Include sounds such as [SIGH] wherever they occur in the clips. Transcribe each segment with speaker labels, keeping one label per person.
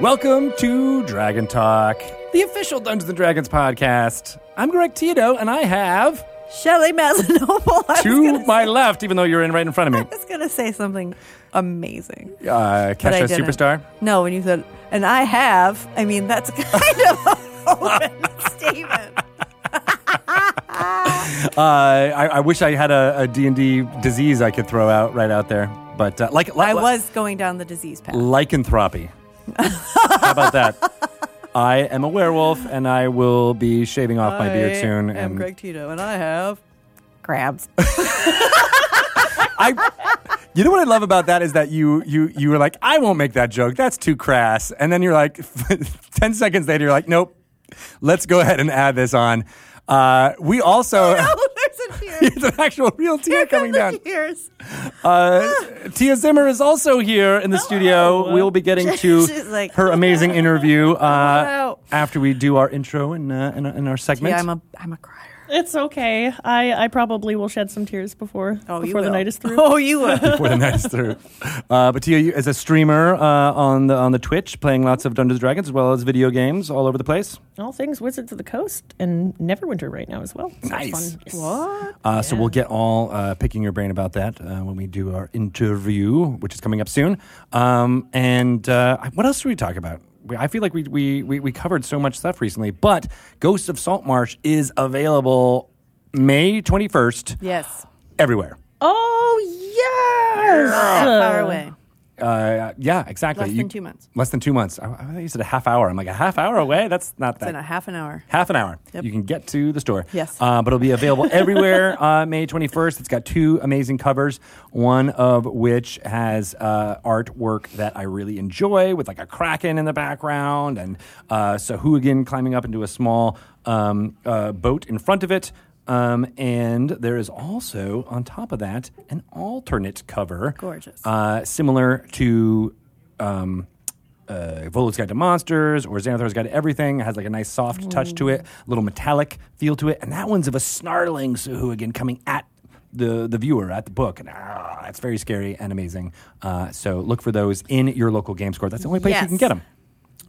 Speaker 1: Welcome to Dragon Talk, the official Dungeons and Dragons podcast. I'm Greg Tito, and I have
Speaker 2: Shelley Mazanople. I was
Speaker 1: to
Speaker 2: gonna-
Speaker 1: my left, even though you're in right in
Speaker 2: [LAUGHS]
Speaker 1: front of
Speaker 2: I was going to say something amazing.
Speaker 1: me, uh,
Speaker 2: but I
Speaker 1: Kesha
Speaker 2: didn't.
Speaker 1: Superstar.
Speaker 2: No, when you said, and I have, I mean, that's [LAUGHS] kind of an
Speaker 1: [LAUGHS]
Speaker 2: open statement.
Speaker 1: Uh, I, I wish I had a, a D&D disease I could throw out right out there, but uh, like
Speaker 2: I was going down the disease path.
Speaker 1: lycanthropy. How about
Speaker 2: [LAUGHS]
Speaker 1: that? I am a werewolf, and I will be shaving off my beard soon.
Speaker 2: I am
Speaker 1: and Oh.
Speaker 2: Greg Tito, and I have
Speaker 1: [LAUGHS]
Speaker 2: crabs. [LAUGHS]
Speaker 1: I, you know what I love about that is that you you you were like, I won't make that joke. That's too crass. And then you're like, [LAUGHS] ten seconds later, you're like, nope. Let's go ahead and add this on. Uh, we also [LAUGHS]
Speaker 2: oh, there's a tear.
Speaker 1: it's an actual real tear
Speaker 2: Here
Speaker 1: coming
Speaker 2: come the
Speaker 1: down.
Speaker 2: Tears.
Speaker 1: Uh, Tia Zimmer is also here in the studio. We will be
Speaker 2: [LAUGHS]
Speaker 1: getting to
Speaker 2: Oh, She's like- "Oh,
Speaker 1: her amazing interview uh,
Speaker 2: Wow.
Speaker 1: after we do our intro and uh, and, and our segment.
Speaker 2: Yeah, I'm a, I'm a crier.
Speaker 3: It's okay. I, I probably will shed some tears before
Speaker 2: Oh, you
Speaker 3: before the
Speaker 2: will.
Speaker 3: night is through.
Speaker 2: [LAUGHS] Oh, you will.
Speaker 1: before the night is through. Uh, but Tia, you, as a streamer uh, on the on the Twitch, playing lots of Dungeons and Dragons as well as video games all over the place.
Speaker 3: All things Wizards of the Coast and Neverwinter right now as well. So it's
Speaker 1: Nice.
Speaker 3: fun. Yes.
Speaker 2: what?
Speaker 1: Uh, So we'll get all uh, picking your brain about that uh, when we do our interview, which is coming up soon. Um, and uh, what else should we talk about? We- I feel like we, we, we, we covered so much stuff recently, but Ghosts of Saltmarsh is available May 21st
Speaker 2: Yes.
Speaker 1: everywhere.
Speaker 3: Oh yes.
Speaker 2: That far away.
Speaker 1: Uh, yeah, exactly.
Speaker 2: Less
Speaker 1: You-
Speaker 2: than two months.
Speaker 1: Less than two months. I, I thought you said a half hour. I'm like, a half hour away? That's not
Speaker 2: It's
Speaker 1: that
Speaker 2: in a half an hour.
Speaker 1: half an hour. You can get to the store.
Speaker 2: Yes.
Speaker 1: Uh, but it'll be
Speaker 2: [LAUGHS]
Speaker 1: available everywhere uh, May 21st. It's got two amazing covers, one of which has uh, artwork that I really enjoy with like a kraken in the background and uh, Sahuagin climbing up into a small um, uh, boat in front of it. Um, and there is also, on top of that, an alternate cover.
Speaker 2: Gorgeous.
Speaker 1: Uh, similar to. Um, uh, Volo's Guide to Monsters or Xanathar's Guide to Everything. It has like a nice soft touch to it,
Speaker 3: Mm.
Speaker 1: a little metallic feel to it. And that one's of a snarling Suhuagin coming at the, the viewer, at the book. And ah, it's very scary and amazing. Uh, so look for those in your local game store. That's the only place you
Speaker 2: Yes.
Speaker 1: can get them.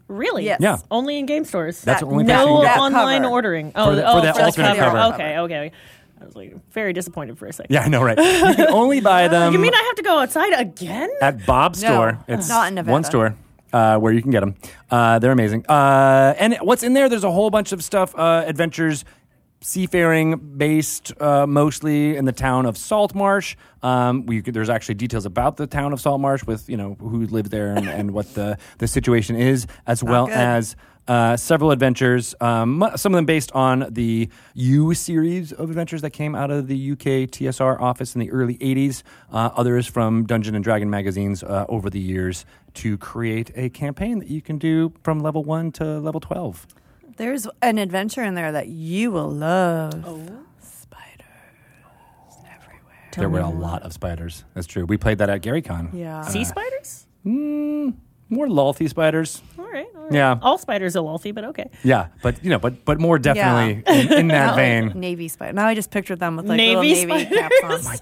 Speaker 3: Really?
Speaker 2: Yes.
Speaker 1: Yeah.
Speaker 3: Only in game stores.
Speaker 1: That's the only place you
Speaker 3: no
Speaker 1: can get-
Speaker 3: online
Speaker 2: That cover.
Speaker 3: ordering. Oh,
Speaker 1: For the-
Speaker 3: oh,
Speaker 1: for that
Speaker 3: the
Speaker 1: alternate cover.
Speaker 3: Okay, okay. I was like very disappointed for a second.
Speaker 1: Yeah, um, I know, right? You
Speaker 3: [LAUGHS]
Speaker 1: can only buy them
Speaker 3: Oh, You mean I have to go outside again?
Speaker 1: at Bob's
Speaker 2: No,
Speaker 1: store. It's
Speaker 2: not in Nevada.
Speaker 1: one store. Uh, where you can get them. Uh, they're amazing. Uh, and what's in there? There's a whole bunch of stuff, uh, adventures, seafaring based uh, mostly in the town of Saltmarsh. Um, we, there's actually details about the town of Saltmarsh with, you know, who lived there and, and what the, the situation is, as well
Speaker 2: good.
Speaker 1: as uh, several adventures, um, mu- some of them based on the U series of adventures that came out of the UK TSR office in the early 80s, uh, others from Dungeon and Dragon magazines uh, over the years to create a campaign that you can do from level 1 to level 12.
Speaker 2: There's an adventure in there that you will love.
Speaker 3: Oh.
Speaker 2: Spiders
Speaker 1: there
Speaker 2: everywhere.
Speaker 1: were a lot of spiders. That's true. We played that at GaryCon.
Speaker 2: Yeah.
Speaker 3: sea spiders?
Speaker 1: More lolthy spiders.
Speaker 3: All right. all right.
Speaker 1: Yeah.
Speaker 3: All spiders are wealthy, but okay.
Speaker 1: Yeah, but you know, but but more definitely in, in
Speaker 2: [LAUGHS]
Speaker 1: that vein.
Speaker 2: Navy spider. Now I just pictured them with like
Speaker 3: Navy Oh
Speaker 2: little navy caps on.
Speaker 1: My [LAUGHS]
Speaker 2: [LAUGHS]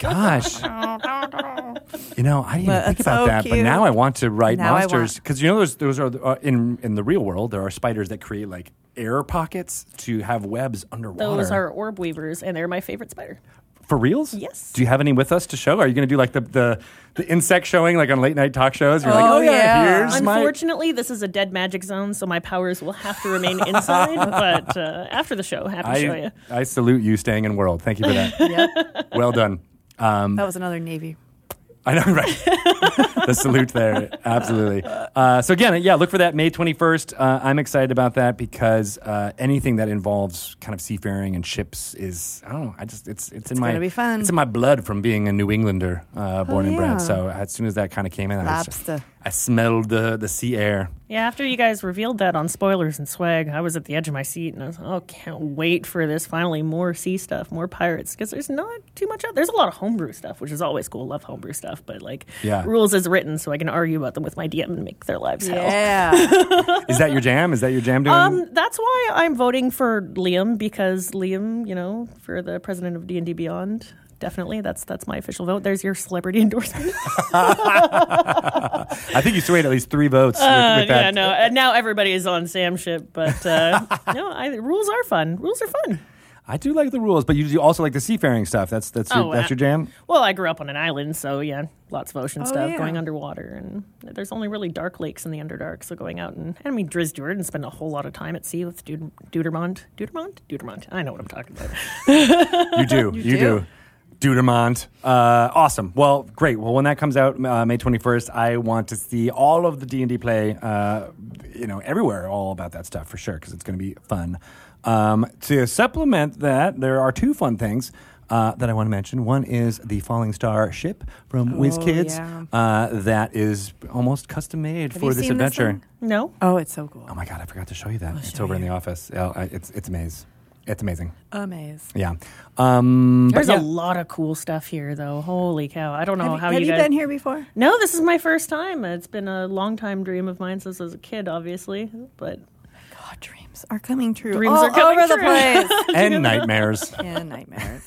Speaker 1: gosh. You know, I didn't
Speaker 2: But
Speaker 1: even think
Speaker 2: it's
Speaker 1: about
Speaker 2: so
Speaker 1: that, but
Speaker 2: cute.
Speaker 1: now I want to write
Speaker 2: Now I
Speaker 1: monsters
Speaker 2: want-
Speaker 1: because you know those those are uh, in in the real world there are spiders that create like air pockets to have webs underwater.
Speaker 3: Those are orb weavers, and they're my favorite spider.
Speaker 1: for reals.
Speaker 3: Yes.
Speaker 1: Do you have any with us to show? Are you going to do like the, the the insect showing like on late night talk shows? You're like,
Speaker 2: Oh,
Speaker 1: oh yeah,
Speaker 2: yeah.
Speaker 1: here's my
Speaker 3: Unfortunately, this is a dead magic zone, so my powers will have to remain
Speaker 1: [LAUGHS]
Speaker 3: inside. but uh, after the show, happy to show
Speaker 1: I,
Speaker 3: you.
Speaker 1: I salute you staying in world. Thank you for
Speaker 2: [LAUGHS]
Speaker 1: that.
Speaker 2: Yep.
Speaker 1: well done. Um,
Speaker 2: That was another navy.
Speaker 1: I know, [LAUGHS] right? the salute there, absolutely. Uh, so again, yeah, look for that May twenty first. Uh, I'm excited about that because uh, anything that involves kind of seafaring and ships is I don't know. I just it's it's in my
Speaker 2: gonna be fun.
Speaker 1: It's in my blood from being a New Englander, uh, born and
Speaker 2: yeah.
Speaker 1: bred. So as soon as that kind of came in, I, was just-
Speaker 2: Lobster.
Speaker 1: I smelled the the sea air.
Speaker 3: Yeah, after you guys revealed that on spoilers and swag, I was at the edge of my seat and I was, oh, can't wait for this. Finally, more sea stuff, more pirates, because there's not too much out. There's a lot of homebrew stuff, which is always cool. Love homebrew stuff, but like
Speaker 1: Yeah.
Speaker 3: rules is written, so I can argue about them with my DM and make their lives hell.
Speaker 2: Yeah.
Speaker 1: Is that your jam? Is that your jam doing?
Speaker 3: [LAUGHS] Um, that's why I'm voting for Liam because Liam, you know, for the president of D and D Beyond, definitely. That's that's my official vote. There's your celebrity [LAUGHS] endorsement.
Speaker 1: I think you swayed at least three votes with,
Speaker 3: Uh,
Speaker 1: with that.
Speaker 3: yeah, no. Uh, now everybody is on Sam ship,
Speaker 2: [LAUGHS]
Speaker 3: but uh, no, I, rules are fun. Rules are fun.
Speaker 1: I do like the rules, but you do also like the seafaring stuff. That's that's your,
Speaker 3: Oh,
Speaker 1: that's
Speaker 3: uh,
Speaker 1: your jam.
Speaker 3: Well, I grew up on an island, so yeah, lots of ocean
Speaker 2: Oh,
Speaker 3: stuff,
Speaker 2: yeah.
Speaker 3: going underwater, and there's only really dark lakes in the Underdark. So going out and I mean, Driz Jordan spent a whole lot of time at sea with Deut- Deutermont, Deutermont, Deutermont. I know what I'm talking about.
Speaker 1: You
Speaker 2: [LAUGHS]
Speaker 1: do. you do.
Speaker 2: do.
Speaker 1: Deutermont. Uh, awesome. Well, great. Well, when that comes out uh, May 21st, I want to see all of the D&D play, uh, you know, everywhere, all about that stuff for sure, because it's going to be fun. Um, to supplement that, there are two fun things uh, that I want to mention. One is the Falling Star ship from WizKids
Speaker 2: Oh, yeah.
Speaker 1: uh, that is almost custom made
Speaker 2: Have
Speaker 1: for
Speaker 2: you
Speaker 1: this
Speaker 2: seen this
Speaker 1: adventure.
Speaker 2: thing?
Speaker 3: no,
Speaker 2: [LAUGHS] Oh, it's so cool.
Speaker 1: oh my God, I forgot to show you that. it's
Speaker 2: show
Speaker 1: over in
Speaker 2: you.
Speaker 1: the office. Yeah, I- it's, it's amazing. It's amazing.
Speaker 2: Amaze.
Speaker 1: Yeah. Um, but
Speaker 3: there's
Speaker 1: yeah.
Speaker 3: a lot of cool stuff here, though. Holy cow! I don't know
Speaker 2: have
Speaker 3: Oh, how
Speaker 2: have
Speaker 3: you
Speaker 2: you
Speaker 3: guys.
Speaker 2: been here before?
Speaker 3: No, this is my first time. It's been a long time dream of mine since I was a kid, obviously, but
Speaker 2: God, Oh, dreams are coming true.
Speaker 3: Dreams
Speaker 2: all
Speaker 3: are coming
Speaker 2: over the
Speaker 3: true. [LAUGHS]
Speaker 2: place.
Speaker 1: and nightmares.
Speaker 2: yeah, nightmares.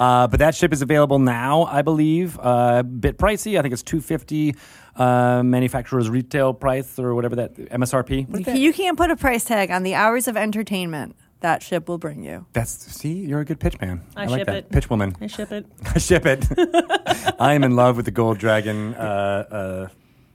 Speaker 1: Uh, but that ship is available now, I believe. Uh, a bit pricey. I think it's two fifty uh, manufacturer's retail price or whatever that MSRP. What is
Speaker 2: You,
Speaker 1: that?
Speaker 2: you can't put a price tag on the hours of entertainment that ship will bring you.
Speaker 1: That's see, you're a good pitch man.
Speaker 3: I
Speaker 1: like
Speaker 3: ship
Speaker 1: that
Speaker 3: it.
Speaker 1: pitch woman. [LAUGHS]
Speaker 3: I ship it.
Speaker 1: I ship
Speaker 3: [LAUGHS]
Speaker 1: it. I am in love with the gold dragon. Uh, uh,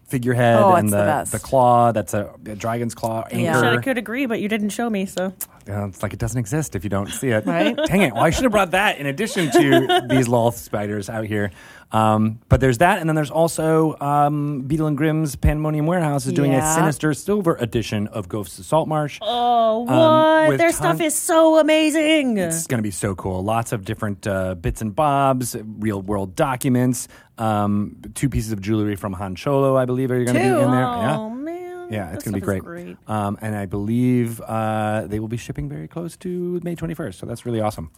Speaker 1: Figurehead
Speaker 2: Oh,
Speaker 1: and
Speaker 2: it's
Speaker 1: the,
Speaker 2: the best.
Speaker 1: claw. That's a, a dragon's claw
Speaker 2: Yeah.
Speaker 1: anchor.
Speaker 3: Should I could agree, but you didn't show me, so
Speaker 1: Uh, it's like it doesn't exist if you don't see it.
Speaker 2: Right?
Speaker 1: Dang it. Well, I should have brought that in addition to these loth spiders out here. Um, but there's that. And then there's also um, Beetle and Grimm's Pandemonium Warehouse is doing a
Speaker 2: Yeah.
Speaker 1: sinister silver edition of Ghosts of Saltmarsh.
Speaker 3: Oh, what?
Speaker 1: Um, with
Speaker 3: Their
Speaker 1: ton-
Speaker 3: stuff is so amazing.
Speaker 1: It's going to be so cool. Lots of different uh, bits and bobs, real world documents, um, two pieces of jewelry from Han Solo, I believe, are going to be in there.
Speaker 2: Two?
Speaker 1: Yeah.
Speaker 3: Oh, man.
Speaker 1: Yeah, it's
Speaker 3: That
Speaker 1: going to be
Speaker 3: stuff is
Speaker 1: great. Um, and I believe uh, they will be shipping very close to May 21st. So that's really awesome.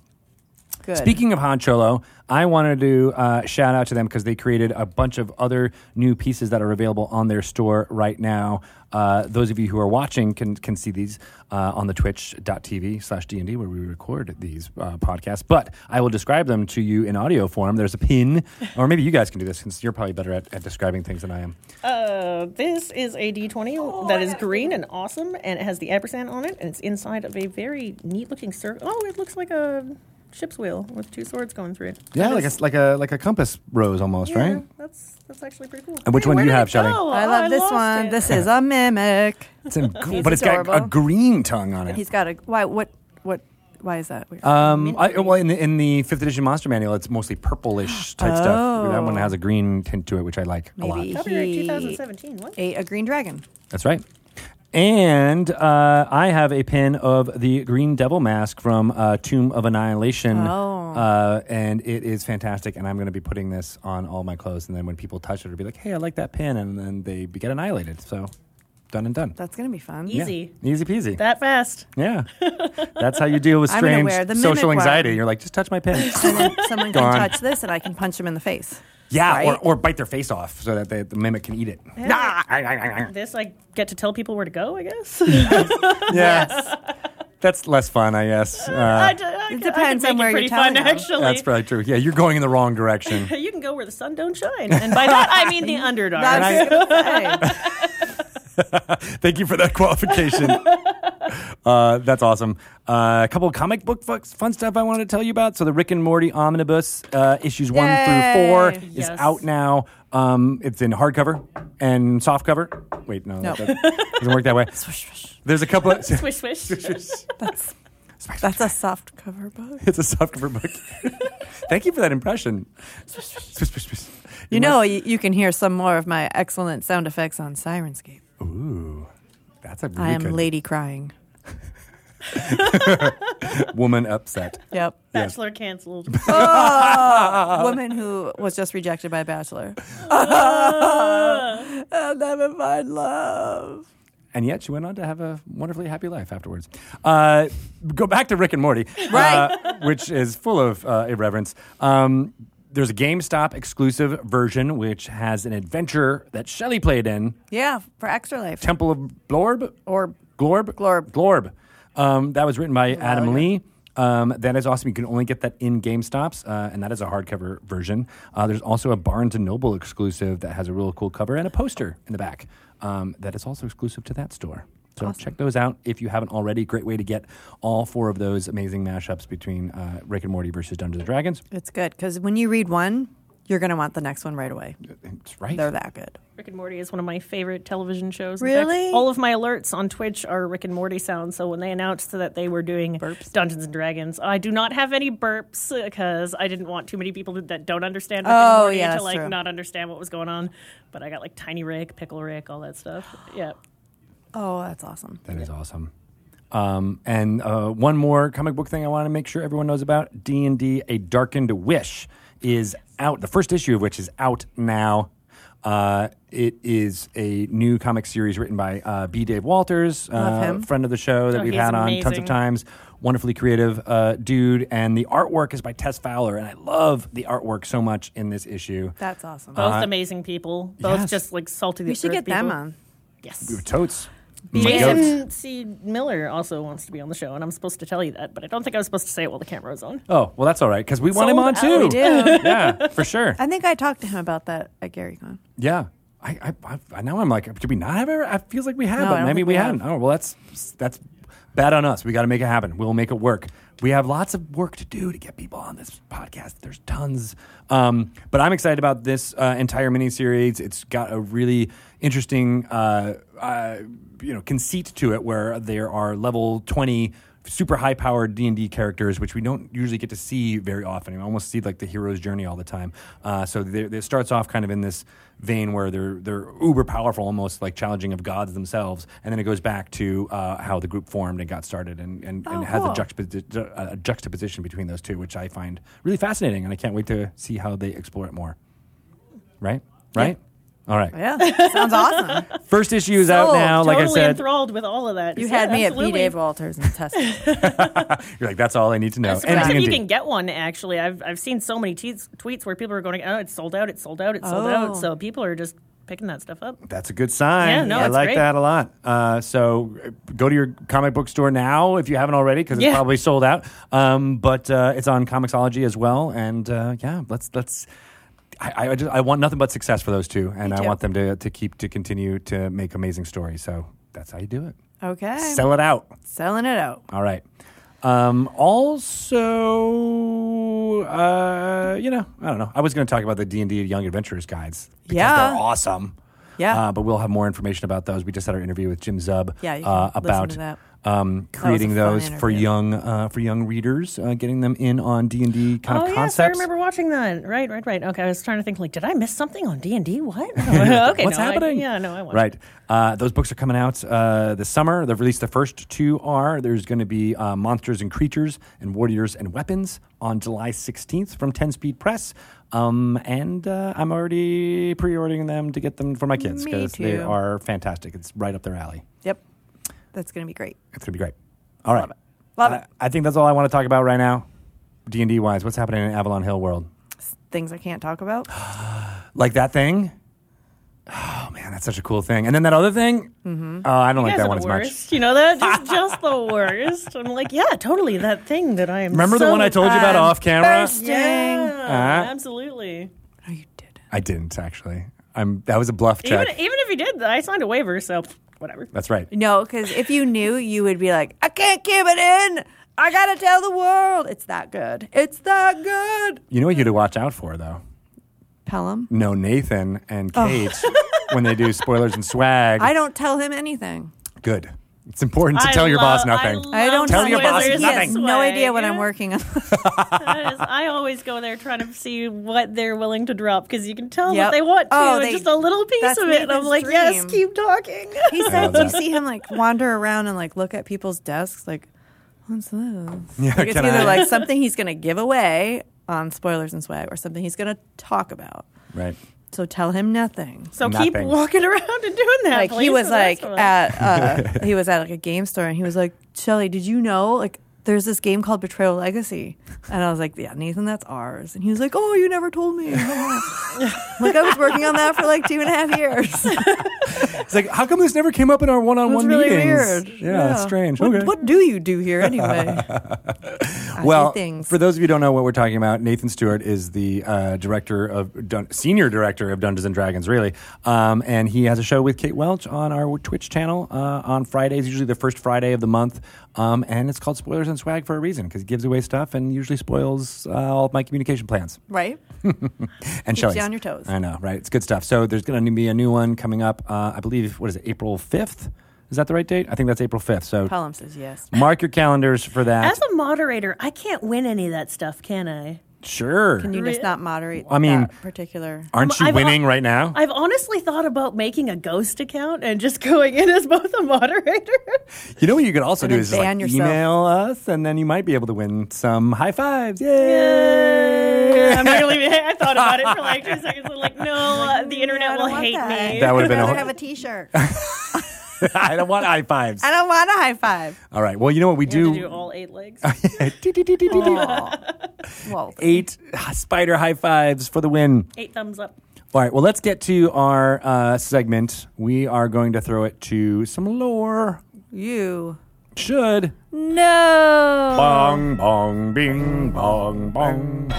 Speaker 2: Good.
Speaker 1: Speaking of Han Cholo, I wanted to uh, shout out to them because they created a bunch of other new pieces that are available on their store right now. Uh, those of you who are watching can can see these uh, on the twitch.tv slash D&D where we record these uh, podcasts. But I will describe them to you in audio form. There's a pin, or maybe you guys can do this since you're probably better at, at describing things than I am.
Speaker 3: Uh, this is a D20 that is green and awesome, and it has the ampersand on it, and it's inside of a very neat looking circle. Oh, it looks like a ship's wheel with two swords going through it.
Speaker 1: Yeah,
Speaker 3: That
Speaker 1: like
Speaker 3: is-
Speaker 1: a, like a like a compass rose almost,
Speaker 3: yeah,
Speaker 1: right?
Speaker 3: That's, that's actually pretty cool.
Speaker 1: And which
Speaker 3: Hey,
Speaker 1: one do
Speaker 3: where
Speaker 1: you
Speaker 3: did
Speaker 1: have,
Speaker 3: it
Speaker 1: Shelley?
Speaker 3: go?
Speaker 2: I
Speaker 3: Oh,
Speaker 2: love this
Speaker 3: lost
Speaker 2: one.
Speaker 3: it.
Speaker 2: This is a mimic.
Speaker 1: It's in,
Speaker 2: He's
Speaker 1: but it's got a
Speaker 2: adorable.
Speaker 1: green tongue on it.
Speaker 2: He's got a why? What? What? Why is that? Weird?
Speaker 1: Um, I, well, in the, in the fifth edition monster manual, it's mostly purplish type stuff.
Speaker 2: Oh.
Speaker 1: That one has a green tint to it, which I like a lot.
Speaker 2: Maybe.
Speaker 3: Copyright
Speaker 2: He-
Speaker 3: 2017. What?
Speaker 2: Ate a green dragon.
Speaker 1: That's right. And uh, I have a pin of the Green Devil mask from uh, Tomb of Annihilation.
Speaker 2: Oh.
Speaker 1: Uh, and it is fantastic. And I'm going to be putting this on all my clothes. And then when people touch it, it'll be like, hey, I like that pin. And then they be- get annihilated. So done and done.
Speaker 2: That's gonna be fun.
Speaker 3: Yeah. Easy.
Speaker 1: Yeah. Easy peasy.
Speaker 3: That fast.
Speaker 2: [LAUGHS]
Speaker 1: yeah. That's how you deal with
Speaker 2: I'm gonna
Speaker 1: strange
Speaker 2: wear the mimic
Speaker 1: social
Speaker 2: one.
Speaker 1: anxiety. You're like, just touch my pin.
Speaker 2: [LAUGHS] And then someone
Speaker 1: Gone.
Speaker 2: can touch this, and I can punch him in the face.
Speaker 1: Yeah, or,
Speaker 2: Right?
Speaker 1: or bite their face off so that they, the mimic can eat it. Yeah.
Speaker 3: This, I get to tell people where to go, [LAUGHS] I guess.
Speaker 1: That's less fun, I guess. Uh,
Speaker 3: I d- I c- I could
Speaker 2: depends
Speaker 3: make
Speaker 2: on where
Speaker 3: it
Speaker 2: you're
Speaker 3: pretty
Speaker 2: telling
Speaker 3: fun,
Speaker 2: them.
Speaker 3: actually.
Speaker 1: that's probably true. Yeah, you're going in the wrong direction.
Speaker 3: [LAUGHS] You can go where the sun don't shine. And by that,
Speaker 1: [LAUGHS]
Speaker 3: I mean the underdog.
Speaker 2: That's
Speaker 3: [LAUGHS]
Speaker 1: I- [LAUGHS]
Speaker 2: gonna say.
Speaker 1: Thank you for that qualification. uh, that's awesome. Uh, a couple of comic book fu- fun stuff I wanted to tell you about. So the Rick and Morty Omnibus uh, issues one
Speaker 2: Yay.
Speaker 1: through four is
Speaker 3: Yes.
Speaker 1: out now. Um, it's in hardcover and softcover. Wait, no,
Speaker 2: No.
Speaker 1: that that doesn't work that way. There's a couple. Of, [LAUGHS]
Speaker 3: [LAUGHS] Swish, swish.
Speaker 2: That's that's a soft cover book. [LAUGHS]
Speaker 1: It's a softcover book. [LAUGHS] Thank you for that impression. Swish, swish, swish.
Speaker 2: You know, you, you can hear some more of my excellent sound effects on Sirenscape.
Speaker 1: Ooh, that's a really
Speaker 2: I am
Speaker 1: good
Speaker 2: lady crying.
Speaker 1: woman upset.
Speaker 2: Yep.
Speaker 1: [LAUGHS]
Speaker 3: Bachelor canceled.
Speaker 1: Uh,
Speaker 2: Woman who was just rejected
Speaker 1: [LAUGHS]
Speaker 2: by Bachelor.
Speaker 1: Ah.
Speaker 2: I'll never find love.
Speaker 1: And yet she went on to have a wonderfully happy life afterwards. Uh, go back to Rick and Morty,
Speaker 2: Right.
Speaker 1: uh, [LAUGHS] which is full of uh, irreverence. Um, there's a GameStop exclusive version, which has an adventure that Shelley played in
Speaker 2: Yeah, for extra life.
Speaker 1: Temple of Blorb
Speaker 2: Or
Speaker 1: Glorb?
Speaker 2: Glorb. Oh,
Speaker 1: Glorb. Um, that was written by Adam Lee. Um, that is awesome. You can only get that in GameStops, uh, and that is a hardcover version. Uh, there's also a Barnes and Noble exclusive that has a really cool cover and a poster in the back um, that is also exclusive to that store. So check those out if you haven't already. Great way to get all four of those amazing mashups between uh, Rick and Morty versus Dungeons and Dragons.
Speaker 2: It's good because when you read one, you're going to want the next one right away.
Speaker 1: It's right.
Speaker 2: They're that good.
Speaker 3: Rick and Morty is one of my favorite television shows. In fact,
Speaker 2: Really?
Speaker 3: all of my alerts on Twitch are Rick and Morty sounds. So when they announced that they were doing
Speaker 2: Burps?
Speaker 3: Dungeons and Dragons, I do not have any burps because I didn't want too many people that don't understand Rick
Speaker 2: Oh,
Speaker 3: and Morty
Speaker 2: yeah,
Speaker 3: to
Speaker 2: that's
Speaker 3: like
Speaker 2: true.
Speaker 3: not understand what was going on. But I got like Tiny Rick, Pickle Rick, all that stuff. Yeah.
Speaker 2: Oh, that's awesome.
Speaker 1: That is awesome. Um, and uh, one more comic book thing I want to make sure everyone knows about: D and D: A Darkened Wish is out. The first issue of which is out now. Uh, it is a new comic series written by uh, B. Dave Walters,
Speaker 2: Love
Speaker 1: uh,
Speaker 2: him.
Speaker 1: friend of the show that
Speaker 3: Oh,
Speaker 1: we've
Speaker 3: he's
Speaker 1: had on tons of
Speaker 3: amazing.
Speaker 1: times times. Wonderfully creative uh, dude, and the artwork is by Tess Fowler, and I love the artwork so much in this issue.
Speaker 2: That's awesome.
Speaker 1: Oh,
Speaker 3: Both amazing people. Both
Speaker 1: Uh, yes.
Speaker 3: just like salty.
Speaker 2: we should get them on.
Speaker 3: Yes.
Speaker 1: Totes. My goats.
Speaker 3: Jason C. Miller also wants to be on the show, and I'm supposed to tell you that, but I don't think I was supposed to say it while the camera was on.
Speaker 1: Oh well, that's all right because we want him
Speaker 3: Sold
Speaker 1: on
Speaker 3: out.
Speaker 1: too.
Speaker 2: We
Speaker 1: [LAUGHS]
Speaker 2: do.
Speaker 1: yeah, for sure.
Speaker 2: I think I talked to him about that at GaryCon.
Speaker 1: Yeah. I, I, I now I'm like, did we not have ever? It feels like we had,
Speaker 2: No, I
Speaker 1: but
Speaker 2: don't
Speaker 1: maybe
Speaker 2: think
Speaker 1: we
Speaker 2: we
Speaker 1: hadn't. Oh well, that's that's bad on us. We got to make it happen. We'll make it work. We have lots of work to do to get people on this podcast. There's tons, um, but I'm excited about this uh, entire miniseries. It's got a really interesting, uh, uh, you know, conceit to it where there are level twenty super high powered D&D characters which we don't usually get to see very often. We almost see like the hero's journey all the time. Uh, so there- it starts off kind of in this vein where they're they're uber powerful almost like challenging of gods themselves and then it goes back to uh, how the group formed and got started and, and, and
Speaker 2: Oh,
Speaker 1: has a,
Speaker 2: cool.
Speaker 1: juxtaposi- ju- a uh, juxtaposition between those two which I find really fascinating and I can't wait to see how they explore it more. Right? Right? All right.
Speaker 2: Yeah, [LAUGHS]
Speaker 1: [LAUGHS]
Speaker 2: sounds awesome.
Speaker 1: First issue is out
Speaker 2: Sold.
Speaker 1: now Oh, like
Speaker 3: totally
Speaker 1: I said.
Speaker 3: enthralled with all of that.
Speaker 2: You
Speaker 3: Yeah,
Speaker 2: had me at B.
Speaker 3: absolutely.
Speaker 2: Dave Walters and Tessa.
Speaker 1: You're like that's all I need to know.
Speaker 3: I'm surprised if you
Speaker 1: D&D.
Speaker 3: can get one. Actually, I've I've seen so many tweets tweets where people are going, "Oh, it's sold out! It's sold out! It's sold
Speaker 2: Oh.
Speaker 3: out!" So people are just picking that stuff up.
Speaker 1: That's a good sign.
Speaker 3: Yeah, no,
Speaker 1: I
Speaker 3: it's
Speaker 1: like
Speaker 3: great.
Speaker 1: that a lot. Uh, so uh, go to your comic book store now if you haven't already, because it's
Speaker 3: Yeah.
Speaker 1: probably sold out. Um, but uh, it's on Comixology as well, and uh, yeah, let's let's. I, I just I want nothing but success for those two, and I
Speaker 2: too.
Speaker 1: want them to to keep to continue to make amazing stories. So that's how you do it.
Speaker 2: [LAUGHS] Okay,
Speaker 1: Sell it out.
Speaker 2: selling it out.
Speaker 1: All right. Um, also, uh, you know, I don't know. I was going to talk about the D and D Young Adventurers guides because
Speaker 2: Yeah.
Speaker 1: they're awesome.
Speaker 2: Yeah.
Speaker 1: uh, but we'll have more information about those. We just had our interview with Jim Zub.
Speaker 2: Yeah, you can
Speaker 1: uh,
Speaker 2: listen
Speaker 1: about
Speaker 2: to that.
Speaker 1: Um,
Speaker 2: was a
Speaker 1: creating
Speaker 2: fun
Speaker 1: those for
Speaker 2: interview.
Speaker 1: young uh, for young readers, uh, getting them in on D and D kind
Speaker 3: oh
Speaker 1: of
Speaker 3: yes, I
Speaker 1: concepts.
Speaker 3: remember watching that. Right, right, right. Okay, I was trying to think like, did I miss something on D and
Speaker 1: [LAUGHS]
Speaker 3: D? What? okay,
Speaker 1: What's
Speaker 3: no, I-
Speaker 1: happening?
Speaker 3: yeah, no, I watched.
Speaker 1: Right. Uh, those books are coming out uh, this summer. They've released the first two are. There's going to be uh, Monsters and Creatures and Warriors and Weapons on July 16th from 10 Speed Press. Um, and uh, I'm already pre ordering them to get them for my kids
Speaker 2: Me
Speaker 1: because they
Speaker 2: too.
Speaker 1: are fantastic. It's right up their alley.
Speaker 2: Yep, that's gonna be great.
Speaker 1: It's going to be great. All right. Love it.
Speaker 2: Love it.
Speaker 1: I think that's all I want to talk about right now. D&D wise, what's happening in Avalon Hill world?
Speaker 2: Things I can't
Speaker 1: [GASPS]
Speaker 2: talk about.
Speaker 1: Like that thing? [SIGHS] Oh man, that's such a cool thing. And then that other thing? Mm-hmm. Oh, I don't
Speaker 3: You
Speaker 1: like
Speaker 3: guys
Speaker 1: that
Speaker 3: are
Speaker 1: one
Speaker 3: the
Speaker 1: as much.
Speaker 3: worst. You know
Speaker 1: [LAUGHS]
Speaker 3: that? Just, just the worst. I'm like, yeah, totally. That thing that I am.
Speaker 1: Remember the
Speaker 3: so-
Speaker 1: one I told you about
Speaker 2: I'm
Speaker 1: off camera?
Speaker 2: thirsty.
Speaker 3: Yeah,
Speaker 1: Uh-huh.
Speaker 3: absolutely.
Speaker 2: No, you didn't.
Speaker 1: I didn't actually. I'm that was a bluff
Speaker 3: Even,
Speaker 1: check.
Speaker 3: even if you did, I signed a waiver, so whatever.
Speaker 1: That's right.
Speaker 2: No, because if you knew, you would be like, I can't keep it in. I gotta tell the world. It's that good. It's that good.
Speaker 1: You know what you to watch out for though.
Speaker 2: Pelham.
Speaker 1: No Nathan and Kate when they do spoilers and swag.
Speaker 2: I don't tell him anything.
Speaker 1: Good. It's important to
Speaker 3: I
Speaker 1: tell your boss
Speaker 3: love- I
Speaker 1: nothing.
Speaker 2: I
Speaker 3: love
Speaker 2: don't
Speaker 1: Tell your boss
Speaker 2: He
Speaker 3: spoilers
Speaker 1: nothing.
Speaker 2: has
Speaker 3: this
Speaker 2: no
Speaker 3: way.
Speaker 2: idea what I'm working on.
Speaker 3: That is- I always go there trying to see what they're willing to drop because you can tell
Speaker 2: Yep.
Speaker 3: that they want to.
Speaker 2: Oh,
Speaker 3: and
Speaker 2: they-
Speaker 3: just a little piece
Speaker 2: that's
Speaker 3: of it. And I'm
Speaker 2: Nathan's
Speaker 3: like, yes,
Speaker 2: dream.
Speaker 3: keep talking.
Speaker 2: [LAUGHS] He
Speaker 1: love
Speaker 2: said you
Speaker 1: that.
Speaker 2: see him like wander around and like look at people's desks, like, what's this?
Speaker 1: Yeah,
Speaker 2: like, it's
Speaker 1: can
Speaker 2: either
Speaker 1: I-
Speaker 2: like something he's gonna give away on spoilers and swag, or something he's gonna talk about.
Speaker 1: Right.
Speaker 2: So tell him nothing.
Speaker 3: [LAUGHS] So keep
Speaker 1: Nothing.
Speaker 3: walking around and doing that.
Speaker 2: like he
Speaker 3: please,
Speaker 2: was
Speaker 3: and that's
Speaker 2: like
Speaker 3: what-
Speaker 1: [LAUGHS]
Speaker 2: at uh, he was at like a game store and he was like Shelly, did you know like there's this game called Betrayal Legacy and I was like yeah Nathan that's ours and he was like oh you never told me [LAUGHS] like I was working on that for like two and a half years [LAUGHS] it
Speaker 1: It's like how come this never came up in our one-on-one
Speaker 2: was really
Speaker 1: meetings?
Speaker 2: weird
Speaker 1: Yeah, it's strange.
Speaker 2: what,
Speaker 1: okay. [LAUGHS]
Speaker 2: what do you do here anyway I
Speaker 1: well,
Speaker 2: do things.
Speaker 1: for those of you who don't know what we're talking about, Nathan Stewart is the uh, director of Dun- senior director of Dungeons and Dragons, really, um, and he has a show with Kate Welch on our Twitch channel uh, on Fridays, usually the first Friday of the month, um, and it's called Spoilers and Swag for a reason because he gives away stuff and usually spoils uh, all of my communication plans
Speaker 2: right?
Speaker 1: and
Speaker 2: Keeps you
Speaker 1: Shelley's.
Speaker 2: on your toes.
Speaker 1: I know, right? It's good stuff. So there's going to be a new one coming up. Uh, I believe what is it? April 5th. Is that the right date? I think that's April 5th. So
Speaker 2: Pelham says yes.
Speaker 1: mark your calendars for that.
Speaker 3: As a moderator, I can't win any of that stuff, can I?
Speaker 1: sure.
Speaker 2: Can you Um, just
Speaker 3: Re-
Speaker 2: not moderate?
Speaker 1: I mean-
Speaker 2: that particular.
Speaker 1: Aren't you
Speaker 3: I've-
Speaker 1: winning right now?
Speaker 3: I've honestly thought about making a ghost account and just [LAUGHS] going in as both a moderator. [LAUGHS]
Speaker 1: You know what you could also
Speaker 2: And
Speaker 1: do
Speaker 2: then
Speaker 1: is just, like,
Speaker 2: ban yourself.
Speaker 1: email us, and then you might be able to win some high fives. Yay!
Speaker 3: I'm not gonna leave it. I thought about it for like two seconds. I'm like, no,
Speaker 2: [LAUGHS]
Speaker 3: uh, the internet will hate me.
Speaker 1: That would've been a
Speaker 2: I
Speaker 1: whole-
Speaker 2: have
Speaker 1: [LAUGHS]
Speaker 2: a T-shirt. I
Speaker 1: [LAUGHS] I don't want high fives.
Speaker 2: don't want a high
Speaker 3: [LAUGHS]
Speaker 2: five.
Speaker 1: All right. Well, you know what we
Speaker 3: You have to
Speaker 1: do? [LAUGHS]
Speaker 3: do all eight [LAUGHS] legs.
Speaker 1: Do, do, do, do, do, do.
Speaker 2: Whoa.
Speaker 1: Eight spider high fives for the win.
Speaker 3: eight thumbs up.
Speaker 1: All right. Well, let's get to our uh, segment. We are going to throw it to some lore.
Speaker 2: You
Speaker 1: Should
Speaker 2: no.
Speaker 1: bong bong bing bong bong.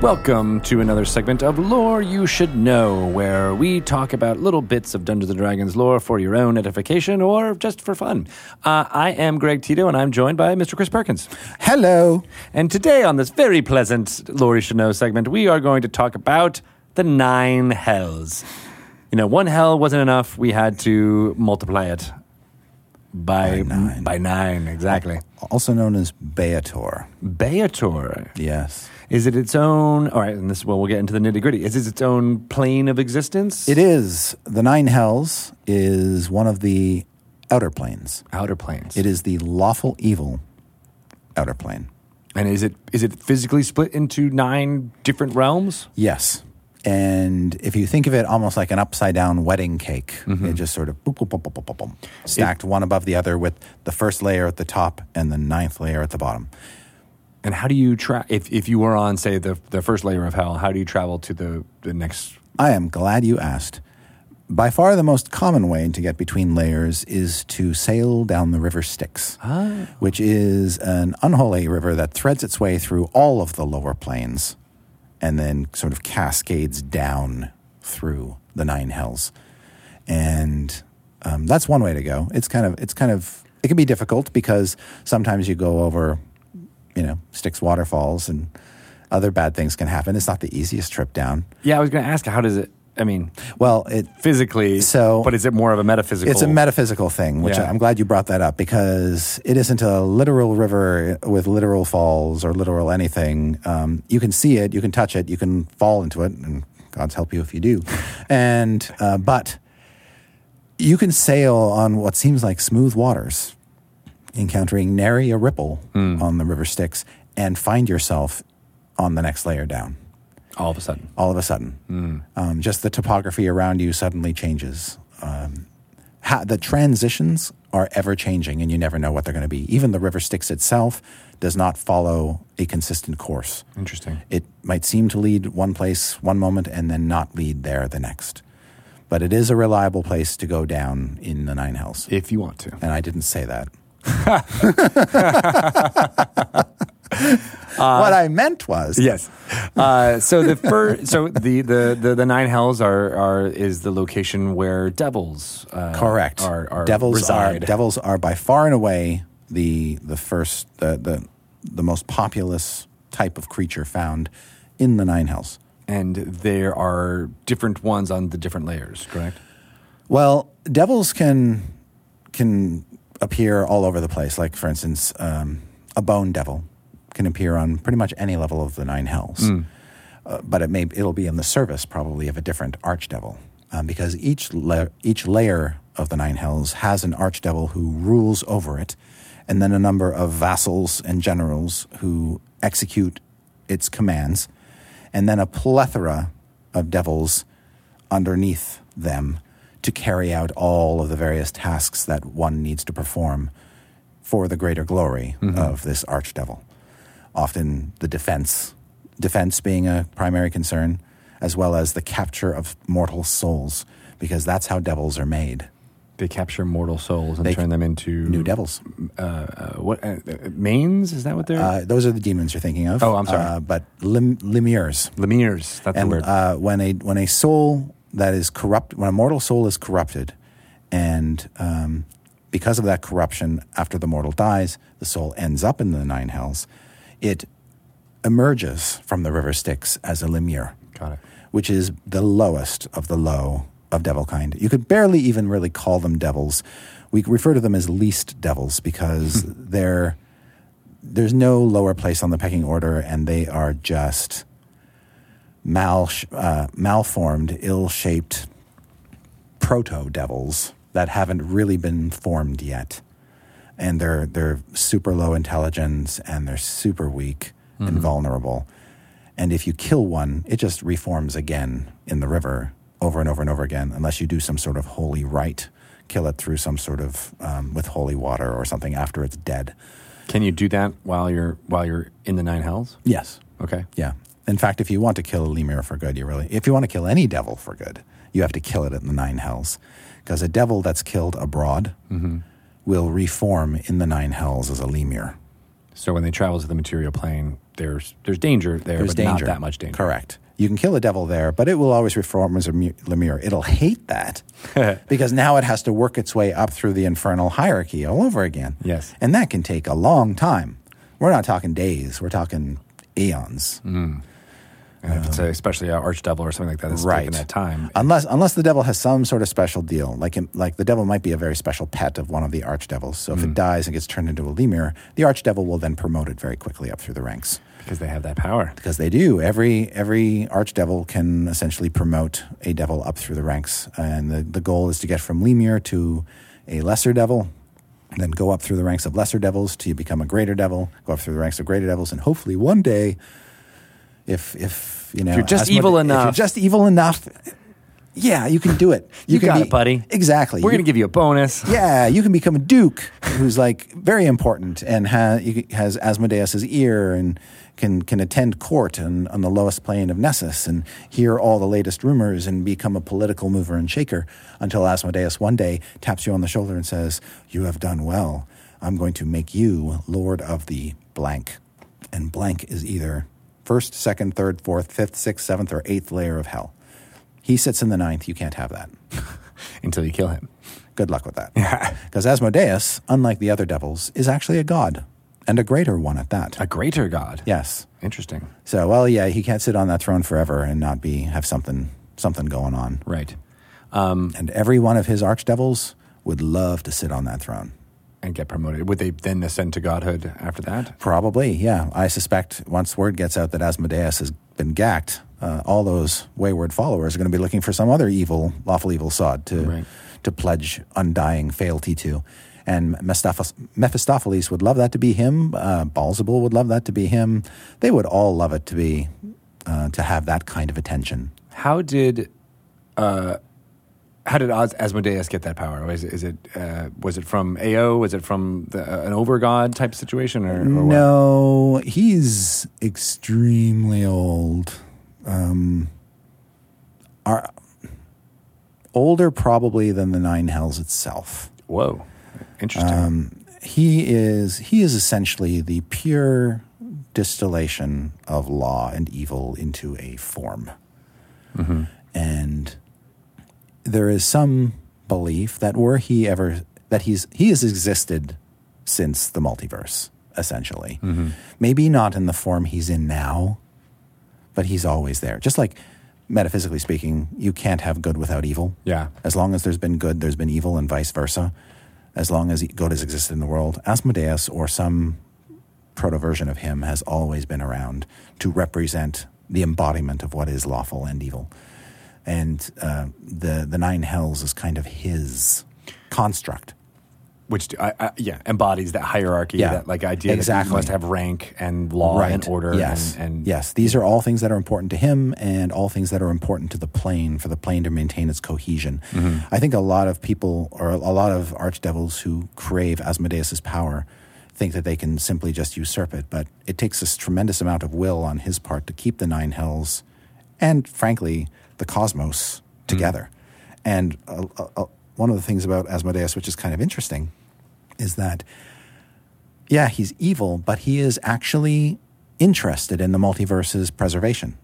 Speaker 1: Welcome to another segment of Lore You Should Know, where we talk about little bits of Dungeons and Dragons lore for your own edification or just for fun. Uh, I am Greg Tito, and I'm joined by Mr. Chris Perkins. Hello. And today, on this very pleasant Lore You Should Know segment, we are going to talk about the nine hells. You know, one hell wasn't enough, we had to multiply it by, by nine. exactly.
Speaker 4: also known as Beator.
Speaker 1: Beator.
Speaker 4: Yes.
Speaker 1: Is it its own? All right, and this well, we'll get into the nitty gritty. Is it its own plane of existence?
Speaker 4: It is. The Nine Hells is one of the outer planes.
Speaker 1: outer planes.
Speaker 4: It is the lawful evil outer plane.
Speaker 1: and is it is it physically split into nine different realms?
Speaker 4: Yes. And if you think of it almost like an upside down wedding cake, it just sort of boop, boop, boop, boop, boop, boop, boop, stacked one above the other with the first layer at the top and the ninth layer at the bottom.
Speaker 1: And how do you track if if you were on say the the first layer of hell? How do you travel to the the next?
Speaker 4: I am glad you asked. By far the most common way to get between layers is to sail down the river Styx, which is an unholy river that threads its way through all of the lower planes and then sort of cascades down through the nine hells. And um, that's one way to go. It's kind of, it's kind of, it can be difficult because sometimes you go over, you know, Styx waterfalls and other bad things can happen. It's not the easiest trip down.
Speaker 1: Yeah, I was going to ask how does it? I mean,
Speaker 4: Well, it
Speaker 1: physically.
Speaker 4: So-
Speaker 1: but is it more of a metaphysical?
Speaker 4: it's a metaphysical thing, which
Speaker 1: Yeah.
Speaker 4: I'm glad you brought that up because it isn't a literal river with literal falls or literal anything. Um, you can see it, you can touch it, you can fall into it, and God's help you if you do. And uh, but you can sail on what seems like smooth waters, encountering nary a ripple
Speaker 1: Hmm.
Speaker 4: on the river Styx, and find yourself on the next layer down
Speaker 1: all of a sudden.
Speaker 4: all of a sudden. Um, just the topography around you suddenly changes. Um, ha- the transitions are ever changing, and you never know what they're going to be. Even the river Styx itself does not follow a consistent course.
Speaker 1: Interesting.
Speaker 4: It might seem to lead one place one moment and then not lead there the next. But it is a reliable place to go down in the Nine Hells.
Speaker 1: If you want to.
Speaker 4: And I didn't say that. [LAUGHS] what I meant was
Speaker 1: Yes. Uh, so the fir- [LAUGHS] so the, the, the, the nine hells are, are is the location where devils uh,
Speaker 4: Correct.
Speaker 1: are, are
Speaker 4: devils
Speaker 1: reside.
Speaker 4: are devils are by far and away the the first the the, the most populous type of creature found in the nine hells.
Speaker 1: and there are different ones on the different layers, correct?
Speaker 4: Well, devils can can appear all over the place. Like for instance, um, a bone devil can appear on pretty much any level of the nine hells. Uh, but it may it'll be in the service probably of a different archdevil um, because each la- each layer of the nine hells has an archdevil who rules over it, and then a number of vassals and generals who execute its commands, and then a plethora of devils underneath them to carry out all of the various tasks that one needs to perform for the greater glory
Speaker 1: Mm-hmm.
Speaker 4: of this archdevil. Often the defense, defense being a primary concern, as well as the capture of mortal souls, because that's how devils are made.
Speaker 1: They capture mortal souls and
Speaker 4: They-
Speaker 1: turn them into
Speaker 4: New devils.
Speaker 1: Uh, uh, what uh, uh, manes? Is that what they're?
Speaker 4: Uh, those are the demons you're thinking of.
Speaker 1: Oh, I'm sorry.
Speaker 4: Uh, but lim- lemures.
Speaker 1: Lemurs. That's the
Speaker 4: and
Speaker 1: word.
Speaker 4: uh, when a when a soul that is corrupt, when a mortal soul is corrupted, and um, because of that corruption, after the mortal dies, the soul ends up in the nine hells. It emerges from the river Styx as a lemur,
Speaker 1: Got it.
Speaker 4: which is the lowest of the low of devil kind. You could barely even really call them devils. We refer to them as least devils because they're there's no lower place on the pecking order, and they are just mal, uh, malformed, ill shaped proto devils that haven't really been formed yet. And they're, they're super low intelligence and they're super weak and vulnerable. And if you kill one, it just reforms again in the river over and over and over again, unless you do some sort of holy rite, kill it through some sort of um, with holy water or something after it's dead.
Speaker 1: Can you do that while you're while you're in the nine hells?
Speaker 4: Yes.
Speaker 1: Okay.
Speaker 4: Yeah. In fact, if you want to kill a lemur for good, you really, if you want to kill any devil for good, you have to kill it in the nine hells. Because a devil that's killed abroad will reform in the nine hells as a lemur.
Speaker 1: So when they travel to the material plane, there's there's danger there,
Speaker 4: There's
Speaker 1: but
Speaker 4: danger.
Speaker 1: not that much danger.
Speaker 4: Correct. You can kill a devil there, but it will always reform as a mu- lemur. It'll
Speaker 1: [LAUGHS]
Speaker 4: hate that because now it has to work its way up through the infernal hierarchy all over again.
Speaker 1: Yes.
Speaker 4: And that can take a long time. We're not talking days, we're talking eons.
Speaker 1: Mm, And if it's a, Um, especially an archdevil or something like that, it's taking that time.
Speaker 4: Unless unless the devil has some sort of special deal, like him, like the devil might be a very special pet of one of the archdevils. So if
Speaker 1: Mm.
Speaker 4: it dies and gets turned into a lemur, the archdevil will then promote it very quickly up through the ranks
Speaker 1: because they have that power.
Speaker 4: because they do. Every every archdevil can essentially promote a devil up through the ranks, and the, the goal is to get from lemur to a lesser devil, then go up through the ranks of lesser devils till you become a greater devil, go up through the ranks of greater devils, and hopefully one day, if if you know,
Speaker 1: you're just
Speaker 4: Asmod-
Speaker 1: evil
Speaker 4: if
Speaker 1: enough.
Speaker 4: you're just evil enough, yeah, you can do it.
Speaker 1: You
Speaker 4: can
Speaker 1: got it, buddy.
Speaker 4: Exactly.
Speaker 1: We're
Speaker 4: You-
Speaker 1: going to give you a bonus. [LAUGHS]
Speaker 4: yeah, you can become a duke who's like very important and ha- you- has Asmodeus's ear and can can attend court and on the lowest plane of Nessus and hear all the latest rumors and become a political mover and shaker until Asmodeus one day taps you on the shoulder and says, "You have done well. I'm going to make you lord of the blank." And blank is either first, second, third, fourth, fifth, sixth, seventh, or eighth layer of hell. He sits in the ninth. You can't have that
Speaker 1: Until you kill [LAUGHS] him.
Speaker 4: good luck with that. Because Asmodeus, unlike the other devils, is actually a god and a greater one at that.
Speaker 1: A greater god.
Speaker 4: yes.
Speaker 1: Interesting.
Speaker 4: So, well, yeah, he can't sit on that throne forever and not be have something something going on.
Speaker 1: Right.
Speaker 4: And every one of his archdevils would love to sit on that throne.
Speaker 1: And get promoted. Would they then ascend to godhood after that?
Speaker 4: Probably, yeah. I suspect once word gets out that Asmodeus has been gacked, uh, all those wayward followers are going to be looking for some other evil, lawful evil sod to
Speaker 1: Right.
Speaker 4: to pledge undying fealty to. And Mephistophel- Mephistopheles would love that to be him. Uh, Balzebul would love that to be him. They would all love it to be uh, to have that kind of attention.
Speaker 1: How did. Uh, how did Oz- Asmodeus get that power? Is, is it uh, was it from Ao? Was it from the, uh, an overgod type situation? Or, or what?
Speaker 4: No, he's extremely old. Um, are older probably than the Nine Hells itself.
Speaker 1: Whoa, interesting.
Speaker 4: He is he is essentially the pure distillation of law and evil into a form, and there is some belief that were he ever that he's he has existed since the multiverse essentially maybe not in the form he's in now but he's always there just like metaphysically speaking you can't have good without evil
Speaker 1: Yeah.
Speaker 4: as long as there's been good there's been evil and vice versa as long as good has existed in the world asmodeus or some proto version of him has always been around to represent the embodiment of what is lawful and evil. And uh, the, the Nine Hells is kind of his construct.
Speaker 1: Which do, I, I, yeah embodies that hierarchy,
Speaker 4: Yeah.
Speaker 1: that like idea that
Speaker 4: Exactly.
Speaker 1: you must have rank and law and order.
Speaker 4: Yes.
Speaker 1: and, and
Speaker 4: yes. These are all things that are important to him and all things that are important to the plane for the plane to maintain its cohesion.
Speaker 1: Mm-hmm.
Speaker 4: I think a lot of people or a lot of archdevils who crave Asmodeus's power think that they can simply just usurp it, but it takes this tremendous amount of will on his part to keep the nine hells and frankly the cosmos
Speaker 1: Mm-hmm.
Speaker 4: together. And uh, uh, uh, one of the things about Asmodeus, which is kind of interesting, is that yeah, he's evil, but he is actually interested in the multiverse's preservation.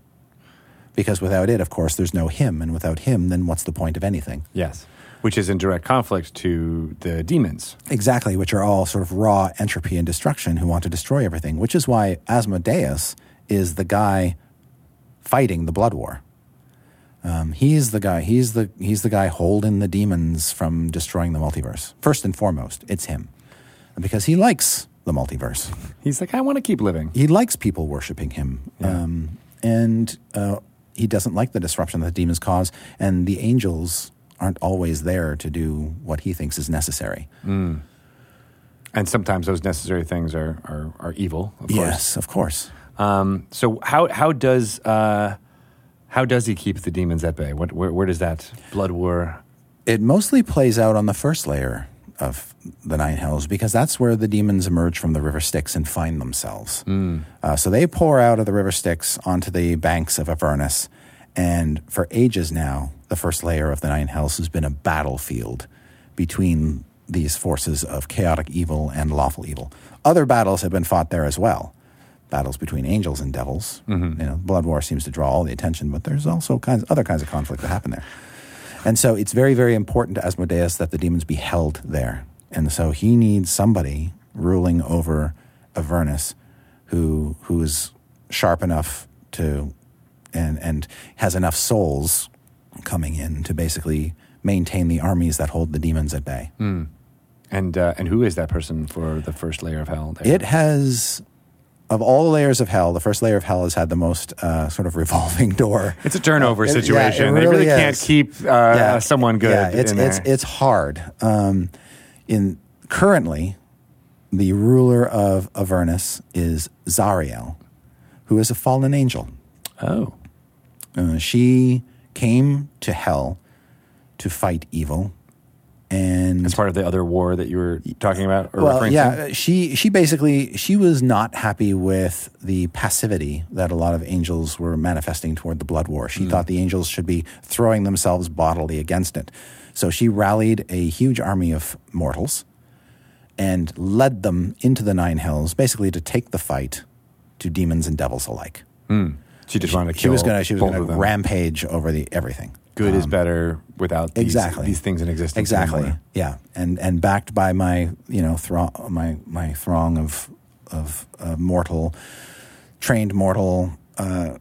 Speaker 4: Because without it, of course, there's no him, and without him, then what's the point of anything?
Speaker 1: Yes. Which is in direct conflict to the demons.
Speaker 4: Exactly, which are all sort of raw entropy and destruction who want to destroy everything, which is why Asmodeus is the guy fighting the blood war. Um, he's the guy. He's the he's the guy holding the demons from destroying the multiverse. First and foremost, it's him, because he likes the multiverse.
Speaker 1: He's like, I want to keep living.
Speaker 4: He likes people worshiping him, um, and uh, he doesn't like the disruption that the demons cause. And the angels aren't always there to do what he thinks is necessary.
Speaker 1: And sometimes those necessary things are, are, are evil, of course.
Speaker 4: Yes, of course.
Speaker 1: Um, so how, how does uh, how does he keep the demons at bay? What, where, where does that blood war?
Speaker 4: it mostly plays out on the first layer of the nine hells because that's where the demons emerge from the river Styx and find themselves. Uh, so they pour out of the river Styx onto the banks of Avernus, and for ages now, the first layer of the nine hells has been a battlefield between these forces of chaotic evil and lawful evil. Other battles have been fought there as well. Battles between angels and devils. You know, blood war seems to draw all the attention, but there's also kinds other kinds of conflict that happen there. And so it's very, very important to Asmodeus that the demons be held there. And so he needs somebody ruling over Avernus who who is sharp enough to and and has enough souls coming in to basically maintain the armies that hold the demons at bay.
Speaker 1: And, uh, and who is that person for the first layer of hell? There?
Speaker 4: It has of all the layers of hell, the first layer of hell has had the most uh, sort of revolving [LAUGHS] door.
Speaker 1: It's a turnover
Speaker 4: It- yeah, it
Speaker 1: situation. they really can't
Speaker 4: is.
Speaker 1: keep uh,
Speaker 4: Yeah.
Speaker 1: someone good.
Speaker 4: Yeah, it's
Speaker 1: in
Speaker 4: it's
Speaker 1: there.
Speaker 4: it's hard. Um, in currently, the ruler of Avernus is Zariel, who is a fallen angel.
Speaker 1: oh,
Speaker 4: Uh, she came to hell to fight evil, and
Speaker 1: it's part of the other war that you were talking about or
Speaker 4: well,
Speaker 1: referring
Speaker 4: yeah,
Speaker 1: to.
Speaker 4: uh, she she basically she was not happy with the passivity that a lot of angels were manifesting toward the blood war.
Speaker 1: Hmm.
Speaker 4: She thought the angels should be throwing themselves bodily against it. So she rallied a huge army of mortals and led them into the nine hells, basically to take the fight to demons and devils alike.
Speaker 1: She just wanted to kill.
Speaker 4: She was gonna she was
Speaker 1: both
Speaker 4: gonna
Speaker 1: of them.
Speaker 4: rampage over the everything.
Speaker 1: Good is better without these,
Speaker 4: exactly.
Speaker 1: these things in existence.
Speaker 4: Exactly.
Speaker 1: anymore.
Speaker 4: Yeah, and and backed by my you know throng my my throng of of uh, mortal trained mortal uh,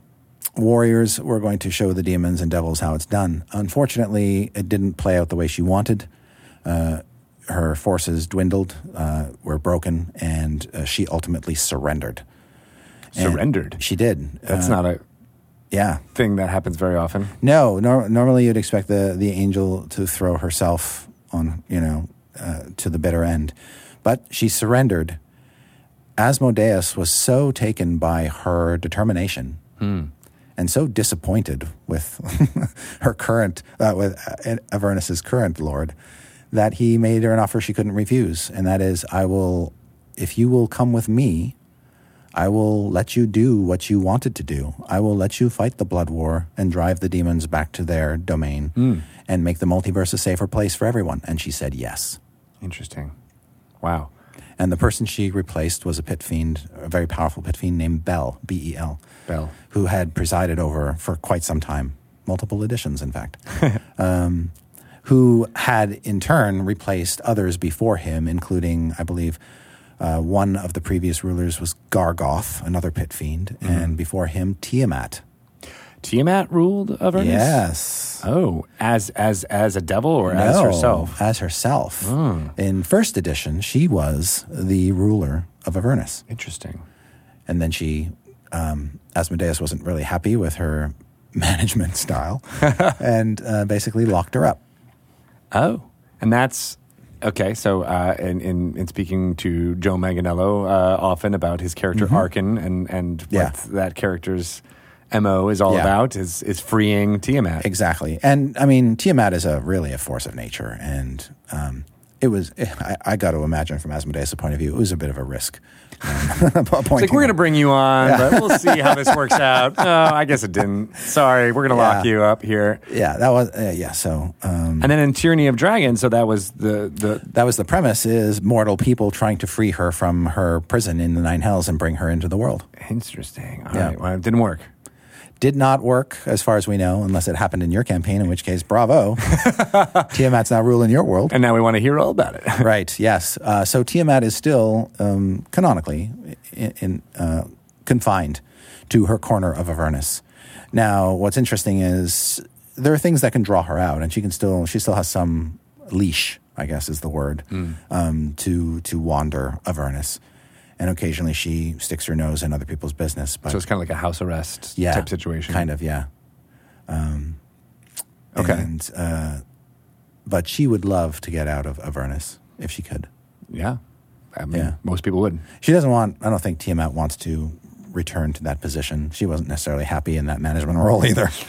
Speaker 4: warriors, we're going to show the demons and devils how it's done. Unfortunately, it didn't play out the way she wanted. Uh, her forces dwindled, uh, were broken, and uh, she ultimately surrendered. And
Speaker 1: Surrendered.
Speaker 4: she did.
Speaker 1: That's
Speaker 4: Uh,
Speaker 1: not a
Speaker 4: Yeah.
Speaker 1: thing that happens very often.
Speaker 4: No, nor- normally you'd expect the, the angel to throw herself on, you know, uh, to the bitter end. But she surrendered. Asmodeus was so taken by her determination and so disappointed with [LAUGHS] her current, uh, with uh, Avernus's current lord, that he made her an offer she couldn't refuse. And that is, I will, if you will come with me, I will let you do what you wanted to do. I will let you fight the blood war and drive the demons back to their domain and make the multiverse a safer place for everyone. And she said yes.
Speaker 1: Interesting. Wow.
Speaker 4: And the person she replaced was a pit fiend, a very powerful pit fiend named Bell, B E L,
Speaker 1: Bell.
Speaker 4: who had presided over for quite some time, multiple editions, in
Speaker 1: [LAUGHS]
Speaker 4: fact, um, who had in turn replaced others before him, including, I believe, uh, one of the previous rulers was Gargoth, another pit fiend,
Speaker 1: Mm-hmm.
Speaker 4: and before him, Tiamat.
Speaker 1: Tiamat ruled Avernus.
Speaker 4: Yes.
Speaker 1: Oh, as as as a devil or Uh, as
Speaker 4: No,
Speaker 1: herself? Hmm.
Speaker 4: As herself. In first edition, she was the ruler of Avernus.
Speaker 1: Interesting.
Speaker 4: and then she um, asmodeus wasn't really happy with her [LAUGHS] management
Speaker 1: [LAUGHS]
Speaker 4: style and uh, basically locked her up
Speaker 1: Oh, and that's okay. So, uh, in, in in speaking to Joe Manganello uh, often about his character Arkin and and what
Speaker 4: Mm-hmm. Yeah.
Speaker 1: that character's mo is all
Speaker 4: Yeah.
Speaker 1: about is is freeing Tiamat.
Speaker 4: exactly and i mean tiamat is a really a force of nature and um, it was. [LAUGHS] I, I got to imagine from Asmodeus' point of view, it was a bit of a risk. Um, [LAUGHS]
Speaker 1: It's like we're going to bring you on, but we'll see how this works
Speaker 4: [LAUGHS]
Speaker 1: out. No, I guess it didn't. Sorry, we're going to lock
Speaker 4: Yeah.
Speaker 1: you up here.
Speaker 4: Yeah, that was. Uh, yeah, so um,
Speaker 1: And then in Tyranny of Dragons, so that was the the
Speaker 4: that was the premise: is mortal people trying to free her from her prison in the Nine Hells and bring her into the world.
Speaker 1: interesting. All right,
Speaker 4: Yeah.
Speaker 1: well, it didn't work.
Speaker 4: Did not work, as far as we know, unless it happened in your campaign, in which case,
Speaker 1: [LAUGHS]
Speaker 4: bravo, Tiamat's now ruling your world.
Speaker 1: And [LAUGHS] now we want to hear all about it.
Speaker 4: right. Yes. Uh, so Tiamat is still um, canonically in, in, uh, confined to her corner of Avernus. Now, what's interesting is there are things that can draw her out, and she can still she still has some leash, I guess is the word,
Speaker 1: Hmm.
Speaker 4: um, to to wander Avernus. And occasionally she sticks her nose in other people's business. But
Speaker 1: So it's kind of like a house arrest
Speaker 4: yeah,
Speaker 1: type situation.
Speaker 4: Kind of, yeah. Um,
Speaker 1: Okay.
Speaker 4: And, uh, but she would love to get out of Avernus if she could.
Speaker 1: Yeah. I mean,
Speaker 4: Yeah.
Speaker 1: most people would.
Speaker 4: She doesn't want. I don't think Tiamat wants to return to that position. She wasn't necessarily happy in that
Speaker 1: [LAUGHS]
Speaker 4: management role either.
Speaker 1: She's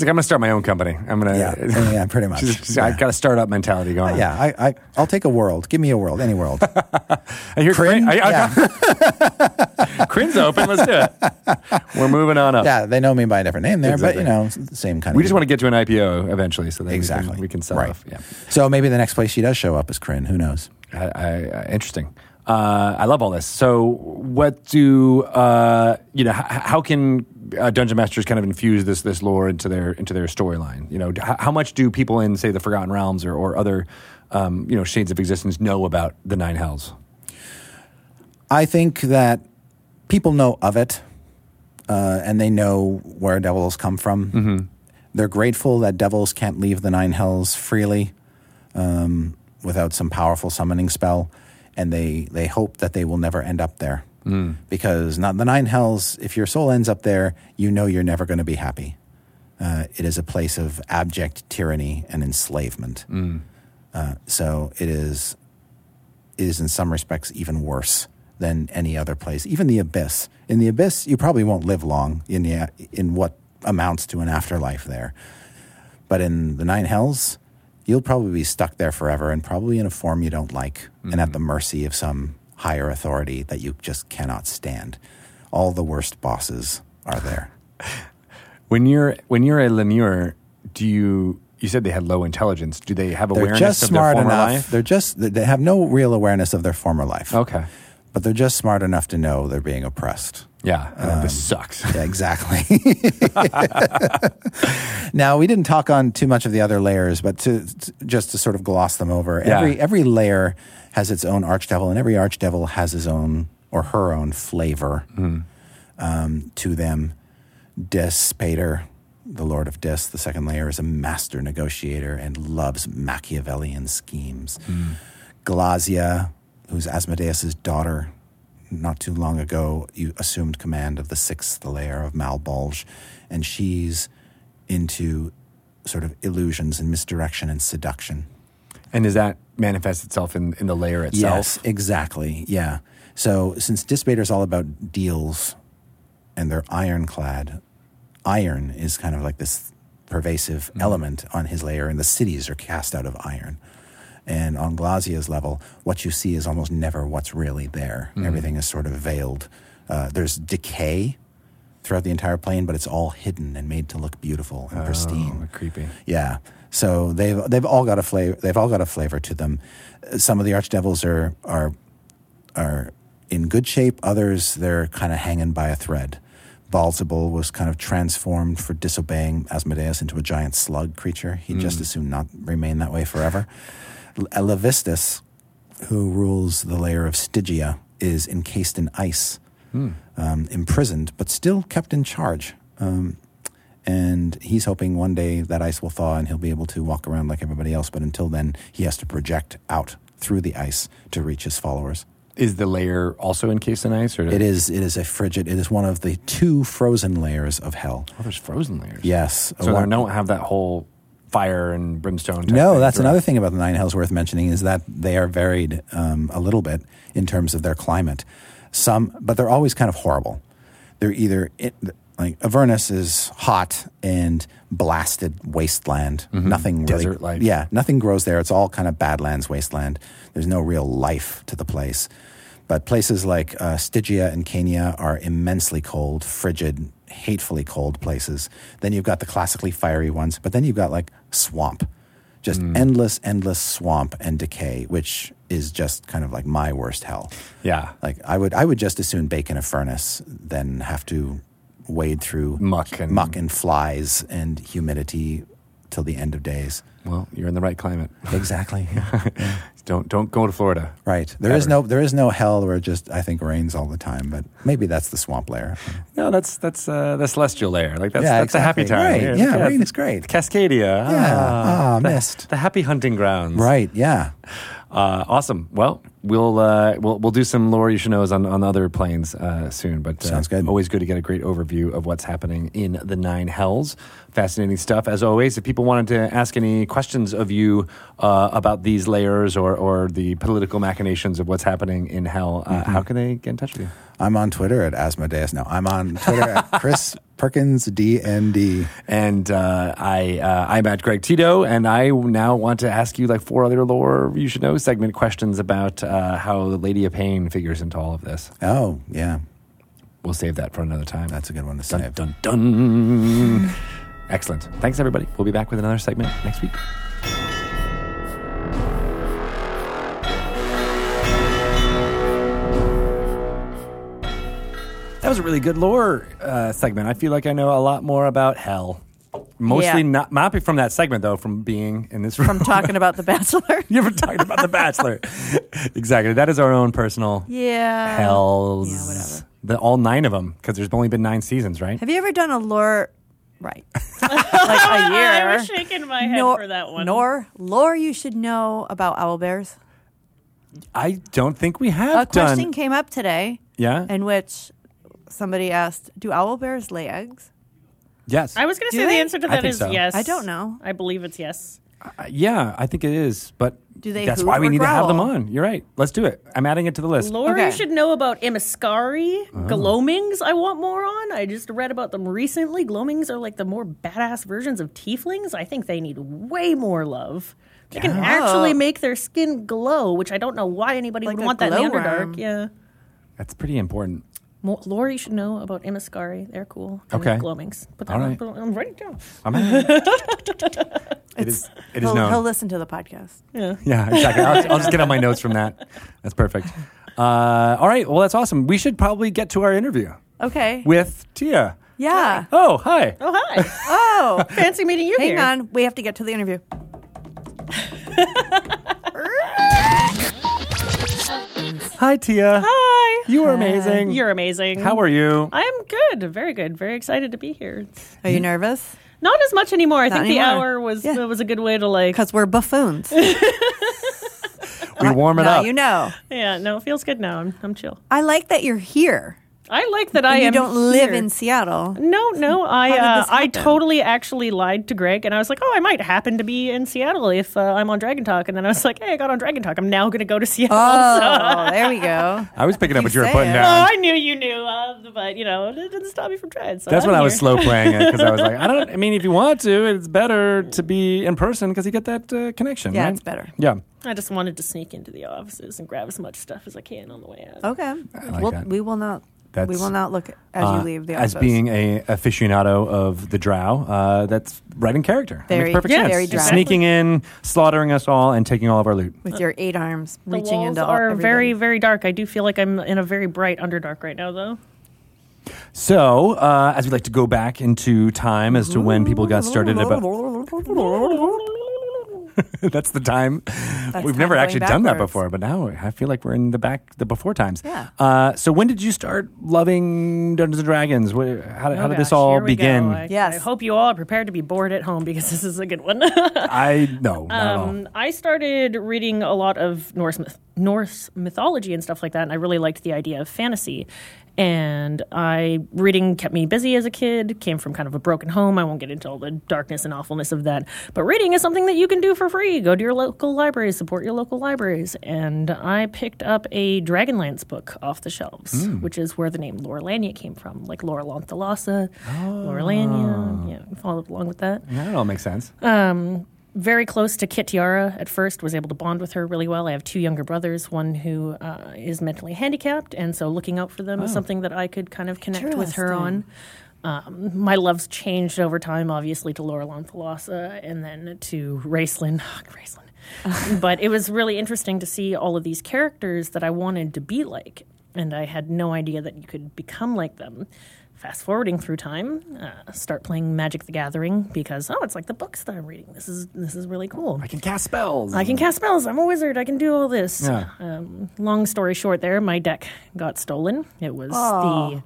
Speaker 1: like, I'm going to start my own company. I'm going to.
Speaker 4: Yeah, yeah, pretty
Speaker 1: [LAUGHS]
Speaker 4: much.
Speaker 1: She's, she's, I
Speaker 4: Yeah.
Speaker 1: got a startup mentality going.
Speaker 4: yeah, I, I, I'll take a world. Give me a world,
Speaker 1: [LAUGHS]
Speaker 4: any world.
Speaker 1: I hear Crin.
Speaker 4: Cringe?
Speaker 1: I, I, [LAUGHS]
Speaker 4: yeah.
Speaker 1: Crin's open. Let's do it.
Speaker 4: [LAUGHS]
Speaker 1: We're moving on up.
Speaker 4: yeah, they know me by a different name there, but you know, it's the same kind.
Speaker 1: We
Speaker 4: of
Speaker 1: just want to get to an IPO eventually, so that
Speaker 4: exactly.
Speaker 1: we, can, we can sell
Speaker 4: right.
Speaker 1: off. Yeah.
Speaker 4: So maybe the next place she does show up is Kryn. Who knows?
Speaker 1: I, I, I, interesting. Uh, I love all this. So, what do uh, you know? H- how can uh, dungeon masters kind of infuse this this lore into their into their storyline? You know, h- how much do people in say the Forgotten Realms or, or other um, you know shades of existence know about the Nine Hells?
Speaker 4: I think that people know of it, uh, and they know where devils come from. They're grateful that devils can't leave the nine hells freely um, without some powerful summoning spell, and they they hope that they will never end up there. Because not the nine hells. If your soul ends up there, you know you're never going to be happy. Uh, it is a place of abject tyranny and enslavement. Uh, so it is is in some respects even worse than any other place, even the abyss. In the abyss, you probably won't live long in the, in what amounts to an afterlife there. But in the nine hells, you'll probably be stuck there forever and probably in a form you don't like and
Speaker 1: Mm-hmm.
Speaker 4: at the mercy of some higher authority that you just cannot stand. All the worst bosses
Speaker 1: [SIGHS]
Speaker 4: are there.
Speaker 1: When you're when you're a Lemur, do you you said they had low intelligence? Do they have
Speaker 4: They're
Speaker 1: awareness
Speaker 4: just
Speaker 1: of
Speaker 4: smart
Speaker 1: their former
Speaker 4: enough.
Speaker 1: life?
Speaker 4: They're just they- they have no real awareness of their former life.
Speaker 1: Okay,
Speaker 4: But they're just smart enough to know they're being oppressed.
Speaker 1: yeah, uh,
Speaker 4: Um,
Speaker 1: this sucks. [LAUGHS]
Speaker 4: [LAUGHS] Yeah, exactly. now we didn't talk on too much of the other layers, but to, to- just to sort of gloss them over,
Speaker 1: Yeah.
Speaker 4: every every layer has its own archdevil, and every archdevil has his own or her own flavor um, to them. Dis Pater, the Lord of Dis, the second layer, is a master negotiator and loves Machiavellian schemes. Glazia, who's Asmodeus' daughter, not too long ago you assumed command of the sixth layer of Malbolge, and she's into sort of illusions and misdirection and seduction.
Speaker 1: And does that manifest itself in in the layer itself?
Speaker 4: Yes, exactly. Yeah. So since Dispater is all about deals and they're ironclad, iron is kind of like this pervasive
Speaker 1: Mm-hmm.
Speaker 4: element on his layer, and the cities are cast out of iron. And on Glazia's level, what you see is almost never what's really there.
Speaker 1: Mm-hmm.
Speaker 4: Everything is sort of veiled. Uh, there's decay throughout the entire plane, but it's all hidden and made to look beautiful and pristine.
Speaker 1: Oh, creepy.
Speaker 4: Yeah. So they've they've all got a flavor. They've all got a flavor to them. Uh, Some of the archdevils are are are in good shape. Others they're kind of hanging by a thread. Balzabul was kind of transformed for disobeying Asmodeus into a giant slug creature. He would just as soon not remain that way forever. L- uh, Levistus, who rules the layer of Stygia, is encased in ice, um, imprisoned, but still kept in charge. Um, and he's hoping one day that ice will thaw and he'll be able to walk around like everybody else. But until then, he has to project out through the ice to reach his followers.
Speaker 1: Is the layer also encased in ice, or
Speaker 4: It is it is a frigid. It is one of the two frozen layers of hell.
Speaker 1: Oh, there's frozen layers.
Speaker 4: Yes,
Speaker 1: So
Speaker 4: one-
Speaker 1: they don't have that whole fire and brimstone. Type
Speaker 4: No,
Speaker 1: thing
Speaker 4: that's
Speaker 1: throughout.
Speaker 4: another thing about the Nine Hells worth mentioning is that they are varied um, a little bit in terms of their climate. Some, but they're always kind of horrible. They're either it, Like Avernus is hot and blasted wasteland. Nothing really,
Speaker 1: Mm-hmm. Desert life.
Speaker 4: Yeah, nothing grows there. It's all kind of badlands, wasteland. There's no real life to the place. But places like uh, Stygia and Kenya are immensely cold, frigid, hatefully cold places. Then you've got the classically fiery ones, but then you've got like swamp, just
Speaker 1: Hmm.
Speaker 4: endless, endless swamp and decay, which is just kind of like my worst hell.
Speaker 1: Yeah.
Speaker 4: Like I would, I would just as soon bake in a furnace than have to wade through
Speaker 1: Muck and-
Speaker 4: muck and flies and humidity till the end of days.
Speaker 1: Well, you're in the right climate. [LAUGHS]
Speaker 4: Exactly.
Speaker 1: Don't don't go to Florida.
Speaker 4: right. There is
Speaker 1: Ever.
Speaker 4: no, there is no hell where it just I think rains all the time, but maybe that's the swamp layer.
Speaker 1: No, that's that's uh, the celestial layer. Like that's
Speaker 4: Yeah,
Speaker 1: that's a happy
Speaker 4: exactly.
Speaker 1: time.
Speaker 4: Right. Yeah, rain is great.
Speaker 1: Cascadia.
Speaker 4: Yeah.
Speaker 1: Ah, [LAUGHS]
Speaker 4: Ah,
Speaker 1: the,
Speaker 4: missed.
Speaker 1: The happy hunting grounds.
Speaker 4: Right. Yeah.
Speaker 1: Uh, awesome. Well, we'll uh, we'll we'll do some lore you should knows on on other planes uh, soon. But uh,
Speaker 4: Sounds good.
Speaker 1: Always good to get a great overview of what's happening in the nine hells. Fascinating stuff as always. If people wanted to ask any questions of you uh, about these layers or or the political machinations of what's happening in hell, uh,
Speaker 4: Mm-hmm.
Speaker 1: how can they get in touch with you?
Speaker 4: I'm on Twitter at Asmodeus. No, I'm on
Speaker 1: [LAUGHS]
Speaker 4: Twitter at Chris Perkins DND.
Speaker 1: And uh, I, uh, I'm at Greg Tito, and I now want to ask you like four other lore you should know segment questions about uh, how the Lady of Pain figures into all of this.
Speaker 4: Oh, yeah.
Speaker 1: We'll save that for another time.
Speaker 4: That's a good one to
Speaker 1: dun
Speaker 4: save.
Speaker 1: dun dun. Excellent. Thanks everybody. We'll be back with another segment next week. That was a really good lore uh, segment. I feel like I know a lot more about hell. Mostly
Speaker 2: Yeah.
Speaker 1: not, not from that segment though, from being in this room.
Speaker 2: From talking about The Bachelor.
Speaker 1: [LAUGHS] you were talking about The Bachelor. [LAUGHS] exactly. That is our own personal
Speaker 2: yeah.
Speaker 1: hells.
Speaker 2: Yeah, whatever.
Speaker 1: The, all nine of them, because there's only been nine seasons, right?
Speaker 2: Have you ever done a lore?
Speaker 1: [LAUGHS]
Speaker 2: Right. like a year.
Speaker 3: [LAUGHS] I was shaking my head for that one.
Speaker 2: Nor lore you should know about owl bears.
Speaker 1: I don't think we
Speaker 2: A
Speaker 1: have done.
Speaker 2: question came up today
Speaker 1: Yeah.
Speaker 2: in which somebody asked, "Do owl bears lay eggs?"
Speaker 1: yes.
Speaker 3: I was going to
Speaker 2: Do
Speaker 3: say
Speaker 2: they?
Speaker 3: the answer to
Speaker 1: I
Speaker 3: that
Speaker 1: think
Speaker 3: is
Speaker 1: so.
Speaker 3: yes.
Speaker 2: I don't know.
Speaker 3: I believe it's yes.
Speaker 1: Uh, yeah, I think it is. But
Speaker 2: Do they
Speaker 1: that's
Speaker 2: hoot
Speaker 1: why we
Speaker 2: or
Speaker 1: need to have them
Speaker 2: growl?
Speaker 1: on. You're right. Let's do it. I'm adding it to the list.
Speaker 3: Lore
Speaker 2: Okay.
Speaker 3: you should know about Imascari, Gloamings. I want more on. I just read about them recently. Gloamings are like the more badass versions of Tieflings. I think they need way more love. They can actually make their skin glow, which I don't know why anybody
Speaker 2: Oh. Like
Speaker 3: would
Speaker 2: a
Speaker 3: want that in the
Speaker 2: glowworm.
Speaker 3: Underdark. Yeah.
Speaker 1: That's pretty important.
Speaker 3: Mo- Lore you should know about Imascari. They're cool. And
Speaker 1: Okay.
Speaker 3: Gloamings. But
Speaker 1: All
Speaker 3: I'm
Speaker 1: right.
Speaker 3: writing it down.
Speaker 1: I'm it is. It is
Speaker 2: He'll, he'll
Speaker 1: known.
Speaker 2: listen to the podcast.
Speaker 1: Yeah, exactly. I'll, I'll just get on my notes from that. That's perfect. Uh, all right. Well, that's awesome. We should probably get to our interview
Speaker 2: Okay.
Speaker 1: with Tia.
Speaker 3: [LAUGHS]
Speaker 2: yeah.
Speaker 1: Oh, hi.
Speaker 3: Oh, hi.
Speaker 2: [LAUGHS] Oh,
Speaker 3: Fancy meeting you
Speaker 2: hang
Speaker 3: here.
Speaker 2: on. We have to get to the interview.
Speaker 1: Hi, Tia.
Speaker 3: Hi.
Speaker 1: You are amazing.
Speaker 3: You're amazing.
Speaker 1: How are you?
Speaker 3: I'm good. Very good. Very excited to be here.
Speaker 2: Are
Speaker 1: Mm-hmm.
Speaker 2: you nervous?
Speaker 3: Not as much anymore. I
Speaker 2: Not
Speaker 3: think the
Speaker 2: anymore.
Speaker 3: hour was
Speaker 2: Yeah.
Speaker 3: was a good way to like.
Speaker 2: Because we're buffoons.
Speaker 1: We warm it
Speaker 2: now
Speaker 1: up.
Speaker 2: you know.
Speaker 3: Yeah, no, it feels good now. I'm, I'm chill.
Speaker 2: I like that you're here.
Speaker 3: I like that I
Speaker 2: And you
Speaker 3: am
Speaker 2: don't live
Speaker 3: here.
Speaker 2: in Seattle.
Speaker 3: No, no, I
Speaker 2: did
Speaker 3: uh,
Speaker 2: this
Speaker 3: I
Speaker 2: happen?
Speaker 3: totally actually lied to Greg, and I was like, oh, I might happen to be in Seattle if uh, I'm on Dragon Talk, and then I was like, hey, I got on Dragon Talk. I'm now going to go to Seattle.
Speaker 2: Oh, there we go.
Speaker 1: I was picking up
Speaker 2: You
Speaker 1: what you were
Speaker 2: say
Speaker 1: putting
Speaker 2: it.
Speaker 1: down.
Speaker 3: Oh, [LAUGHS] I knew you knew, uh, but you know, it didn't stop me from trying. So
Speaker 1: That's
Speaker 3: I'm
Speaker 1: when I was
Speaker 3: here.
Speaker 1: slow playing it because I was
Speaker 2: [LAUGHS]
Speaker 1: like, I don't. I mean, if you want to, it's better to be in person because you get that uh, connection.
Speaker 2: Yeah,
Speaker 1: right?
Speaker 2: it's better.
Speaker 1: Yeah,
Speaker 3: I just wanted to sneak into the offices and grab as much stuff as I can on the way out.
Speaker 2: Okay.
Speaker 1: like
Speaker 2: we'll,
Speaker 1: that.
Speaker 2: we will not. we
Speaker 1: That's,
Speaker 2: will not look as
Speaker 1: Uh,
Speaker 2: you leave the
Speaker 1: as
Speaker 2: office.
Speaker 1: being a aficionado of the Drow, uh, that's right in character. That
Speaker 2: Very-
Speaker 1: makes perfect
Speaker 2: yeah,
Speaker 1: sense.
Speaker 2: very Drow.
Speaker 1: Sneaking in, slaughtering us all, and taking all of our loot.
Speaker 2: with your eight arms
Speaker 3: The
Speaker 2: reaching
Speaker 3: walls
Speaker 2: into all-
Speaker 3: are very,
Speaker 2: everybody.
Speaker 3: very dark. I do feel like I'm in a very bright underdark right now, though.
Speaker 1: So, uh, as we like to go back into time as to when people got started
Speaker 3: [LAUGHS]
Speaker 1: about. [LAUGHS] that's the time. We've
Speaker 2: time
Speaker 1: never
Speaker 2: going
Speaker 1: actually done that
Speaker 2: backwards.
Speaker 1: before, but now I feel like we're in the back, the before times.
Speaker 2: Yeah.
Speaker 1: Uh, so when did you start loving Dungeons and Dragons? What, how, did- how did
Speaker 3: Oh gosh,
Speaker 1: this all
Speaker 3: here we go.
Speaker 1: begin?
Speaker 3: I,
Speaker 2: Yes.
Speaker 3: I hope you all are prepared to be bored at home because [LAUGHS] this is a good one.
Speaker 1: [LAUGHS] I no, not at all.
Speaker 3: um, I started reading a lot of Norse myth- Norse mythology and stuff like that, and I really liked the idea of fantasy. And I reading kept me busy as a kid. Came from kind of a broken home. I won't get into all the darkness and awfulness of that. But reading is something that you can do for free. Go to your local libraries, support your local libraries. And I picked up a Dragonlance book off the shelves,
Speaker 1: Hmm.
Speaker 3: which is where the name Lorelania came from, like Laura Lonthalassa,
Speaker 1: Ah.
Speaker 3: Lorelania. Yeah, follow along with that
Speaker 1: Yeah, that all makes
Speaker 3: [LAUGHS]
Speaker 1: sense.
Speaker 3: very close to Kit Tiara at first, was able to bond with her really well. I have two younger brothers, one who uh, is mentally handicapped, and so looking out for them is something that I could kind of connect with her on. Um, my loves changed over time, obviously, to Laura Lonthalassa and then to Raceland. [SIGHS]
Speaker 1: [LAUGHS]
Speaker 3: Raceland. but it was really interesting to see all of these characters that I wanted to be like, and I had no idea that you could become like them fast forwarding through time, uh, start playing Magic the Gathering because oh, it's like the books that I'm reading. This is this is really cool.
Speaker 1: I can cast spells.
Speaker 3: I can cast spells. I'm a wizard. I can do all this.
Speaker 1: Yeah.
Speaker 3: Um, long story short, there my deck got stolen. It was
Speaker 2: Aw.
Speaker 3: the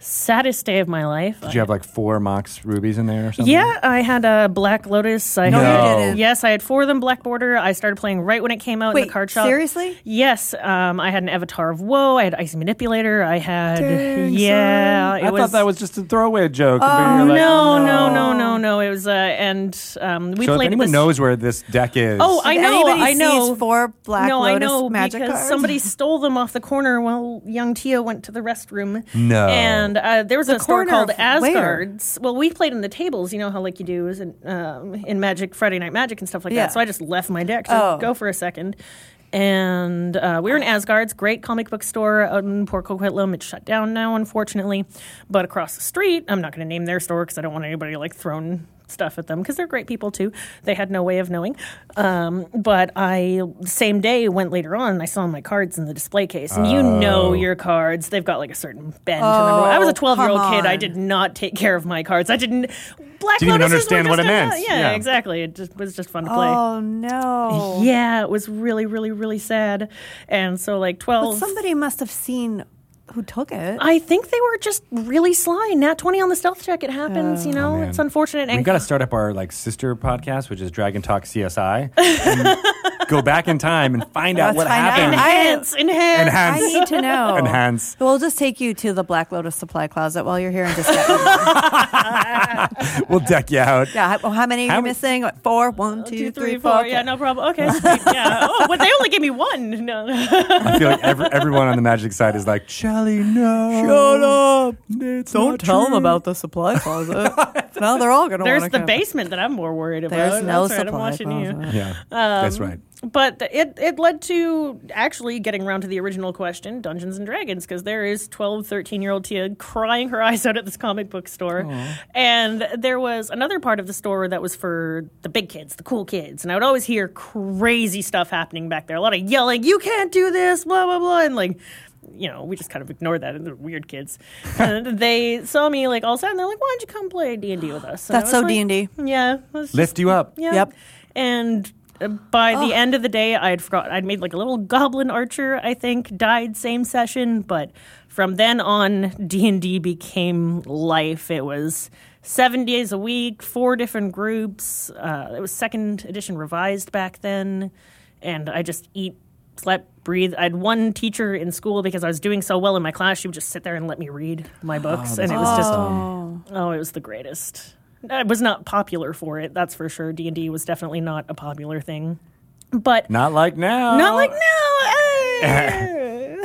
Speaker 3: saddest day of my life.
Speaker 1: Did you have like four mox rubies in there or something?
Speaker 3: Yeah, I had a Black Lotus. I
Speaker 1: Um, No, you
Speaker 3: had,
Speaker 2: didn't.
Speaker 3: Yes, I had four of them. Black Border. I started playing right when it came out in
Speaker 2: Wait,
Speaker 3: the card shop.
Speaker 2: seriously?
Speaker 3: Yes. Um, I had an Avatar of Woe. I had Icy Manipulator. I had
Speaker 2: Dang,
Speaker 3: yeah. It
Speaker 1: I thought that was just a throwaway joke. Oh,
Speaker 3: no, no, no, no, no. It was, uh, and um, we
Speaker 1: So if
Speaker 3: played.
Speaker 1: anyone
Speaker 3: this-
Speaker 1: knows where this deck is,
Speaker 3: Oh, I
Speaker 2: Did
Speaker 3: know,
Speaker 2: anybody
Speaker 3: I know.
Speaker 2: seize four Black
Speaker 3: no, I
Speaker 2: Lotus
Speaker 3: know
Speaker 2: magic
Speaker 3: because
Speaker 2: cards?
Speaker 3: somebody stole them off the corner while young Tia went to the restroom.
Speaker 1: No.
Speaker 3: and uh, there was a store
Speaker 2: corner
Speaker 3: called
Speaker 2: of where?
Speaker 3: Asgard's. Well, we played in the tables, you know how like you do is in, um, in Magic Friday Night Magic and stuff like
Speaker 2: Yeah.
Speaker 3: that. So I just left my deck to
Speaker 2: Oh.
Speaker 3: go for a second. And uh, we were in Asgard's great comic book store out in Port Coquitlam. It's shut down now, unfortunately. But across the street, I'm not going to name their store because I don't want anybody like thrown stuff at them because they're great people too. They had no way of knowing. Um, but I same day went later on and I saw my cards in the display case, and you know
Speaker 1: Oh.
Speaker 3: your cards. They've got like a certain bend. to them. I was a
Speaker 2: Oh,
Speaker 3: 12 year old
Speaker 2: come
Speaker 3: kid. I
Speaker 2: on.
Speaker 3: did not take care of my cards. I didn't. Black
Speaker 1: Didn't even
Speaker 3: Lotuses were
Speaker 1: understand what
Speaker 3: just
Speaker 1: it
Speaker 3: a-
Speaker 1: meant.
Speaker 3: Yeah,
Speaker 1: Yeah.
Speaker 3: exactly. It just was just fun to play.
Speaker 2: Oh no!
Speaker 3: Yeah, it was really, really, really sad. And so, like,
Speaker 2: But
Speaker 3: 12.
Speaker 2: somebody must have seen who took it.
Speaker 3: I think they were just really sly. Nat 20 on the stealth check. It
Speaker 2: Oh,
Speaker 3: happens, you know?
Speaker 1: man.
Speaker 3: it's unfortunate.
Speaker 1: We've
Speaker 3: And
Speaker 1: got to start up our like sister podcast, which is Dragon Talk CSI. and go back in time and find out
Speaker 2: Let's
Speaker 1: what
Speaker 2: find out.
Speaker 1: happened.
Speaker 2: I-
Speaker 3: enhance, enhance.
Speaker 2: I
Speaker 1: Enhance.
Speaker 3: [LAUGHS]
Speaker 2: need to know.
Speaker 1: Enhance.
Speaker 2: We'll just take you to the Black Lotus supply closet while you're here and just get
Speaker 3: [LAUGHS]
Speaker 2: them.
Speaker 1: We'll deck you out.
Speaker 2: yeah. how- well, How many are
Speaker 1: How
Speaker 2: you
Speaker 1: many-
Speaker 2: missing? What, four? One,
Speaker 3: Uh, Two, three,
Speaker 2: four.
Speaker 3: four. Yeah,
Speaker 2: [LAUGHS]
Speaker 3: no problem. Okay. sweet. Yeah. Oh, but they only gave me one. No.
Speaker 1: I feel like every, everyone on the Magic side is like, Shelly, no. Shut up. It's not true."
Speaker 2: the supply [LAUGHS] closet. now they're all gonna.
Speaker 3: There's
Speaker 2: wanna
Speaker 3: the
Speaker 2: come.
Speaker 3: basement that I'm more worried about.
Speaker 2: There's no
Speaker 3: That's right, I'm
Speaker 2: supply
Speaker 3: watching you.
Speaker 2: closet.
Speaker 1: Yeah, that's right.
Speaker 3: But th- it, it led to actually getting around to the original question Dungeons and Dragons, because there is 12, 13 year old Tia crying her [LAUGHS] eyes out at this comic book store. And there was another part of the store that was for the big kids, the cool kids. And I would always hear crazy stuff happening back there a lot of yelling, you can't do this, blah, blah, blah. And like, you know, we just kind of ignored that, and they're weird [LAUGHS] kids. and they saw me like all of a sudden. They're like, "Why don't you come play D and D with us?" And I
Speaker 2: That's
Speaker 3: was
Speaker 2: so
Speaker 3: like,
Speaker 2: D&D.
Speaker 3: Yeah, let's just
Speaker 1: Lift you up.
Speaker 3: yeah.
Speaker 2: Yep.
Speaker 3: And uh, by the end of the day, I had forgot. I'd made like a little goblin archer. I think died same session, but from then on, D and D became life. It was seven days a week, four different groups. Uh, it was second edition revised back then, and I just eat. Slept, breathe. I had one teacher in school because I was doing so well in my class. She would just sit there and let me read my books, and it was just Oh, it was the greatest. I was not popular for it, that's for sure. D and D was definitely not a popular thing, but
Speaker 1: Not like now.
Speaker 3: not like now. eh.
Speaker 1: [LAUGHS]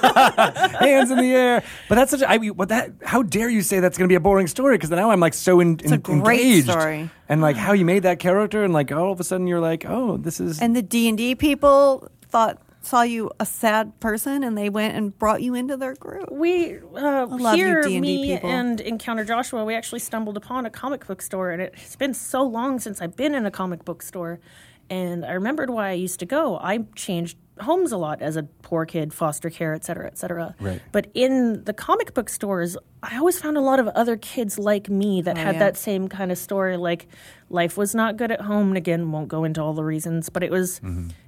Speaker 1: hands in the air. But that's such. A, I mean, but that. How dare you say that's going to be a boring story? Because now I'm like so in, it's
Speaker 2: a great
Speaker 1: engaged.
Speaker 2: story.
Speaker 1: And like how you made that character, and like all of a sudden you're like, oh, this is.
Speaker 2: And the D and D people thought saw you a sad person, and they went and brought you into their group.
Speaker 3: we uh,
Speaker 2: love you,
Speaker 3: here,
Speaker 2: D&D
Speaker 3: me
Speaker 2: people.
Speaker 3: and Encounter Joshua, we actually stumbled upon a comic book store, and it's been so long since I've been in a comic book store, and I remembered why I used to go. I changed homes a lot as a poor kid, foster care, et cetera, et cetera.
Speaker 1: Right.
Speaker 3: But in the comic book stores, I always found a lot of other kids like me that had
Speaker 2: Oh, yeah.
Speaker 3: that same kind of story. Like life was not good at home, and again,
Speaker 1: Mm-hmm.
Speaker 3: won't go into all the reasons, but it was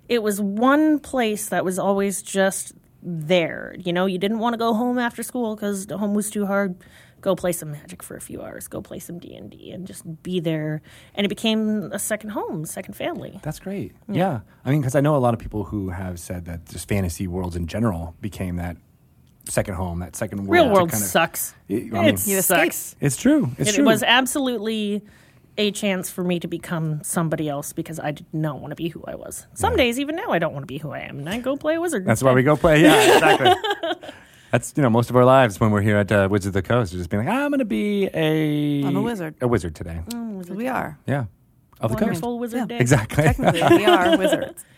Speaker 3: it was one place that was always just there. You know, you didn't want to go home after school because home was too hard. Go play some Magic for a few hours. Go play some D and D, and just be there. And it became a second home, second family.
Speaker 1: That's great. Yeah. I mean, because I know a lot of people who have said that just fantasy worlds in general became that second home, that second world.
Speaker 3: Real
Speaker 1: to
Speaker 3: world
Speaker 1: kind of-
Speaker 3: sucks.
Speaker 1: It-
Speaker 3: It,
Speaker 1: I mean-
Speaker 2: You escape.
Speaker 3: sucks.
Speaker 1: It's true. It's
Speaker 3: It,
Speaker 1: true.
Speaker 3: was absolutely a chance for me to become somebody else because I did not want to be who I was. Some days, even now, I don't want to be who I am, and I go play a wizard.
Speaker 1: That's why we go play. Yeah,
Speaker 3: [LAUGHS]
Speaker 1: exactly. That's you know most of our lives when we're here at uh, Wizards of the Coast, is just being like, I'm going to be a
Speaker 2: I'm a wizard.
Speaker 1: a wizard today. [LAUGHS]
Speaker 2: We are.
Speaker 1: Yeah, of the coast.
Speaker 3: Mm. wonderful wizard
Speaker 2: Yeah.
Speaker 3: day.
Speaker 1: Exactly.
Speaker 2: Technically, we are wizards.
Speaker 1: [LAUGHS]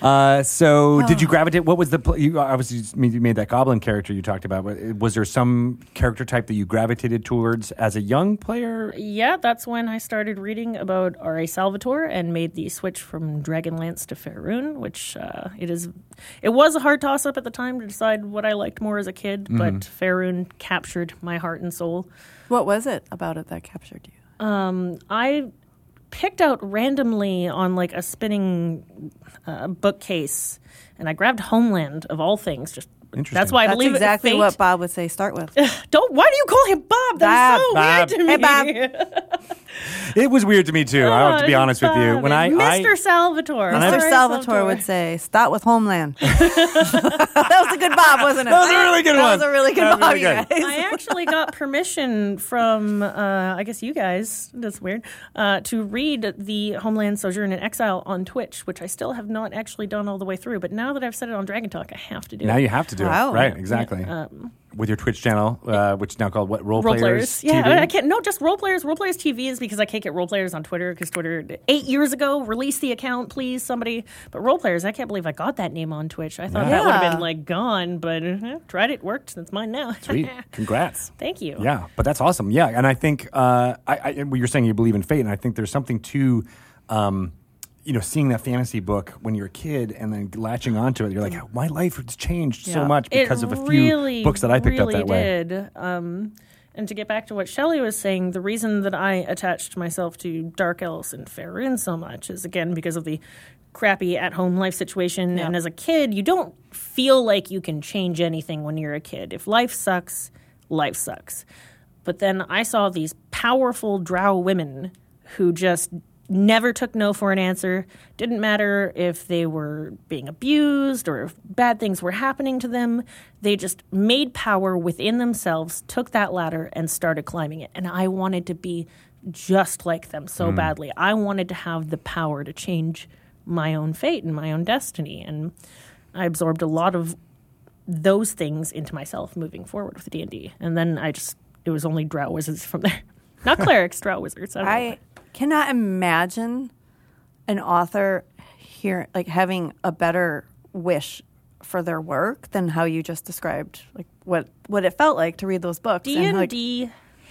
Speaker 1: Uh,
Speaker 3: Oh.
Speaker 1: so, did you gravitate? What was the? Pl- you uh, obviously just made- you made that goblin character you talked about. but uh, Was there some character type that you gravitated towards as a young player?
Speaker 3: Yeah, that's when I started reading about R.A. Salvatore and made the switch from Dragonlance to Faerun, which uh, it is. It was a hard toss up at the time to decide what I liked more as a kid, but
Speaker 1: Mm-hmm.
Speaker 3: Faerun captured my heart and soul.
Speaker 2: What was it about it that captured you?
Speaker 3: I picked out randomly on like a spinning uh, bookcase, and I grabbed Homeland of all things. Just
Speaker 1: Interesting.
Speaker 3: that's why I
Speaker 2: That's
Speaker 3: believe
Speaker 2: exactly
Speaker 3: it, fate.
Speaker 2: what Bob would say. Start with.
Speaker 3: Don't. Why do you call him Bob? That's so
Speaker 1: Bob.
Speaker 3: weird to me.
Speaker 2: Hey, Bob.
Speaker 3: [LAUGHS]
Speaker 1: It was weird to me too. I have to be
Speaker 3: Oh,
Speaker 1: honest with you.
Speaker 3: Bob.
Speaker 1: When I, I
Speaker 3: Mr. Salvatore,
Speaker 1: When I-
Speaker 3: All
Speaker 2: Mr.
Speaker 3: right,
Speaker 2: Salvatore would say, "Start with
Speaker 3: [LAUGHS]
Speaker 2: Homeland." [LAUGHS] that was a good Bob, wasn't it?
Speaker 1: That was a really good one.
Speaker 2: That was a really good
Speaker 1: That was
Speaker 2: Bob,
Speaker 1: really good.
Speaker 2: you guys. [LAUGHS]
Speaker 3: I actually got permission from, uh, I guess you guys, that's weird, uh, to read the Homeland Sojourn in Exile on Twitch, which I still have not actually done all the way through. But now that I've said it on Dragon Talk, I have to do
Speaker 1: now
Speaker 3: it.
Speaker 1: you have to do
Speaker 2: Wow.
Speaker 1: it right exactly with your Twitch channel, uh, which is now called what role,
Speaker 3: um, Role
Speaker 1: players.
Speaker 3: players, yeah.
Speaker 1: TV?
Speaker 3: I can't. No, just role players. Role players TV is because I can't get role players on Twitter because Twitter eight years ago released the account. Please, somebody. But role players, I can't believe I got that name on Twitch. I thought
Speaker 1: Yeah.
Speaker 3: that would have
Speaker 2: Yeah.
Speaker 3: been like gone, but uh, tried it, worked. That's mine now. [LAUGHS]
Speaker 1: Sweet. Congrats.
Speaker 3: Thank you.
Speaker 1: Yeah, but that's awesome. Yeah, and I think uh, I, I, well, you're saying you believe in fate, and I think there's something to, um, you know, seeing that fantasy book when you're a kid and then latching onto it. You're like, my life has changed so
Speaker 2: Yeah.
Speaker 1: much because
Speaker 3: Mm. it
Speaker 1: of a few
Speaker 3: really,
Speaker 1: books that I picked
Speaker 3: really
Speaker 1: up that way.
Speaker 3: Did. Um, and to get back to what Shelley was saying, the reason that I attached myself to Dark Elves and Faerun so much is again because of the crappy at home life situation. And as a kid, you don't feel like you can change anything when you're a kid. If life sucks, life sucks. But then I saw these powerful drow women who just never took no for an answer. Didn't matter if they were being abused or if bad things were happening to them. They just made power within themselves, took that ladder, and started climbing it. And I wanted to be just like them so badly. I wanted to have the power to change my own fate and my own destiny. And I absorbed a lot of those things into myself moving forward with D&D. And then I just, it was only drow wizards from there. [LAUGHS] Not clerics, drow wizards. I, don't know.
Speaker 2: I cannot imagine an author here like having a better wish for their work than how you just described like what what it felt like to read those books
Speaker 3: D
Speaker 2: and
Speaker 3: and
Speaker 2: like
Speaker 3: D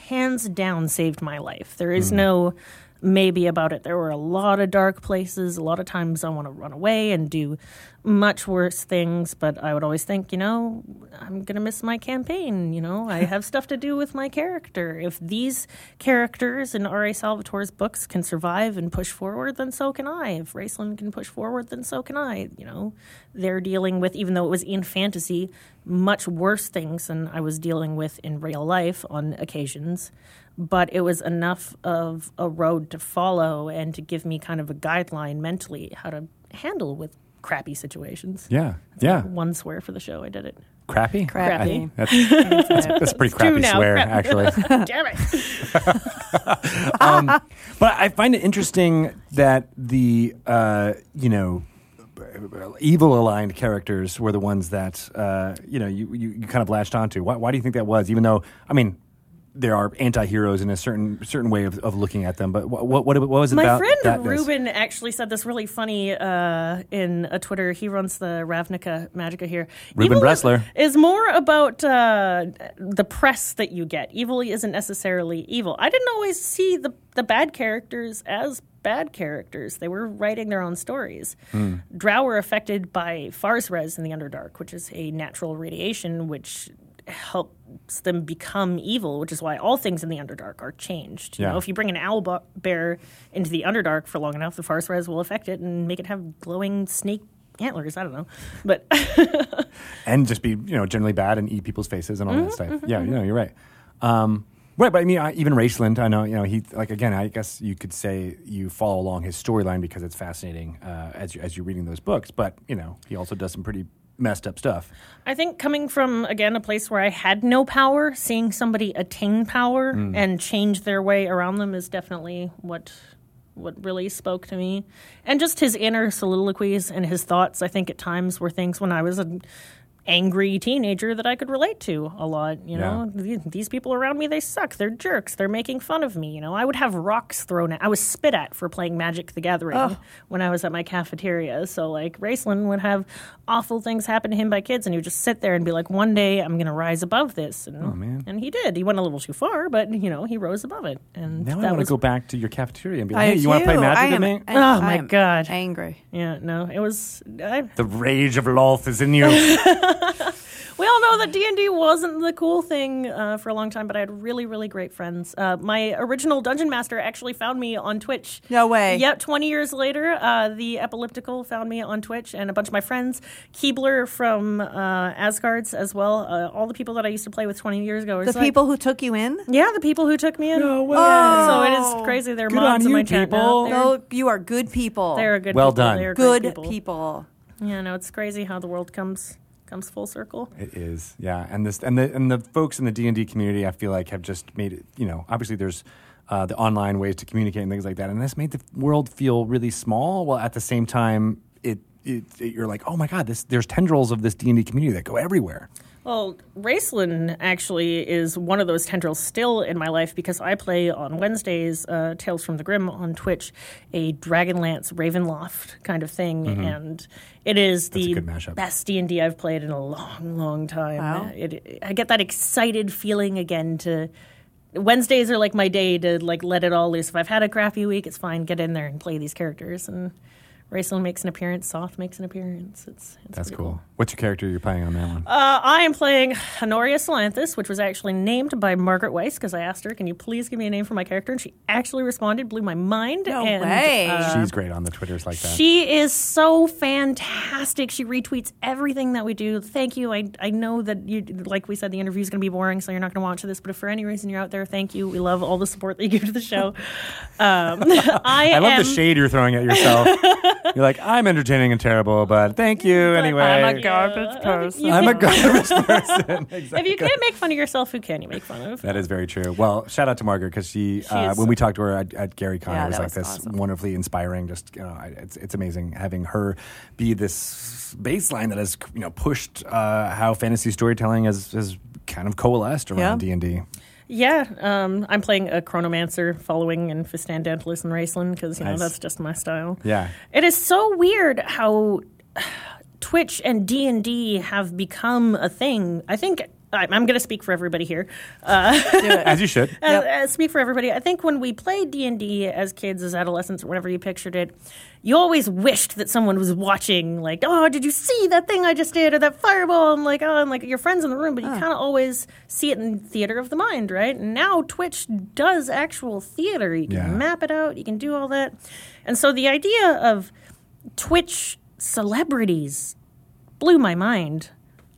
Speaker 3: hands down saved my life. There is no maybe about it. There were a lot of dark places. A lot of times I want to run away and do much worse things, but I would always think, you know, I'm going to miss my campaign. You know, I have stuff to do with my character. If these characters in R.A. Salvatore's books can survive and push forward, then so can I. If Raceland can push forward, then so can I. You know, they're dealing with, even though it was in fantasy, much worse things than I was dealing with in real life on occasions. But it was enough of a road to follow and to give me kind of a guideline mentally how to handle with crappy situations.
Speaker 1: Yeah, yeah,
Speaker 3: One swear for the show, I
Speaker 1: [LAUGHS]
Speaker 3: did it.
Speaker 1: crappy,
Speaker 2: Crappy.
Speaker 1: I-
Speaker 3: [LAUGHS]
Speaker 1: That's, that's, that's a pretty crappy
Speaker 3: now,
Speaker 1: swear,
Speaker 3: crap. [LAUGHS]
Speaker 1: actually.
Speaker 3: Damn it.
Speaker 1: Um,
Speaker 3: [LAUGHS]
Speaker 1: But I find it interesting that the uh, you know evil aligned characters were the ones that uh, you know you, you, you kind of latched onto. Why, why do you think that was? Even though I mean. There are anti-heroes in a certain certain way of, of looking at them, but what what, what was it
Speaker 3: My
Speaker 1: about that
Speaker 3: friend
Speaker 1: this-
Speaker 3: Ruben actually said this really funny uh, in a Twitter. He runs the Ravnica Magica here.
Speaker 1: Ruben
Speaker 3: Evil is-
Speaker 1: Bressler.
Speaker 3: is more about uh, the press that you get. Evil isn't necessarily evil. I didn't always see the the bad characters as bad characters. They were writing their own stories. Drow were affected by Farsrez in the Underdark, which is a natural radiation which helps them become evil, which is why all things in the Underdark are changed. You
Speaker 1: Yeah.
Speaker 3: know, if you bring an owl bo- bear into the Underdark for long enough, the Farsrez will affect it and make it have glowing snake antlers. I don't know, but [LAUGHS]
Speaker 1: and just be you know generally bad and eat people's faces and all
Speaker 2: Mm-hmm,
Speaker 1: that stuff. yeah, you know, you're right. Um, right, but I mean, I, even Raceland, I know you know he like again. I guess you could say you follow along his storyline because it's fascinating uh, as you, as you're reading those books. But you know, he also does some pretty messed up stuff.
Speaker 3: I think coming from again a place where I had no power, seeing somebody attain power and change their way around them is definitely what what really spoke to me. And just his inner soliloquies and his thoughts, I think at times were things when I was an angry teenager that I could relate to a lot, you know. Th- These people around me, they suck. They're jerks. They're making fun of me, you know. I would have rocks thrown at. I was spit at for playing Magic the Gathering when I was at my cafeteria. So like Raceland would have awful things happen to him by kids and he would just sit there and be like, "One day I'm going to rise above this." And oh, man. and he did. He went a little too far, but you know, he rose above it. And
Speaker 1: Now I
Speaker 3: that
Speaker 1: want to
Speaker 3: was
Speaker 1: go back to your cafeteria and be
Speaker 2: I
Speaker 1: like, hey,
Speaker 2: do
Speaker 1: you want to play
Speaker 2: too. I
Speaker 1: magic with
Speaker 2: am-
Speaker 1: me?
Speaker 2: I-
Speaker 3: Oh, my
Speaker 2: I am
Speaker 3: God.
Speaker 2: Angry.
Speaker 3: Yeah, no, it was. I,
Speaker 1: The rage of Lolth is in
Speaker 2: [LAUGHS]
Speaker 1: you.
Speaker 3: we all know that D and D wasn't the cool thing uh, for a long time, but I had really, really great friends. Uh, my original dungeon master actually found me on Twitch.
Speaker 2: No way.
Speaker 3: Yep, twenty years later, uh, the epileptical found me on Twitch, and a bunch of my friends, Keebler from uh, Asgard's as well. Uh, all the people that I used to play with twenty years ago. are
Speaker 2: The
Speaker 3: just like-
Speaker 2: people who took you in?
Speaker 3: yeah, the people who took me in.
Speaker 1: No way.
Speaker 3: So it
Speaker 2: Oh.
Speaker 3: is crazy. They're
Speaker 1: Good on
Speaker 3: mods in
Speaker 1: you,
Speaker 3: my chat now.
Speaker 1: people.
Speaker 3: They're,
Speaker 2: No, oh, you are good people.
Speaker 3: they're a good.
Speaker 1: Well
Speaker 3: people.
Speaker 1: done.
Speaker 3: They're great
Speaker 2: good people.
Speaker 3: Yeah, no, it's crazy how the world comes comes full circle.
Speaker 1: It is, yeah. And this and the and the folks in the D and D community, I feel like, have just made it. You know, obviously there's uh, the online ways to communicate and things like that, and this made the world feel really small. While at the same time, it, it, it you're like, oh my god, this there's tendrils of this D and D community that go everywhere.
Speaker 3: Well, Raceland actually is one of those tendrils still in my life because I play on Wednesdays uh, Tales from the Grim on Twitch, a Dragonlance Ravenloft kind of thing, and it is
Speaker 1: Mm-hmm. a
Speaker 3: the
Speaker 1: good mashup.
Speaker 3: best D and D I've played in a long, long time. Uh,
Speaker 2: Wow.
Speaker 3: It, I get that excited feeling again to. Wednesdays are like my day to like let it all loose. If I've had a crappy week, it's fine. Get in there and play these characters. And Raceland makes an appearance. Soft makes an appearance. It's, it's
Speaker 1: That's
Speaker 3: pretty
Speaker 1: cool. What's your character you're playing on that one?
Speaker 3: uh, I am playing Honoria Salanthus, which was actually named by Margaret Weiss because I asked her, "Can you please give me a name for my character?" And she actually responded, blew my mind.
Speaker 2: No
Speaker 3: and,
Speaker 2: way.
Speaker 3: uh,
Speaker 1: She's great on the Twitters like that.
Speaker 3: she is so fantastic. She retweets everything that we do. Thank you. I, I know that you like we said the interview is going to be boring, so you're not going to watch this. But if for any reason you're out there, thank you. We love all the support that you give to the show. Um, [LAUGHS] I,
Speaker 1: I love
Speaker 3: am,
Speaker 1: the shade you're throwing at yourself. you're like, I'm entertaining and terrible, but thank you anyway.
Speaker 2: I'm a garbage person.
Speaker 3: You
Speaker 1: I'm a
Speaker 3: can-
Speaker 1: garbage person.
Speaker 3: if you can't make fun of yourself, who can you make fun of?
Speaker 1: That is very true. Well, shout out to Margaret because she, uh,
Speaker 3: is-
Speaker 1: when we talked to her at, at Gary Con,
Speaker 2: Yeah,
Speaker 1: it was
Speaker 2: that
Speaker 1: like
Speaker 2: was
Speaker 1: this
Speaker 2: awesome.
Speaker 1: wonderfully inspiring. Just you know, I- it's it's amazing having her be this baseline that has you know pushed uh, how fantasy storytelling has has kind of coalesced
Speaker 2: Yeah.
Speaker 1: around D and D.
Speaker 3: Yeah, um, I'm playing a chronomancer following in Fistan Dantilus and Raceland because, you
Speaker 1: Nice.
Speaker 3: know, that's just my style.
Speaker 1: Yeah.
Speaker 3: It is so weird how Twitch and D&D have become a thing. I think I'm, I'm going to speak for everybody here.
Speaker 1: As you should.
Speaker 3: Uh, uh, speak for everybody. I think when we played D and D as kids, as adolescents, or whenever you pictured it, you always wished that someone was watching. Like, oh, did you see that thing I just did, or that fireball? And like, oh, and like your friends in the room, but you kind of always see it in theater of the mind, right? And now Twitch does actual theater. You can
Speaker 1: Yeah.
Speaker 3: map it out. You can do all that. And so the idea of Twitch celebrities blew my mind.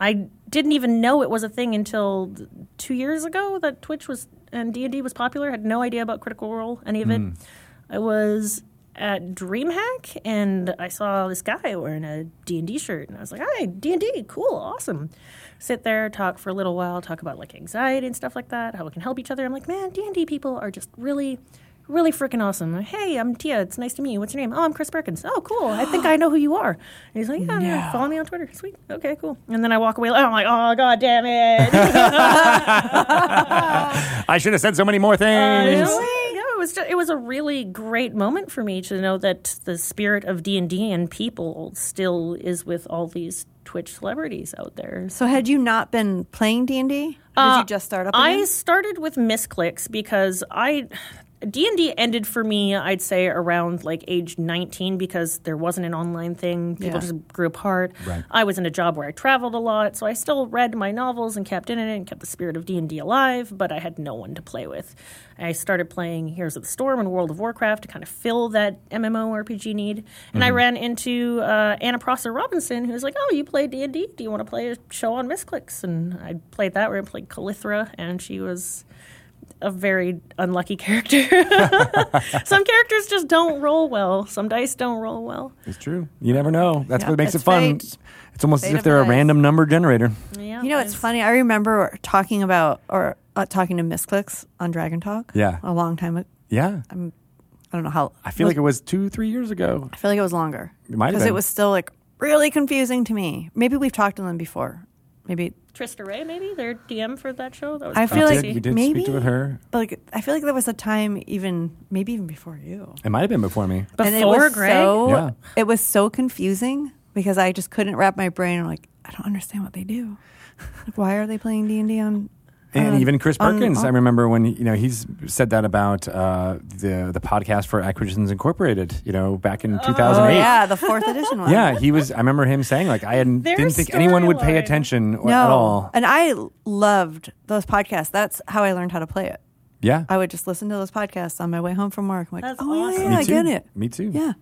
Speaker 3: I didn't even know it was a thing until th- two years ago that Twitch was and D and D was popular. Had no idea about Critical Role, any of it. I was at DreamHack and I saw this guy wearing a D and D shirt, and I was like, "Hi, D and D, cool, awesome." Sit there, talk for a little while, talk about like anxiety and stuff like that, how we can help each other. I'm like, man, D and D people are just really. Really freaking awesome! Hey, I'm Tia. It's nice to meet you. What's your name? Oh, I'm Chris Perkins. Oh, cool. I think I know who you are. And he's like, Yeah, yeah, follow me on Twitter. Sweet. Okay, cool. And then I walk away. Oh, I'm like, Oh, god damn it!
Speaker 1: I should have said so many more things.
Speaker 3: Yeah, it was just, it was a really great moment for me to know that the spirit of D and D and people still is with all these Twitch celebrities out there.
Speaker 2: So had you not been playing D&D? Or did you just start up
Speaker 3: Uh, I
Speaker 2: again?
Speaker 3: started with misclicks because I D and D ended for me, I'd say, around like age nineteen because there wasn't an online thing. People
Speaker 2: Yeah.
Speaker 3: just grew apart.
Speaker 1: Right.
Speaker 3: I was in a job where I traveled a lot, so I still read my novels and kept in it and kept the spirit of D and D alive. But I had no one to play with. I started playing Heroes of the Storm and World of Warcraft to kind of fill that MMORPG need. And I ran into uh, Anna Prosser Robinson, who was like, "Oh, you play D and D? Do you want to play a show on Misclicks?" And I played that. where I played Calithra, and she was a very unlucky [LAUGHS] character. Some characters just don't roll well. Some dice don't roll well.
Speaker 1: It's true. You never know. That's
Speaker 2: Yeah,
Speaker 1: what makes it
Speaker 2: it's
Speaker 1: fun.
Speaker 2: fate.
Speaker 1: It's almost as
Speaker 2: Fate
Speaker 1: if
Speaker 2: of
Speaker 1: they're a
Speaker 2: life.
Speaker 1: random number generator.
Speaker 3: Yeah,
Speaker 2: You know, it's funny. I remember talking about or uh, talking to Misclicks on Dragon Talk.
Speaker 1: Yeah.
Speaker 2: a long time. ago.
Speaker 1: Yeah.
Speaker 2: I don't know how.
Speaker 1: I feel like it was two, three years ago.
Speaker 2: I feel like it was longer
Speaker 1: It might have
Speaker 2: because it
Speaker 1: been.
Speaker 2: was still like really confusing to me. Maybe we've talked to them before. Maybe
Speaker 3: Trista Ray, maybe their DM for that show. That was
Speaker 2: I feel
Speaker 1: we
Speaker 2: like
Speaker 1: did, we did
Speaker 2: maybe,
Speaker 1: speak to her.
Speaker 2: but like I feel like there was a time even maybe even before you.
Speaker 1: It might have been before me.
Speaker 3: before
Speaker 2: and it was
Speaker 3: Greg.
Speaker 2: so
Speaker 1: Yeah.
Speaker 2: it was so confusing because I just couldn't wrap my brain. I'm like, I don't understand what they do. Like, why are they playing D and D on?
Speaker 1: And
Speaker 2: on-
Speaker 1: even Chris
Speaker 2: Um, on-
Speaker 1: Perkins,
Speaker 2: on-
Speaker 1: I remember when you know he's said that about uh, the the podcast for Acquisitions Incorporated. You know, back in two
Speaker 2: Oh
Speaker 1: thousand eight.
Speaker 2: yeah, the fourth
Speaker 1: [LAUGHS]
Speaker 2: edition one.
Speaker 1: Yeah, he was. I remember him saying like I hadn't,
Speaker 3: Their
Speaker 1: didn't think anyone would pay
Speaker 3: storyline.
Speaker 1: attention or-
Speaker 2: no,
Speaker 1: at all.
Speaker 2: and I loved those podcasts. That's how I learned how to play it.
Speaker 1: Yeah,
Speaker 2: I would just listen to those podcasts on my way home from work. I'm like,
Speaker 3: That's
Speaker 2: oh yeah,
Speaker 3: awesome.
Speaker 2: yeah,
Speaker 1: me
Speaker 2: I
Speaker 1: too.
Speaker 2: get it.
Speaker 1: Me too.
Speaker 2: Yeah,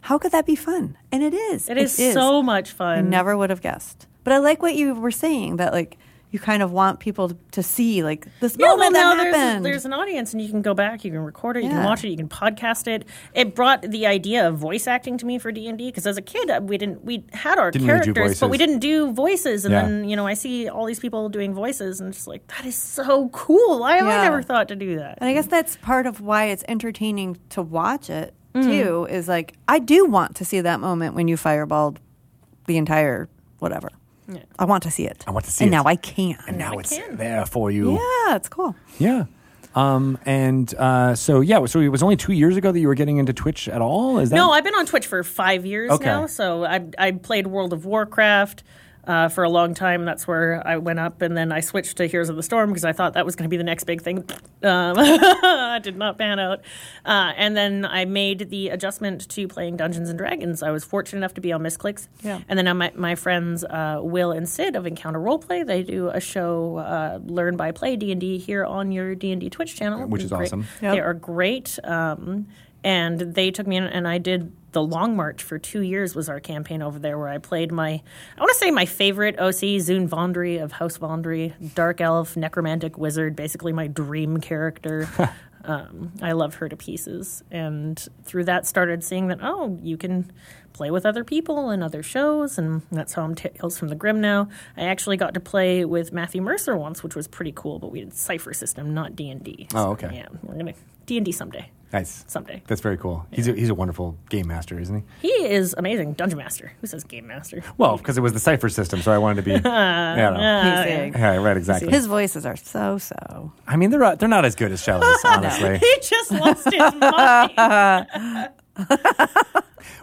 Speaker 2: how could that be fun? And it is.
Speaker 3: it is, so much
Speaker 2: I
Speaker 3: fun.
Speaker 2: never would have guessed. But I like what you were saying that like you kind of want people to, to see like this
Speaker 3: Yeah, well,
Speaker 2: moment
Speaker 3: now
Speaker 2: that
Speaker 3: there's,
Speaker 2: happened.
Speaker 3: there's an audience, and you can go back, you can record it, you can
Speaker 2: Yeah.
Speaker 3: watch it, you can podcast it. It brought the idea of voice acting to me for D and D because as a kid, uh, we didn't we had our
Speaker 1: Didn't really do
Speaker 3: characters, but we
Speaker 1: voices.
Speaker 3: didn't do voices. And
Speaker 1: Yeah.
Speaker 3: then you know, I see all these people doing voices, and I'm just like that is so cool. Why have I
Speaker 2: Yeah.
Speaker 3: never thought to do that?
Speaker 2: and I guess that's part of why it's entertaining to watch it
Speaker 3: Mm.
Speaker 2: too. Is like I do want to see that moment when you fireballed the entire whatever. I want to see it. I
Speaker 1: want to see
Speaker 2: and
Speaker 1: it.
Speaker 2: now I can.
Speaker 1: and now it's
Speaker 3: can.
Speaker 1: there for you.
Speaker 2: yeah, it's cool.
Speaker 1: Yeah. Um, and uh, so yeah, so it was only two years ago that you were getting into Twitch at all. Is that
Speaker 3: No, I've been on Twitch for five years
Speaker 1: Okay.
Speaker 3: now. So I, I played World of Warcraft uh, for a long time. That's where I went up, and then I switched to Heroes of the Storm because I thought that was going to be the next big thing. Um, [LAUGHS] I did not pan out. Uh, and then I made the adjustment to playing Dungeons and Dragons. I was fortunate enough to be on Misclicks.
Speaker 2: Yeah.
Speaker 3: And then my, my friends uh, Will and Sid of Encounter Roleplay, they do a show, uh, Learn by Play D&D, here on your D&D Twitch channel.
Speaker 1: Which is
Speaker 3: Great.
Speaker 1: awesome.
Speaker 2: Yep.
Speaker 3: They are great. Um, and they took me in, and I did the Long March for two years. Was our campaign over there where I played my, I want to say my favorite OC Zune Vondry of House Vondry, Dark Elf, Necromantic Wizard, basically my dream
Speaker 1: [LAUGHS]
Speaker 3: character. um, I love her to pieces, and through that started seeing that oh, you can play with other people and other shows, and that's how I'm Tales from the Grim now. I actually got to play with Matthew Mercer once, which was pretty cool, but we did Cipher System, not D and D.
Speaker 1: Oh, okay.
Speaker 3: Yeah, we're gonna D and D someday.
Speaker 1: nice.
Speaker 3: Someday.
Speaker 1: That's very cool. He's a, he's a wonderful game master, isn't he?
Speaker 3: He is amazing, Dungeon Master. Who says Game Master?
Speaker 1: Well, because it was the cipher system, so I wanted to
Speaker 2: [LAUGHS]
Speaker 1: be. yeah, I don't know.
Speaker 2: He's
Speaker 3: Uh,
Speaker 2: big.
Speaker 1: Yeah, right, exactly.
Speaker 2: His voices are so so.
Speaker 1: I mean, they're uh, they're not as good as
Speaker 2: [LAUGHS]
Speaker 1: Shelley's, honestly.
Speaker 3: [LAUGHS] He just lost his mind.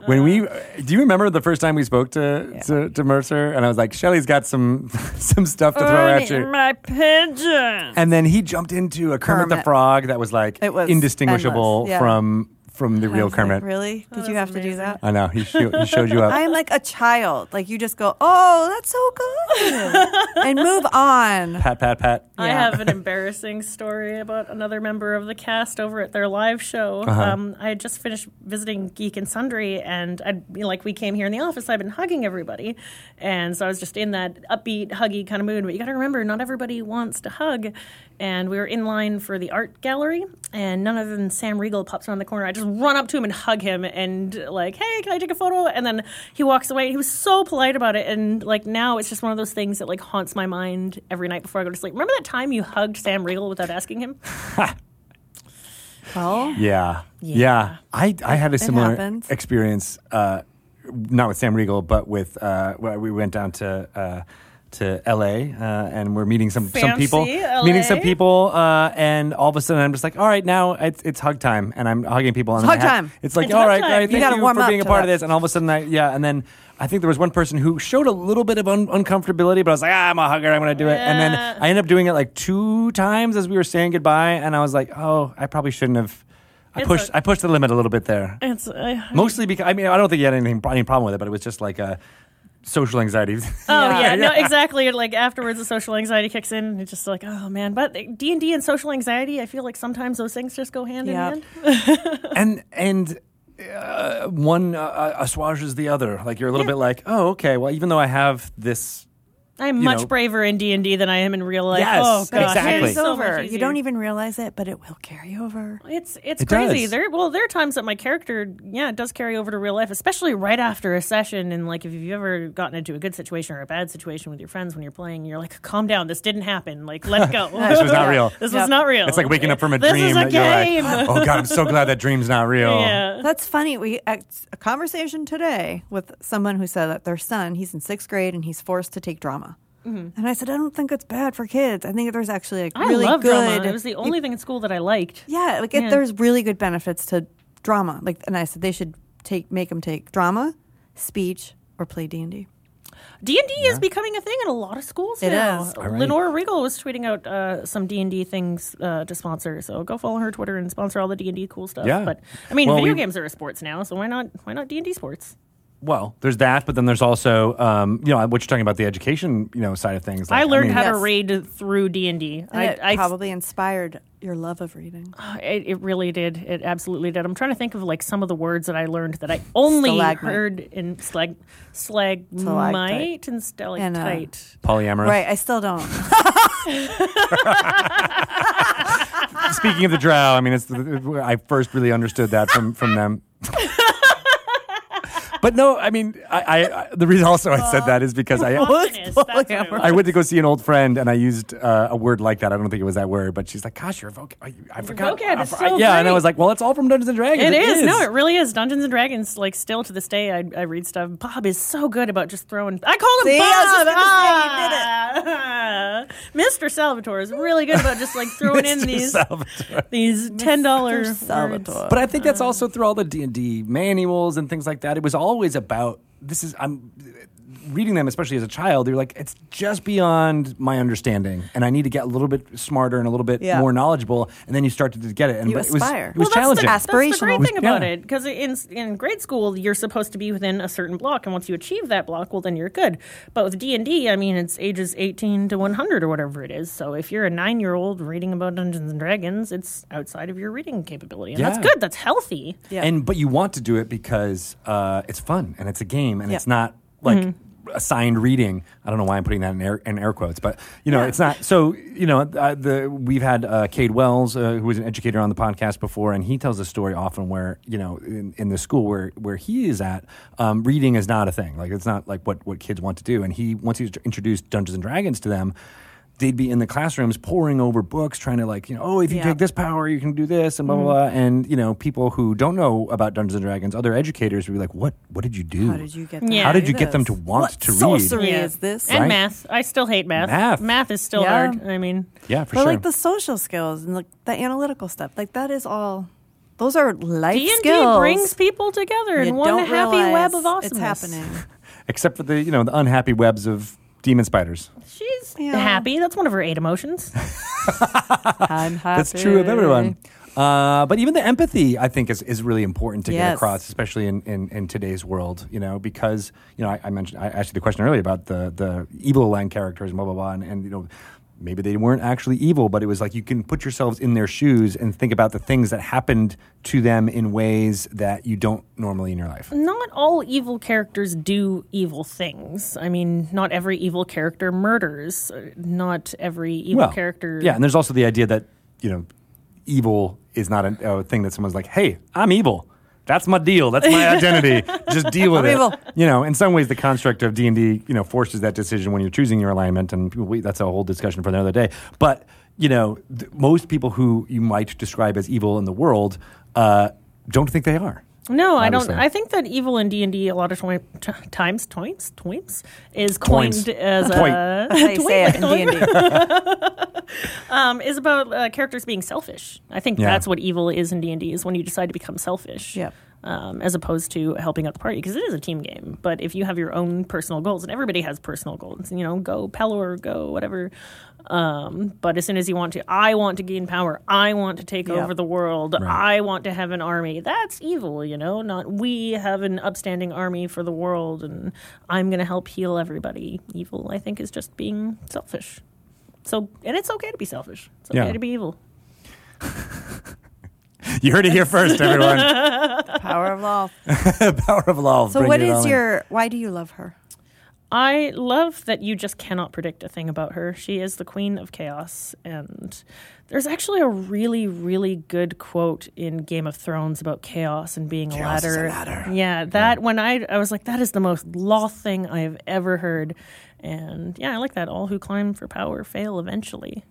Speaker 1: when we
Speaker 2: Uh-huh.
Speaker 1: uh, do you remember the first time we spoke to to, to Mercer, and I was like, Shelley's got some [LAUGHS] some stuff to throw at you.
Speaker 3: my pigeon.
Speaker 1: And then he jumped into a Kermit, the
Speaker 2: Kermit.
Speaker 1: Frog that was like
Speaker 2: It was
Speaker 1: indistinguishable
Speaker 2: endless, yeah.
Speaker 1: from from the
Speaker 2: I
Speaker 1: real
Speaker 2: was like,
Speaker 1: Kermit. Uh,
Speaker 2: really?
Speaker 3: Oh,
Speaker 2: Did you have to do that?
Speaker 1: I know he, sho- he showed
Speaker 2: [LAUGHS]
Speaker 1: you up.
Speaker 2: I'm like a child. Like you just go, oh, that's so good, and move on.
Speaker 1: pat, pat, pat.
Speaker 3: I
Speaker 2: Yeah.
Speaker 3: have an embarrassing story about another member of the cast over at their live show. Um, I had just finished visiting Geek and Sundry, and I'd you know, like we came here in the office. I've been hugging everybody, and so I was just in that upbeat, huggy kind of mood. But you got to remember, not everybody wants to hug. And we were in line for the art gallery, and none other than Sam Riegel pops around the corner. I just run up to him and hug him, and like, hey, can I take a photo? And then he walks away. He was so polite about it, and like now it's just one of those things that like haunts my mind every night before I go to sleep. Remember that time you hugged Sam Riegel without asking
Speaker 2: [LAUGHS]
Speaker 3: him?
Speaker 2: Well,
Speaker 1: Yeah. yeah. I, I had a similar
Speaker 2: happens.
Speaker 1: experience, uh, not with Sam Riegel, but with, uh, where we went down to, uh, to LA, uh, and we're meeting some, some
Speaker 3: Fancy
Speaker 1: people,
Speaker 3: LA.
Speaker 1: meeting some people, uh, and all of a sudden I'm just like, all right, now it's, it's hug time, and I'm hugging people. And
Speaker 2: It's
Speaker 1: I
Speaker 2: hug
Speaker 1: have-
Speaker 2: time.
Speaker 1: It's like,
Speaker 3: It's
Speaker 1: all
Speaker 3: hug
Speaker 1: right,
Speaker 3: time.
Speaker 1: all right,
Speaker 3: You
Speaker 1: thank
Speaker 2: gotta
Speaker 1: you,
Speaker 2: warm
Speaker 1: for
Speaker 2: up
Speaker 1: being a
Speaker 2: to
Speaker 1: part of
Speaker 2: that.
Speaker 1: this. And all of a sudden, I, yeah, and then I think there was one person who showed a little bit of un- uncomfortability, but I was like, ah, I'm a hugger, I'm gonna do it. And then
Speaker 3: Yeah.
Speaker 1: I ended up doing it like two times as we were saying goodbye, and I was like, oh, I probably shouldn't have I
Speaker 3: It's
Speaker 1: pushed
Speaker 3: a-
Speaker 1: I pushed the limit a little bit there.
Speaker 3: It's
Speaker 2: uh,
Speaker 3: I,
Speaker 1: Mostly because I mean I don't think you had anything any problem with it, but it was just like a social
Speaker 3: [LAUGHS]
Speaker 1: anxiety.
Speaker 3: Oh
Speaker 2: Yeah.
Speaker 3: yeah, no, exactly. Like afterwards, the social anxiety kicks in. And it's just like, oh man. But D and D and social anxiety, I feel like sometimes those things just go hand
Speaker 2: Yep.
Speaker 3: in hand.
Speaker 1: and and uh, one uh, assuages the other. Like you're a little bit like, oh, okay. Well, even though I have this,
Speaker 3: I'm
Speaker 1: You
Speaker 3: much
Speaker 1: know.
Speaker 3: braver in D and D than I am in real life.
Speaker 1: Yes,
Speaker 3: oh gosh,
Speaker 1: exactly.
Speaker 3: it's so much
Speaker 2: over. You
Speaker 3: easier.
Speaker 2: don't even realize it, but it will carry over.
Speaker 3: It's it's
Speaker 1: It
Speaker 3: crazy.
Speaker 1: does.
Speaker 3: There well, there are times that my character, yeah, it does carry over to real life, especially right after a session. And like, if you've ever gotten into a good situation or a bad situation with your friends when you're playing, you're like, calm down, this didn't happen. Like, let go.
Speaker 1: [LAUGHS] This was
Speaker 3: [LAUGHS]
Speaker 1: not real.
Speaker 3: This
Speaker 2: Yep.
Speaker 3: was not real.
Speaker 1: it's like waking up from a
Speaker 3: This
Speaker 1: dream
Speaker 3: is a
Speaker 1: that you're
Speaker 3: game.
Speaker 1: like, oh god, I'm so glad that dream's not real.
Speaker 3: [LAUGHS] yeah.
Speaker 2: That's funny. We had a conversation today with someone who said that their son, he's in sixth grade and he's forced to take drama. And I said, I don't think it's bad for kids. I think there's actually like
Speaker 3: Mm-hmm. I
Speaker 2: really
Speaker 3: love
Speaker 2: good.
Speaker 3: drama. It was the only thing in school that I liked.
Speaker 2: yeah, like It,
Speaker 3: Yeah.
Speaker 2: there's really good benefits to drama. Like, and I said they should take make them take drama, speech, or play D and D.
Speaker 3: D and D is becoming a thing in a lot of schools
Speaker 2: It
Speaker 3: now.
Speaker 2: is.
Speaker 1: right.
Speaker 3: Lenore Regal was tweeting out uh, some D and D things uh, to sponsor, so go follow her Twitter and sponsor all the D and D cool stuff.
Speaker 1: Yeah.
Speaker 3: but I mean,
Speaker 1: Well,
Speaker 3: video
Speaker 1: we-
Speaker 3: games are sports now, so why not? Why not D and D sports?
Speaker 1: Well, there's that, but then there's also, um, you know, what you're talking about the education, you know, side of things. Like,
Speaker 3: I learned
Speaker 1: mean,
Speaker 3: how to
Speaker 2: Yes.
Speaker 3: raid through D and D.
Speaker 2: And it
Speaker 3: I I-
Speaker 2: probably inspired your love of reading.
Speaker 3: It, it really did. It absolutely did. I'm trying to think of like some of the words that I learned that I only
Speaker 2: Stalagmite.
Speaker 3: heard in slag, slagmite
Speaker 2: Stalactite.
Speaker 3: and
Speaker 2: And, uh,
Speaker 3: stalactite.
Speaker 1: polyamorous.
Speaker 2: Right, I still
Speaker 3: [LAUGHS]
Speaker 2: don't.
Speaker 1: Speaking of the drow, I mean, it's the, I first really understood that from from
Speaker 3: [LAUGHS]
Speaker 1: them. but no, I mean, I, I, I the reason also I said that is because I
Speaker 3: Optimist, that's what it was.
Speaker 1: I went to go see an old friend, and I used uh, a word like that. I don't think it was that word, but she's like, "Gosh, your vocab, I, I forgot."
Speaker 3: vocab
Speaker 1: I
Speaker 3: is
Speaker 1: for-
Speaker 3: so
Speaker 1: yeah, and I
Speaker 3: great.
Speaker 1: was like, "Well, it's all from Dungeons and Dragons."
Speaker 3: It is. No, it really is. Dungeons and Dragons, like still to this day, I, I read stuff. Bob is so good about just throwing. I call him
Speaker 2: See,
Speaker 3: Bob.
Speaker 2: I was just gonna
Speaker 3: Ah. Mr. Salvatore is really good about just like throwing in
Speaker 1: Mr.
Speaker 3: these
Speaker 1: Salvatore.
Speaker 3: these ten dollar
Speaker 2: Salvatore.
Speaker 1: But I think that's also through all the D and D manuals and things like that. It was always about this is I'm reading them, especially as a child. You're like, it's just beyond my understanding, and I need to get a little bit smarter and a little bit
Speaker 2: Yeah.
Speaker 1: more knowledgeable. And then you start to get it. And
Speaker 2: You
Speaker 1: but it was,
Speaker 2: aspire.
Speaker 1: It was
Speaker 3: well,
Speaker 1: challenging.
Speaker 3: That's the, that's the
Speaker 2: Aspirational.
Speaker 3: great thing about
Speaker 1: Yeah.
Speaker 3: it because in in grade school you're supposed to be within a certain block, and once you achieve that block, well, then you're good. But with D and D, I mean, it's ages 18 to 100 or whatever it is. So if you're a nine year old reading about Dungeons and Dragons, it's outside of your reading capability, and that's
Speaker 1: Yeah.
Speaker 3: good. That's healthy.
Speaker 2: Yeah.
Speaker 1: And but you want to do it because uh, it's fun and it's a game and
Speaker 2: Yeah. Mm-hmm.
Speaker 1: it's not like assigned reading. I don't know why I'm putting that in air, in air quotes, but you know it's not. So you know uh, the we've had uh, Cade Wells, uh, who was an educator on the podcast before, and he tells a story often where you know in, in the school where where he is at, um, reading is not a thing. Like it's not like what what kids want to do. And he once he introduced Dungeons and Dragons to them. They'd be in the classrooms pouring over books, trying to like, you know, oh, if you
Speaker 2: Yeah.
Speaker 1: take this this power, you can do this, and blah blah
Speaker 2: Mm.
Speaker 1: blah. And you know, people who don't know about Dungeons and Dragons, other educators would be like, "What? What did you do?
Speaker 2: How did you get? Them
Speaker 3: Yeah.
Speaker 2: to
Speaker 1: How did
Speaker 2: do
Speaker 1: you get them
Speaker 2: this?
Speaker 1: to want
Speaker 2: What
Speaker 1: to read?
Speaker 2: sorcery is this?
Speaker 3: and
Speaker 1: Right.
Speaker 3: math? I still hate math.
Speaker 1: Math.
Speaker 3: is still
Speaker 2: Yeah.
Speaker 3: hard. I mean,
Speaker 1: Yeah, for
Speaker 2: but
Speaker 1: sure.
Speaker 2: like the social skills and like the analytical stuff, like that is all. Those are life
Speaker 3: D and D
Speaker 2: skills.
Speaker 3: brings people together
Speaker 2: You
Speaker 3: in one
Speaker 2: don't
Speaker 3: happy web of
Speaker 2: realize
Speaker 3: awesomeness.
Speaker 2: It's happening.
Speaker 1: Except for the you know the unhappy webs of demon spiders.
Speaker 3: She's
Speaker 2: Yeah.
Speaker 3: happy. That's one of her eight emotions.
Speaker 2: I'm happy.
Speaker 1: That's true of everyone. Uh, but even the empathy, I think, is, is really important to get
Speaker 2: Yes.
Speaker 1: across, especially in, in, in today's world, you know, because, you know, I, I mentioned, I asked you the question earlier about the, the evil land characters, blah, blah, blah, and, and, you know, maybe they weren't actually evil, but it was like you can put yourselves in their shoes and think about the things that happened to them in ways that you don't normally in your life.
Speaker 3: not all evil characters do evil things. I mean, not every evil character murders. Uh, Not every evil
Speaker 1: well,
Speaker 3: character.
Speaker 1: Yeah, and there's also the idea that, you know, evil is not a, a thing that someone's like, hey, I'm evil. That's my deal. That's my identity. Just deal with it.
Speaker 2: evil.
Speaker 1: You know, in some ways, the construct of D and D, you know, forces that decision when you're choosing your alignment, and we, that's a whole discussion for another day. But you know, th- most people who you might describe as evil in the world uh, don't think they are.
Speaker 3: No, I don't.
Speaker 1: Obviously.
Speaker 3: I think that evil in D and D a lot of twi- t- times, toints, toints is coined
Speaker 1: Toints.
Speaker 3: as
Speaker 1: Toint.
Speaker 3: a
Speaker 2: That's [LAUGHS] how
Speaker 3: [LAUGHS]
Speaker 2: you say it in
Speaker 3: Toint.
Speaker 2: D&D. Well,
Speaker 3: um, is about uh, characters being selfish. I think
Speaker 1: Yeah.
Speaker 3: that's what evil is in D and D is when you decide to become selfish.
Speaker 2: Yep.
Speaker 3: um, as opposed to helping out the party because it is a team game. But if you have your own personal goals, and everybody has personal goals, you know, go Pelor, go whatever. Um, but as soon as you want to, I want to gain power. I want to take
Speaker 2: Yep.
Speaker 3: over the world. I want to have an army. That's evil, you know. Not we have an upstanding army for the world, and I'm going to help heal everybody. Evil, I think, is just being selfish. So, and it's okay to be selfish. It's okay
Speaker 1: Yeah.
Speaker 3: to be evil.
Speaker 1: You heard it here first, everyone. [LAUGHS]
Speaker 2: Power of love.
Speaker 1: Power of love.
Speaker 2: So,
Speaker 1: Bring
Speaker 2: what
Speaker 1: it on
Speaker 2: is
Speaker 1: in.
Speaker 2: your? Why do you love her?
Speaker 3: I love that you just cannot predict a thing about her. She is the queen of chaos. And there's actually a really, really good quote in Game of Thrones about chaos and being
Speaker 4: Chaos
Speaker 3: a
Speaker 4: is a
Speaker 3: ladder.
Speaker 4: ladder.
Speaker 3: Yeah, that when I I was like, that is the most law thing I have ever heard. And yeah, I like that. All who climb for power fail eventually.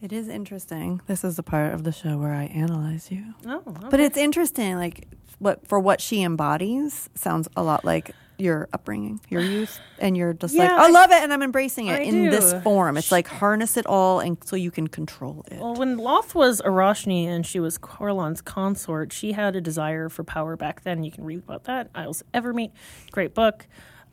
Speaker 2: It is interesting. This is the part of the show where I analyze you.
Speaker 3: Oh,
Speaker 2: But it's interesting, like what for what she embodies sounds a lot like your upbringing, your youth, and you're just like,
Speaker 3: Yeah,
Speaker 2: I
Speaker 3: I-
Speaker 2: love it, and I'm embracing it
Speaker 3: I
Speaker 2: in this
Speaker 3: do.
Speaker 2: form. It's like harness it all, and so you can control it.
Speaker 3: Well, when Loth was Arashni and she was Corlon's consort, she had a desire for power back then. You can read about that. Isles of Evermeet, great book.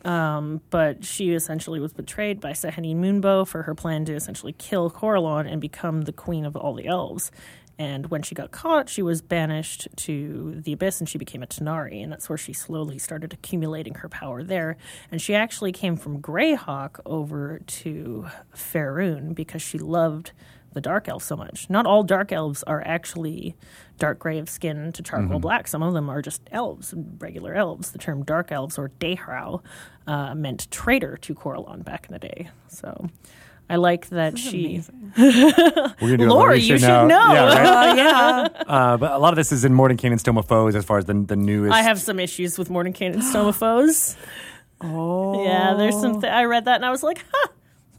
Speaker 3: Um, but she essentially was betrayed by Seheni Moonbow for her plan to essentially kill Corlon and become the queen of all the elves. And when she got caught, she was banished to the abyss and she became a Tenari. And that's where she slowly started accumulating her power there. And she actually came from Greyhawk over to Faerun because she loved the dark elf so much. Not all dark elves are actually dark gray of skin to charcoal
Speaker 1: Mm-hmm.
Speaker 3: black. Some of them are just elves, regular elves. The term dark elves or dehrau uh, meant traitor to Coralon back in the day. So I like that she.
Speaker 1: We're gonna do a
Speaker 3: Lore,
Speaker 1: Laura
Speaker 3: you should know.
Speaker 1: Yeah, right?
Speaker 2: Oh yeah,
Speaker 1: uh, but a lot of this is in Mordenkainen and Stoma Foes as far as the, the newest.
Speaker 3: I have some issues with Mordenkainen and Stomaphos. oh. Yeah, there's some. Th- I read that and I was like, huh.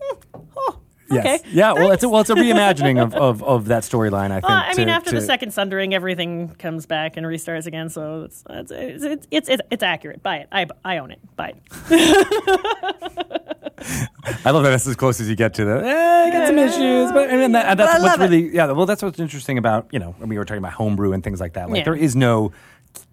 Speaker 3: hmm, Oh, okay.
Speaker 1: Yes. Yeah, well, it's a, well, it's a reimagining
Speaker 3: [LAUGHS]
Speaker 1: of, of, of that storyline, I think.
Speaker 3: Well, I mean,
Speaker 1: to-
Speaker 3: after the
Speaker 1: to-
Speaker 3: second sundering, everything comes back and restarts again. So it's it's it's it's, it's, it's accurate. Buy it. I, I own it. Buy it.
Speaker 1: I love that that's as close as you get to the. Eh, I got some issues, but I mean, that, that's
Speaker 2: I love
Speaker 1: what's
Speaker 2: it.
Speaker 1: really yeah. Well, that's what's interesting about you know when we were talking about homebrew and things like that. Like
Speaker 3: Yeah.
Speaker 1: there is no,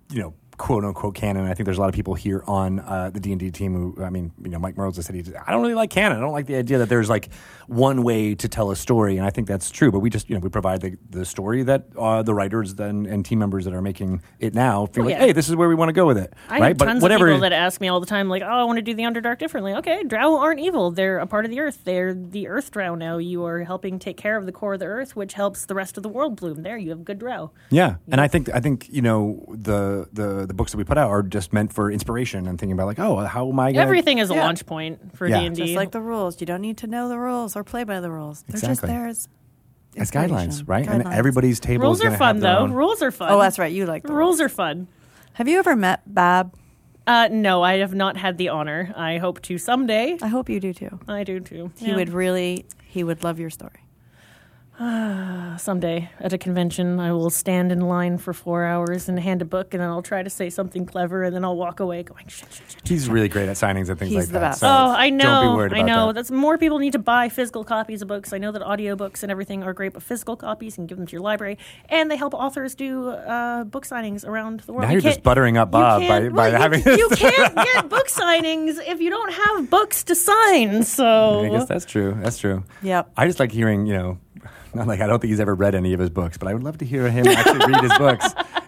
Speaker 1: you know. "Quote unquote canon." I think there's a lot of people here on uh, the D and D team who, I mean, you know, Mike Merles has said he, I don't really like canon. I don't like the idea that there's like one way to tell a story, and I think that's true. But we just, you know, we provide the, the story that uh, the writers then and team members that are making it now feel like,
Speaker 3: Oh, yeah.
Speaker 1: hey, this is where we want to go with it,
Speaker 3: I
Speaker 1: right?
Speaker 3: have tons of people that ask me all the time, like, "Oh, I want to do the Underdark differently." Okay, Drow aren't evil; they're a part of the Earth. They're the Earth Drow now. You are helping take care of the core of the Earth, which helps the rest of the world bloom. There, you have good Drow.
Speaker 1: Yeah, and I think I think you know the the the books that we put out are just meant for inspiration and thinking about like, oh, how am I going?
Speaker 3: Everything is a
Speaker 2: Yeah.
Speaker 3: launch point for D
Speaker 1: Yeah.
Speaker 3: and
Speaker 2: just
Speaker 3: D.
Speaker 2: like the rules. You don't need to know the rules or play by the rules. They're just
Speaker 1: Exactly.
Speaker 2: there as
Speaker 1: It's guidelines,
Speaker 2: inspiration,
Speaker 1: right? And
Speaker 2: guidelines.
Speaker 1: everybody's table
Speaker 3: Rules
Speaker 1: is
Speaker 3: are
Speaker 1: going to
Speaker 3: fun,
Speaker 1: have their
Speaker 3: though.
Speaker 1: own-
Speaker 3: Rules are fun.
Speaker 2: Oh, that's right. You like the rules.
Speaker 3: Rules are fun.
Speaker 2: Have you ever met Bab?
Speaker 3: Uh, no, I have not had the honor. I hope to someday.
Speaker 2: I hope you do too.
Speaker 3: I do too.
Speaker 2: He
Speaker 3: Yeah.
Speaker 2: would really. He would love your story.
Speaker 3: Someday at a convention, I will stand in line for four hours and hand a book, and then I'll try to say something clever, and then I'll walk away going, shit, shit, shit.
Speaker 1: He's really great at signings and things
Speaker 2: He's
Speaker 1: like
Speaker 2: the
Speaker 1: that.
Speaker 2: best.
Speaker 1: So
Speaker 3: Oh, I know.
Speaker 1: Don't be worried about
Speaker 3: I know.
Speaker 1: that.
Speaker 3: That's more people need to buy physical copies of books. I know that audiobooks and everything are great, but physical copies you can give them to your library, and they help authors do uh, book signings around the world.
Speaker 1: Now
Speaker 3: You
Speaker 1: you're just
Speaker 3: can't-
Speaker 1: buttering up
Speaker 3: you
Speaker 1: Bob by- by
Speaker 3: can't- well, you-
Speaker 1: having
Speaker 3: [LAUGHS] you,
Speaker 1: this. [LAUGHS]
Speaker 3: can't get book signings if you don't have books to sign. So
Speaker 1: I guess that's true. That's true.
Speaker 2: Yep.
Speaker 1: I just like hearing, you know, [LAUGHS] not like I don't think he's ever read any of his books, but I would love to hear him actually read his books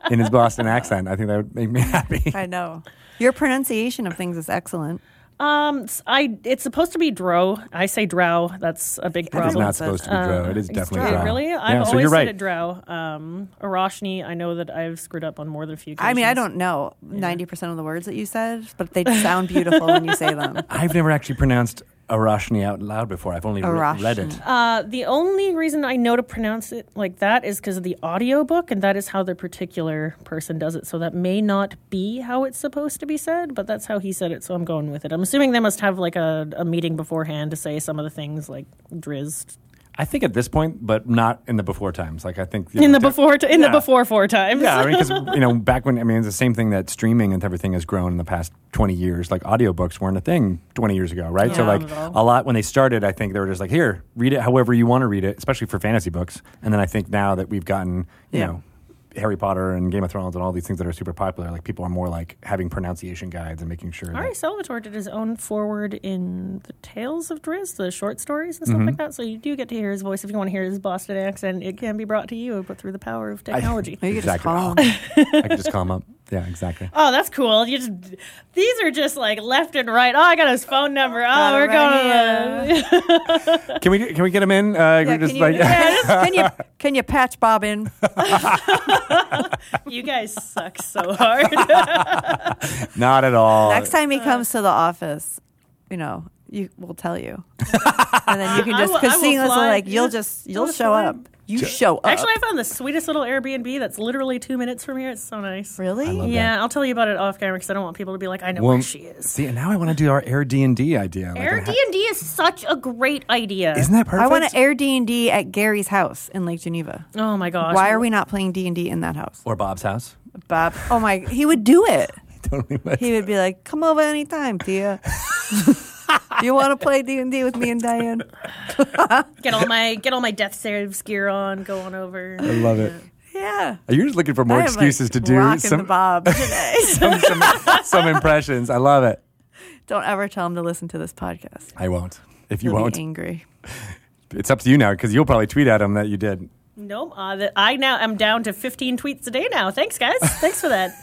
Speaker 1: in his Boston accent. I think that would make me [LAUGHS] happy.
Speaker 2: I know. Your pronunciation of things is excellent.
Speaker 3: Um, s- I it's supposed to be drow. I say drow. That's a big
Speaker 1: It's
Speaker 3: problem. uh,
Speaker 1: not supposed to be Drow. It is definitely
Speaker 2: Drow.
Speaker 1: Drow.
Speaker 3: Really, I've
Speaker 1: Yeah,
Speaker 3: always
Speaker 1: so you're right.
Speaker 3: said it drow. Um, Arashni. I know that I've screwed up on more than a few. Occasions.
Speaker 2: I mean, I don't know 90% of the words that you said, but they sound beautiful when you
Speaker 1: [LAUGHS]
Speaker 2: say them.
Speaker 1: I've never actually pronounced Arashni out loud before. I've only re- read
Speaker 2: Arashni.
Speaker 1: it.
Speaker 3: Uh, the only reason I know to pronounce it like that is because of the audiobook, and that is how the particular person does it. So that may not be how it's supposed to be said, but that's how he said it. So I'm going with it. I'm assuming they must have like a, a meeting beforehand to say some of the things like drizzt
Speaker 1: I think at this point, but not in the before times. Like I think you
Speaker 3: in
Speaker 1: know,
Speaker 3: the before t- in
Speaker 1: Yeah.
Speaker 3: the before four times. [LAUGHS]
Speaker 1: Yeah, I mean, because you know, back when I mean, it's the same thing that streaming and everything has grown in the past twenty years. Like audiobooks weren't a thing twenty years ago, right? so
Speaker 3: Yeah.
Speaker 1: like
Speaker 3: Not at
Speaker 1: a lot when they started, I think they were just like, here, read it however you want to read it, especially for fantasy books. And then I think now that we've gotten, you
Speaker 2: Yeah.
Speaker 1: know, Harry Potter and Game of Thrones and all these things that are super popular, like people are more like having pronunciation guides and making sure.
Speaker 3: Ari
Speaker 1: that-
Speaker 3: Salvatore did his own forward in the Tales of Driz, the short stories and stuff like that. So you do get to hear his voice if you want to hear his Boston accent. It can be brought to you, but through the power
Speaker 2: [LAUGHS]
Speaker 3: of technology.
Speaker 2: Or you could just
Speaker 1: Exactly. [LAUGHS]
Speaker 2: call.
Speaker 1: I can just calm up. Yeah, exactly.
Speaker 3: Oh, that's cool. You just these are just like left and right. Oh, I got his phone number. Oh,
Speaker 2: it
Speaker 3: we're
Speaker 2: right
Speaker 3: going. to
Speaker 1: Can we can we get him in? Uh,
Speaker 2: Yeah,
Speaker 1: we just
Speaker 2: can, you,
Speaker 1: like [LAUGHS]
Speaker 2: yeah, just- can you can you patch Bob in?
Speaker 3: [LAUGHS] You guys suck
Speaker 2: [LAUGHS]
Speaker 3: so hard.
Speaker 1: not at all.
Speaker 2: Next time he comes to the office, you know, you we'll
Speaker 1: [LAUGHS]
Speaker 2: tell you, and then you can
Speaker 3: I
Speaker 2: just
Speaker 3: will- I
Speaker 2: because
Speaker 3: will
Speaker 2: seeing us
Speaker 3: fly.
Speaker 2: like you'll
Speaker 3: Yeah,
Speaker 2: just
Speaker 3: I
Speaker 2: you'll
Speaker 3: will
Speaker 2: show
Speaker 3: fly.
Speaker 2: up. You show up.
Speaker 3: Actually, I found the sweetest little Airbnb that's literally two minutes from here. It's so nice.
Speaker 1: I love
Speaker 2: really?
Speaker 3: Yeah, I'll tell you about it off camera because I don't want people to be like, I know
Speaker 1: Well,
Speaker 3: where she is.
Speaker 1: See, and now I want to do our Air D and D idea. Like,
Speaker 3: Air
Speaker 1: ha-
Speaker 3: D and D is such a great idea.
Speaker 1: Isn't that perfect?
Speaker 2: I want to air D and D at Gary's house in Lake Geneva.
Speaker 3: oh my gosh!
Speaker 2: Why are we not playing D and D in that house,
Speaker 1: or Bob's house.
Speaker 2: Bob? Oh my, he would do
Speaker 1: [LAUGHS]
Speaker 2: it.
Speaker 1: Totally. would.
Speaker 2: He would be like, "Come over
Speaker 1: [LAUGHS]
Speaker 2: anytime, Thea. you want to play D and D with me and Diane?"
Speaker 3: get all my get all my death saves gear on? Go on over.
Speaker 1: I love it.
Speaker 2: Yeah.
Speaker 1: You're just looking for more
Speaker 2: I am, like,
Speaker 1: excuses to do
Speaker 2: rocking the
Speaker 1: some,
Speaker 2: Bob today.
Speaker 1: [LAUGHS] some, some some impressions. I love it.
Speaker 2: Don't ever tell him to listen to this podcast.
Speaker 1: I won't. If you
Speaker 2: He'll
Speaker 1: won't,
Speaker 2: be angry.
Speaker 1: it's up to you now because you'll probably tweet at him that you did.
Speaker 3: Nope. Uh, the, I now am down to 15 tweets a day now. Thanks, guys. Thanks
Speaker 1: [LAUGHS]
Speaker 3: for that.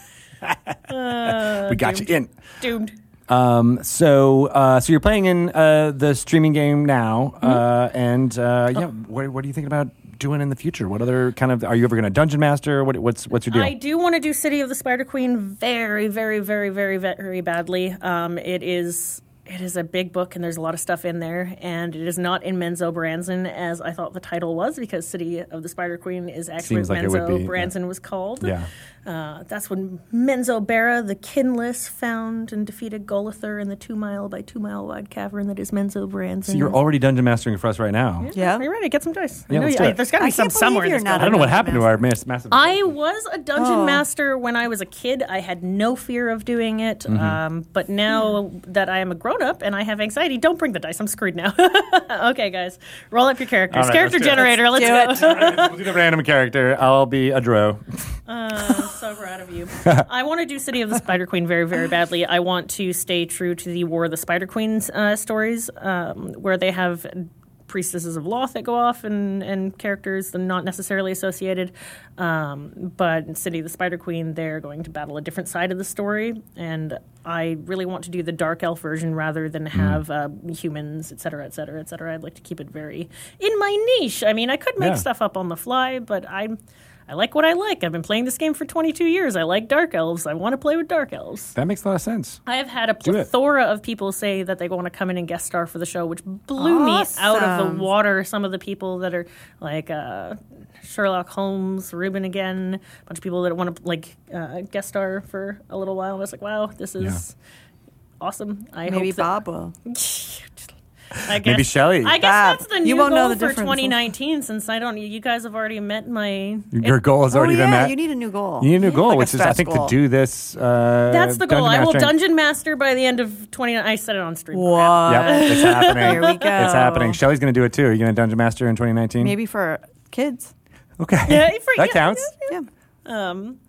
Speaker 2: Oh,
Speaker 1: we got you in.
Speaker 3: Doomed.
Speaker 1: Um, so, uh, so you're playing in uh, the streaming game now,
Speaker 2: Mm-hmm.
Speaker 1: uh, and uh,
Speaker 2: Oh.
Speaker 1: yeah, what, what are you thinking about doing in the future? What other kind of are you ever going to dungeon master? What, what's what's your deal?
Speaker 3: I do want to do City of the Spider Queen very, very, very, very, very badly. Um, it is it is a big book, and there's a lot of stuff in there, and it is not in Menzo Branson as I thought the title was, because City of the Spider Queen is actually
Speaker 1: Seems
Speaker 3: what
Speaker 1: like it would
Speaker 3: Menzo
Speaker 1: be, yeah.
Speaker 3: Branson was called.
Speaker 1: Yeah.
Speaker 3: Uh, that's when Menzo Barra, the kinless, found and defeated Golother in the two mile by two mile wide cavern that is Menzo Branson.
Speaker 1: so you're already dungeon mastering for us right now.
Speaker 2: Yeah.
Speaker 3: Are you ready? Get some dice.
Speaker 1: Yeah,
Speaker 3: I know
Speaker 1: let's
Speaker 3: you-
Speaker 1: do
Speaker 3: I-
Speaker 1: it.
Speaker 3: There's got to
Speaker 2: I
Speaker 3: be some
Speaker 2: can't believe
Speaker 3: somewhere. in
Speaker 2: you're
Speaker 3: this
Speaker 2: not
Speaker 1: I
Speaker 3: building.
Speaker 1: don't know what happened to our mass- massive.
Speaker 3: I was a dungeon
Speaker 2: Oh.
Speaker 3: master when I was a kid. I had no fear of doing it.
Speaker 1: Mm-hmm.
Speaker 3: Um, but now that I am a grown up and I have anxiety, don't bring the dice. I'm screwed now. [LAUGHS] okay, guys, roll up your characters.
Speaker 1: All right,
Speaker 3: Character
Speaker 1: let's do it.
Speaker 3: generator. Let's,
Speaker 2: do
Speaker 3: go.
Speaker 2: it.
Speaker 1: we'll do the random character. I'll be a dro.
Speaker 3: I'm so proud of you. I want to do City of the Spider Queen very, very badly. I want to stay true to the War of the Spider Queens uh, stories, um, where they have priestesses of Loth that go off and, and characters that are not necessarily associated. Um, but in City of the Spider Queen, they're going to battle a different side of the story. And I really want to do the Dark Elf version rather than have uh, humans, et cetera, et cetera, et cetera. I'd like to keep it very in my niche. I mean, I could make
Speaker 1: Yeah.
Speaker 3: stuff up on the fly, but I'm. I like what I like. I've been playing this game for 22 years. I like dark elves. I want to play with dark elves.
Speaker 1: That makes a lot of sense.
Speaker 3: I have had a
Speaker 1: it.
Speaker 3: plethora of people say that they want to come in and guest star for the show, which blew me out of
Speaker 2: Awesome.
Speaker 3: the water. Some of the people that are like uh, Sherlock Holmes, Ruben again, a bunch of people that want to like uh, guest star for a little while. I was like, wow, this is awesome. I
Speaker 2: Maybe
Speaker 3: hope that-
Speaker 2: Bob will.
Speaker 3: I guess,
Speaker 1: Maybe Shelley.
Speaker 3: I guess
Speaker 2: Bob,
Speaker 3: that's the
Speaker 2: you
Speaker 3: new
Speaker 2: won't know
Speaker 3: goal
Speaker 2: the
Speaker 3: for
Speaker 2: difference.
Speaker 3: 2019. Since I don't, you guys have already met my
Speaker 1: Your goal has already
Speaker 2: oh, yeah,
Speaker 1: been met.
Speaker 2: you need a new goal.
Speaker 1: You need a new goal,
Speaker 2: Like a
Speaker 1: which is I
Speaker 2: stretch
Speaker 1: think
Speaker 2: goal.
Speaker 1: to do this. Uh,
Speaker 3: That's the goal. I will
Speaker 1: mastering.
Speaker 3: dungeon master by the end of 29. I said it on stream.
Speaker 2: What?
Speaker 1: Yep,
Speaker 3: [LAUGHS]
Speaker 1: it's happening.
Speaker 2: Here we go.
Speaker 1: It's happening. Shelly's going to do it too. Are you going to dungeon master in 2019?
Speaker 2: Maybe for kids.
Speaker 1: Okay.
Speaker 3: Yeah, for-
Speaker 1: that
Speaker 3: yeah,
Speaker 1: counts.
Speaker 2: Yeah.
Speaker 3: Um,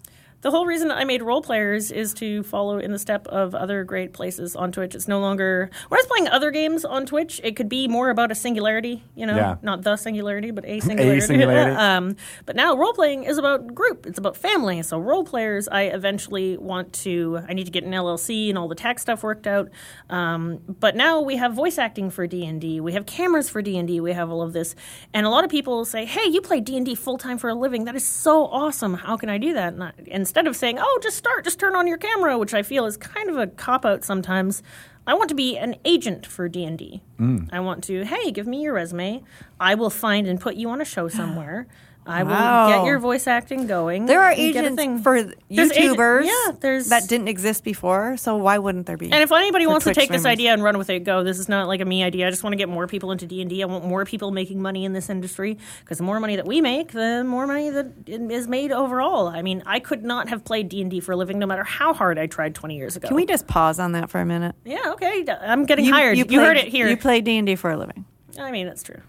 Speaker 3: the whole reason I made role players is to follow in the step of other great places on Twitch. It's no longer when I was playing other games on Twitch, it could be more about a singularity, you know,
Speaker 1: Yeah.
Speaker 3: not the singularity, but a singularity.
Speaker 1: singularity.
Speaker 3: [LAUGHS] um, but now role playing is about group. It's about family. So role players, I eventually want to. I need to get an LLC and all the tax stuff worked out. Um, but now we have voice acting for D and D. We have cameras for D and D. We have all of this, and a lot of people say, "Hey, you play D and D full time for a living. That is so awesome. How can I do that?" And I, instead of saying, "Oh, just start, just turn on your camera," which I feel is kind of a cop out sometimes. I want to be an agent for D and D. I want to, hey, give me your resume. I will find and put you on
Speaker 2: [GASPS]
Speaker 3: a show somewhere. I will
Speaker 2: Wow.
Speaker 3: get your voice acting going.
Speaker 2: There are
Speaker 3: and get a
Speaker 2: agents
Speaker 3: thing.
Speaker 2: for
Speaker 3: There's agent-
Speaker 2: YouTubers
Speaker 3: yeah, there's
Speaker 2: that didn't exist before, so why wouldn't there be?
Speaker 3: And if anybody
Speaker 2: for
Speaker 3: wants to
Speaker 2: Twitch
Speaker 3: take this
Speaker 2: streamers.
Speaker 3: idea and run with it, go. This is not like a me idea. I just want to get more people into D and I want more people making money in this industry because the more money that we make, the more money that is made overall. I mean, I could not have played D and D for a living, no matter how hard I tried 20 years ago.
Speaker 2: Can we just pause on that for a minute?
Speaker 3: Yeah. Okay. I'm getting hired. You, heard
Speaker 2: played-
Speaker 3: it here.
Speaker 2: You play D and D for a living.
Speaker 3: I mean, that's true.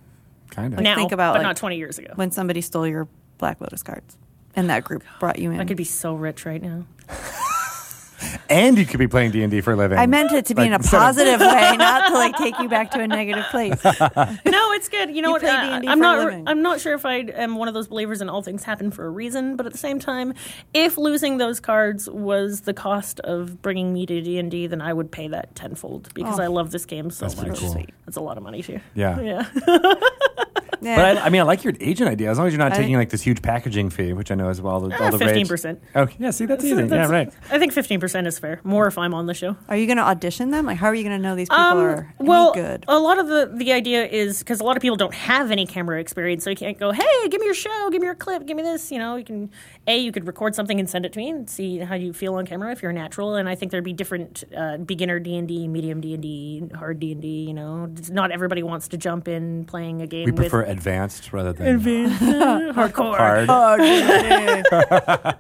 Speaker 1: Kind of.
Speaker 3: now,
Speaker 2: think about,
Speaker 3: but
Speaker 2: like-
Speaker 3: not 20 years ago.
Speaker 2: When somebody stole your Black Lotus cards, and that group brought you in.
Speaker 3: I could be so rich right now.
Speaker 1: and you could be playing D and D for a living.
Speaker 2: I meant it to be in a
Speaker 1: Like, instead of-
Speaker 2: positive way, not to like take you back to a negative
Speaker 1: [LAUGHS]
Speaker 2: place.
Speaker 3: [LAUGHS] No, it's good. You know
Speaker 2: You
Speaker 3: what?
Speaker 2: play
Speaker 3: uh,
Speaker 2: D&D
Speaker 3: I'm
Speaker 2: for a
Speaker 3: not.
Speaker 2: living.
Speaker 3: I'm not sure if I am one of those believers in all things happen for a reason. But at the same time, if losing those cards was the cost of bringing me to D and D, then I would pay that tenfold because I love this game so
Speaker 1: pretty
Speaker 3: much.
Speaker 1: cool.
Speaker 3: That's a lot of money too.
Speaker 1: Yeah.
Speaker 3: [LAUGHS] Yeah.
Speaker 2: Yeah.
Speaker 1: But I, I mean, I like your agent idea. As long as you're not
Speaker 2: I-
Speaker 1: taking like this huge packaging fee, which I know is all the all
Speaker 3: Ah,
Speaker 1: the rage.
Speaker 3: 15%.
Speaker 1: Okay, yeah. See,
Speaker 3: [LAUGHS]
Speaker 1: that's easy. yeah, right.
Speaker 3: I think 15% is fair. More if I'm on the show.
Speaker 2: are you going to audition them? Like, how are you going to know these people are any
Speaker 3: Um, well, uh,
Speaker 2: good? [LAUGHS]
Speaker 3: a lot of the, the idea is because a lot of people don't have any camera experience, so you can't go, hey, give me your show, give me your clip, give me this. You know, you can, A, you could record something and send it to me and see how you feel on camera if you're natural. And I think there'd be different uh, beginner D&D, medium D&D, hard D&D, you know. It's- Not everybody wants to jump in playing a game
Speaker 1: We
Speaker 3: with
Speaker 1: prefer advanced rather than
Speaker 3: [LAUGHS] hardcore.
Speaker 1: hard.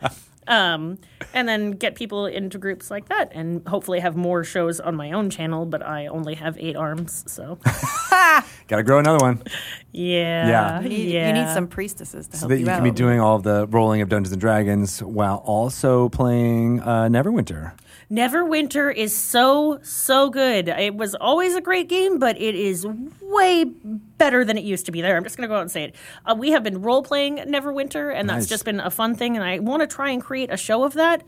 Speaker 2: Oh,
Speaker 3: um, and then get people into groups like that, and hopefully have more shows on my own channel. But I only have eight arms, so [LAUGHS]
Speaker 1: Got to grow another one Yeah.
Speaker 3: yeah, [LAUGHS]
Speaker 2: you, need, you
Speaker 3: yeah.
Speaker 2: need some priestesses to
Speaker 1: so
Speaker 2: help
Speaker 1: that
Speaker 2: you,
Speaker 1: you
Speaker 2: out.
Speaker 1: can be doing all of the rolling of Dungeons and Dragons while also playing uh, Neverwinter.
Speaker 3: Neverwinter is so so good. It was always a great game, but it is way better than it used to be. There, I'm just gonna go out and say it. Uh, we have been role playing Neverwinter, and that's
Speaker 1: Nice.
Speaker 3: just been a fun thing. And I want to try and create a show of that.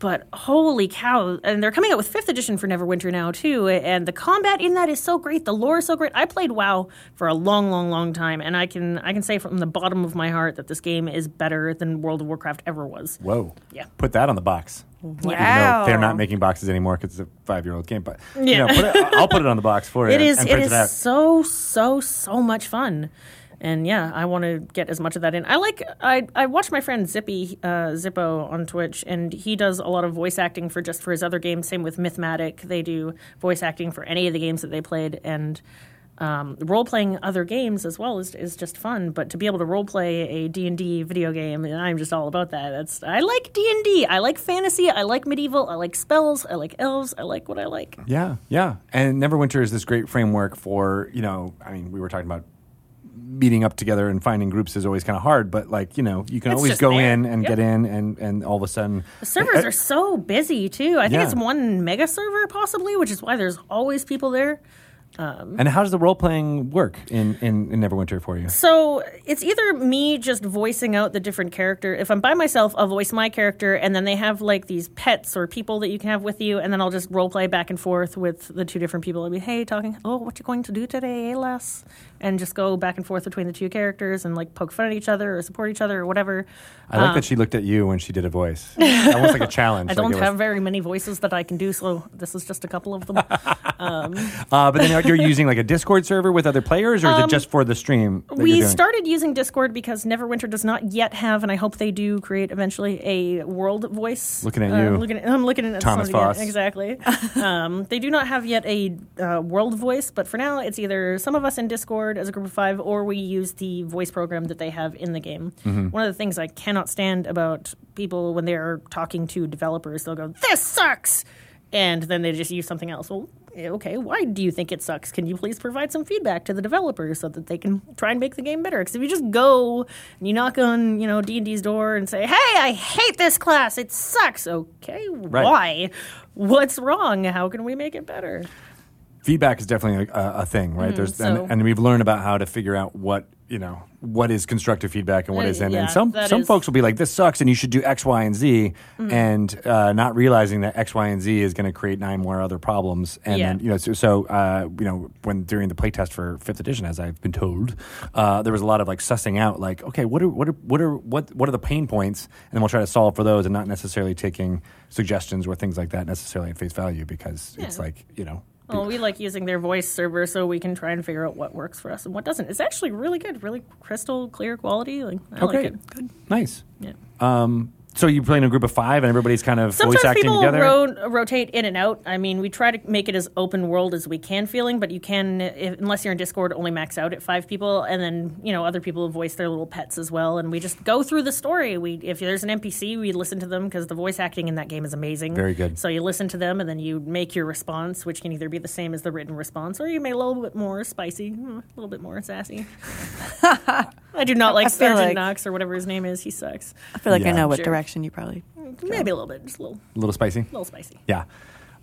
Speaker 3: But holy cow! And they're coming out with fifth edition for Neverwinter now too. And the combat in that is so great. The lore is so great. I played WoW for a long, long, long time, and I can I can say from the bottom of my heart that this game is better than World of Warcraft ever was.
Speaker 1: Whoa.
Speaker 3: Yeah.
Speaker 1: Put that on the box. Even
Speaker 2: Wow.
Speaker 1: though they're not making boxes anymore because it's a five-year-old game, but you
Speaker 3: Yeah.
Speaker 1: know, put it, I'll put it on the box for you.
Speaker 3: [LAUGHS] It is.
Speaker 1: And
Speaker 3: It
Speaker 1: print
Speaker 3: is
Speaker 1: it out.
Speaker 3: so so so much fun, and yeah, I want to get as much of that in. I like. I I watch my friend Zippy uh, Zippo on Twitch, and he does a lot of voice acting for just for his other games. Same with Mythmatic, they do voice acting for any of the games that they played, and. Um, role playing other games as well is, is just fun, but to be able to role play a D and D video game, and I'm just all about that. That's I like D and D. I like fantasy. I like medieval. I like spells. I like elves. I like what I like.
Speaker 1: Yeah, yeah. And Neverwinter is this great framework for, you know, I mean, we were talking about meeting up together and finding groups is always kind of hard, but like, you know, you can
Speaker 3: It's
Speaker 1: always
Speaker 3: just
Speaker 1: go
Speaker 3: there.
Speaker 1: in and
Speaker 3: Yeah.
Speaker 1: get in and, and all of a sudden.
Speaker 3: The servers are so busy too. I think
Speaker 1: Yeah.
Speaker 3: it's one mega server possibly, which is why there's always people there.
Speaker 1: And how does the role playing work in, in, in Neverwinter for you?
Speaker 3: So it's either me just voicing out the different character. If I'm by myself, I'll voice my character, and then they have like these pets or people that you can have with you, and then I'll just role play back and forth with the two different people. I'll be hey, talking, oh, what you going to do today, eh, lass? And just go back and forth between the two characters and like poke fun at each other or support each other or whatever.
Speaker 1: I like that she looked at you when she did a voice. Almost like a challenge. like
Speaker 3: Um. [LAUGHS] I
Speaker 1: it
Speaker 3: don't
Speaker 1: was-
Speaker 3: have very many voices that I can do, so this is just a couple of them.
Speaker 1: Uh, but then are- you're using like a Discord server with other players, or is it just for the stream? that you're
Speaker 3: Um, we
Speaker 1: doing?
Speaker 3: started using Discord because Neverwinter does not yet have, and I hope they do create eventually a world voice.
Speaker 1: Looking at
Speaker 3: Uh,
Speaker 1: you.
Speaker 3: looking at, I'm looking at
Speaker 1: Thomas
Speaker 3: somebody, yeah,
Speaker 1: Foss.
Speaker 3: exactly. um, they do not have yet a uh, world voice, but for now, it's either some of us in Discord as a group of five, or we use the voice program that they have in the game. One of the things I cannot stand about people when they're talking to developers, they'll go, "This sucks," and then they just use something else. Well. eh, Okay, why do you think it sucks? Can you please provide some feedback to the developers so that they can try and make the game better? Because if you just go and you knock on, you know, D and D's door and say, "Hey, I hate this class. It sucks." Okay, why? What's wrong? How can we make it better?
Speaker 1: feedback is definitely a, a thing, right? There's
Speaker 3: Mm-hmm. so-
Speaker 1: and, and we've learned about how to figure out what you know what is constructive feedback and what
Speaker 3: Uh,
Speaker 1: isn't.
Speaker 3: yeah,
Speaker 1: and some
Speaker 3: that
Speaker 1: some
Speaker 3: is- Mm-hmm.
Speaker 1: folks will be like, "This sucks," and you should do X, Y, and Z, and uh, not realizing that X, Y, and Z is going to create nine more other problems. And
Speaker 3: Yeah.
Speaker 1: then you know, so, so uh, you know, when during the playtest for fifth edition, as I've been told, uh, there was a lot of like sussing out, like, okay, what are what are what are what what are the pain points, and then we'll try to solve for those, and not necessarily taking suggestions or things like that necessarily at face value because it's like you know.
Speaker 3: Well, Oh, we like using their voice server so we can try and figure out what works for us and what doesn't. It's actually really good, really crystal clear quality. Like
Speaker 1: Oh,
Speaker 3: I like it.
Speaker 1: Good. Nice.
Speaker 3: Oh, Yeah.
Speaker 1: Um, so you play in a group of five, and everybody's kind of voice
Speaker 3: Sometimes
Speaker 1: acting
Speaker 3: people
Speaker 1: together.
Speaker 3: ro- rotate in and out. I mean, we try to make it as open world as we can feeling, but you can, if, unless you're in Discord, only max out at five people, and then you know other people voice their little pets as well, and we just go through the story. We, if there's an NPC, we listen to them because the voice acting in that game is amazing.
Speaker 1: Very good.
Speaker 3: So you listen to them, and then you make your response, which can either be the same as
Speaker 1: [LAUGHS]
Speaker 3: hmm, the written response, or you make it a little bit more spicy, a little bit more sassy. I I do not like
Speaker 2: I feel
Speaker 3: Sergeant
Speaker 2: like-
Speaker 3: Knox or whatever his name is. He sucks.
Speaker 2: I feel like I
Speaker 1: Yeah.
Speaker 2: know what
Speaker 3: Sure.
Speaker 2: direction you probably.
Speaker 3: [LAUGHS] Maybe a little bit, just a little,
Speaker 1: A little spicy.
Speaker 3: little spicy.
Speaker 1: Yeah.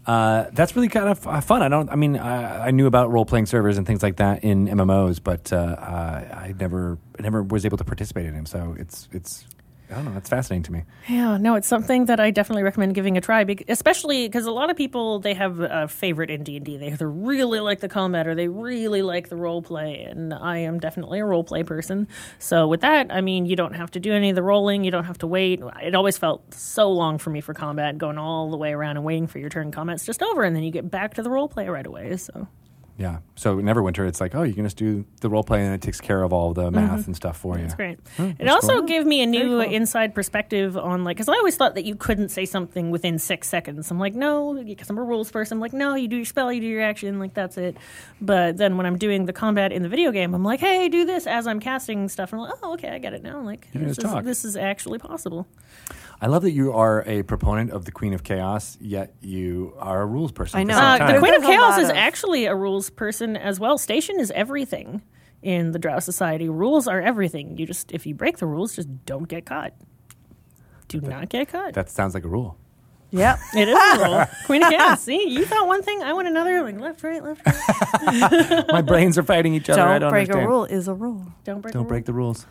Speaker 1: Uh, that's really kind of uh, fun. I don't. I mean, I, I knew about role playing servers and things like that in MMOs, but uh, I I never, I never was able to participate in them. So it's, it's, I don't know. It's fascinating to me.
Speaker 3: Yeah, no, it's something that I definitely recommend giving a try, bec- especially because a lot of people they have a favorite in D and D. They either really like the combat or they really like the role play, and I am definitely a role play person. So with that, I mean, you don't have to do any of the rolling, you don't have to wait. It always felt so long for me for combat, going all the way around and waiting for your turn. Combat's just over, and then you get back to the role play right away. So
Speaker 1: Yeah. So in Everwinter, it's like, oh, you can just do the role play, and it takes care of all the math and stuff for you.
Speaker 3: Mm-hmm. That's great. it also gave me a new inside perspective on like because I always thought that you couldn't say something within six seconds. I'm like, no, because I'm a rules person. I'm like, no, you do your spell, you do your action, like that's it. But then when I'm doing the combat in the video game, I'm like, hey, do this as I'm casting stuff, and I'm like, oh, okay, I get it now. I'm like,
Speaker 1: You can
Speaker 3: this
Speaker 1: just
Speaker 3: is,
Speaker 1: talk.
Speaker 3: this is actually possible.
Speaker 1: I love that you are a proponent of the Queen of Chaos, yet you are a rules person.
Speaker 2: I
Speaker 1: at
Speaker 2: know.
Speaker 1: the same
Speaker 3: Uh,
Speaker 1: time.
Speaker 3: the Queen of
Speaker 2: There's a
Speaker 3: Chaos
Speaker 2: lot
Speaker 3: is
Speaker 2: of-
Speaker 3: actually a rules person as well. Station is everything in the Drow Society. Rules are everything. You just if you break the rules, just don't get caught. Do not get caught.
Speaker 1: that sounds like a rule.
Speaker 2: [LAUGHS] Yep.
Speaker 3: It is a rule. Queen of Chaos. [LAUGHS] See, you thought one thing, I want another. Like left, right, left, [LAUGHS] right.
Speaker 1: My brains are fighting each other. I
Speaker 2: don't
Speaker 1: don't
Speaker 2: break
Speaker 1: understand.
Speaker 2: a rule is a rule.
Speaker 3: Don't break. a
Speaker 1: Don't
Speaker 3: rule.
Speaker 1: break the rules.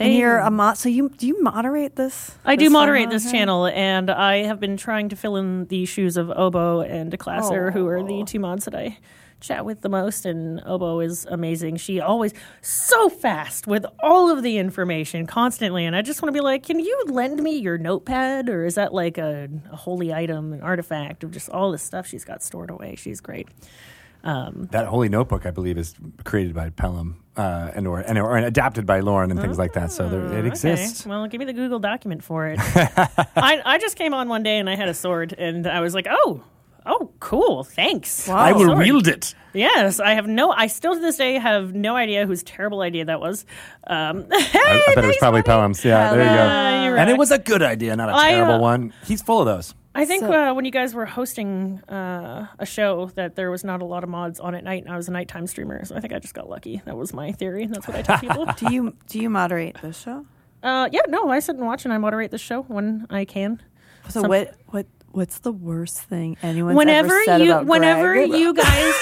Speaker 2: And
Speaker 3: They-
Speaker 2: you're a mod. So you do you moderate this? this
Speaker 3: I
Speaker 2: Uh-huh.
Speaker 3: do
Speaker 2: one
Speaker 3: moderate
Speaker 2: on
Speaker 3: this
Speaker 2: here?
Speaker 3: channel, and I have been trying to fill in the shoes of Oboe and Declasser, who are the two mods that I chat with the most. And Oboe is amazing. She always so fast with all of the information constantly, and I just want to be like, can you lend me your notepad, or is that like a, a holy item, an artifact of just all this stuff she's got stored away? She's great.
Speaker 1: That holy notebook, I believe, is created by Pelham uh, and or and, or adapted by Lauren and things like that. So there, it
Speaker 3: Ah, Okay.
Speaker 1: exists.
Speaker 3: Well, give me the Google document for
Speaker 1: [LAUGHS]
Speaker 3: it. I, I just came on one day and I had a sword and I was like, oh, oh, cool, thanks.
Speaker 2: Wow. I will
Speaker 3: Sword.
Speaker 1: it.
Speaker 3: Yes, I have no. I still to this day have no idea whose terrible idea that was. Um, [LAUGHS]
Speaker 1: I, I bet it was probably Pelham's. Yeah, there you
Speaker 3: Ah,
Speaker 1: go.
Speaker 3: you're
Speaker 1: And it
Speaker 3: right.
Speaker 1: was a good idea, not a
Speaker 3: I, uh,
Speaker 1: terrible one. He's full of those.
Speaker 3: I think
Speaker 2: So-
Speaker 3: uh, when you guys were hosting uh, a show, that there was not a lot of mods on at night, and I was a nighttime streamer, so I think I just got lucky. That was my theory. and That's what I
Speaker 1: [LAUGHS]
Speaker 3: tell people.
Speaker 2: Do you do you moderate this show?
Speaker 3: uh, yeah, no, I sit and watch, and I moderate the show when I can.
Speaker 2: So
Speaker 3: Some-
Speaker 2: what what what's the worst thing anyone's
Speaker 3: whenever
Speaker 2: ever said
Speaker 3: you
Speaker 2: about
Speaker 3: whenever
Speaker 2: Greg?
Speaker 3: you
Speaker 2: [LAUGHS]
Speaker 3: guys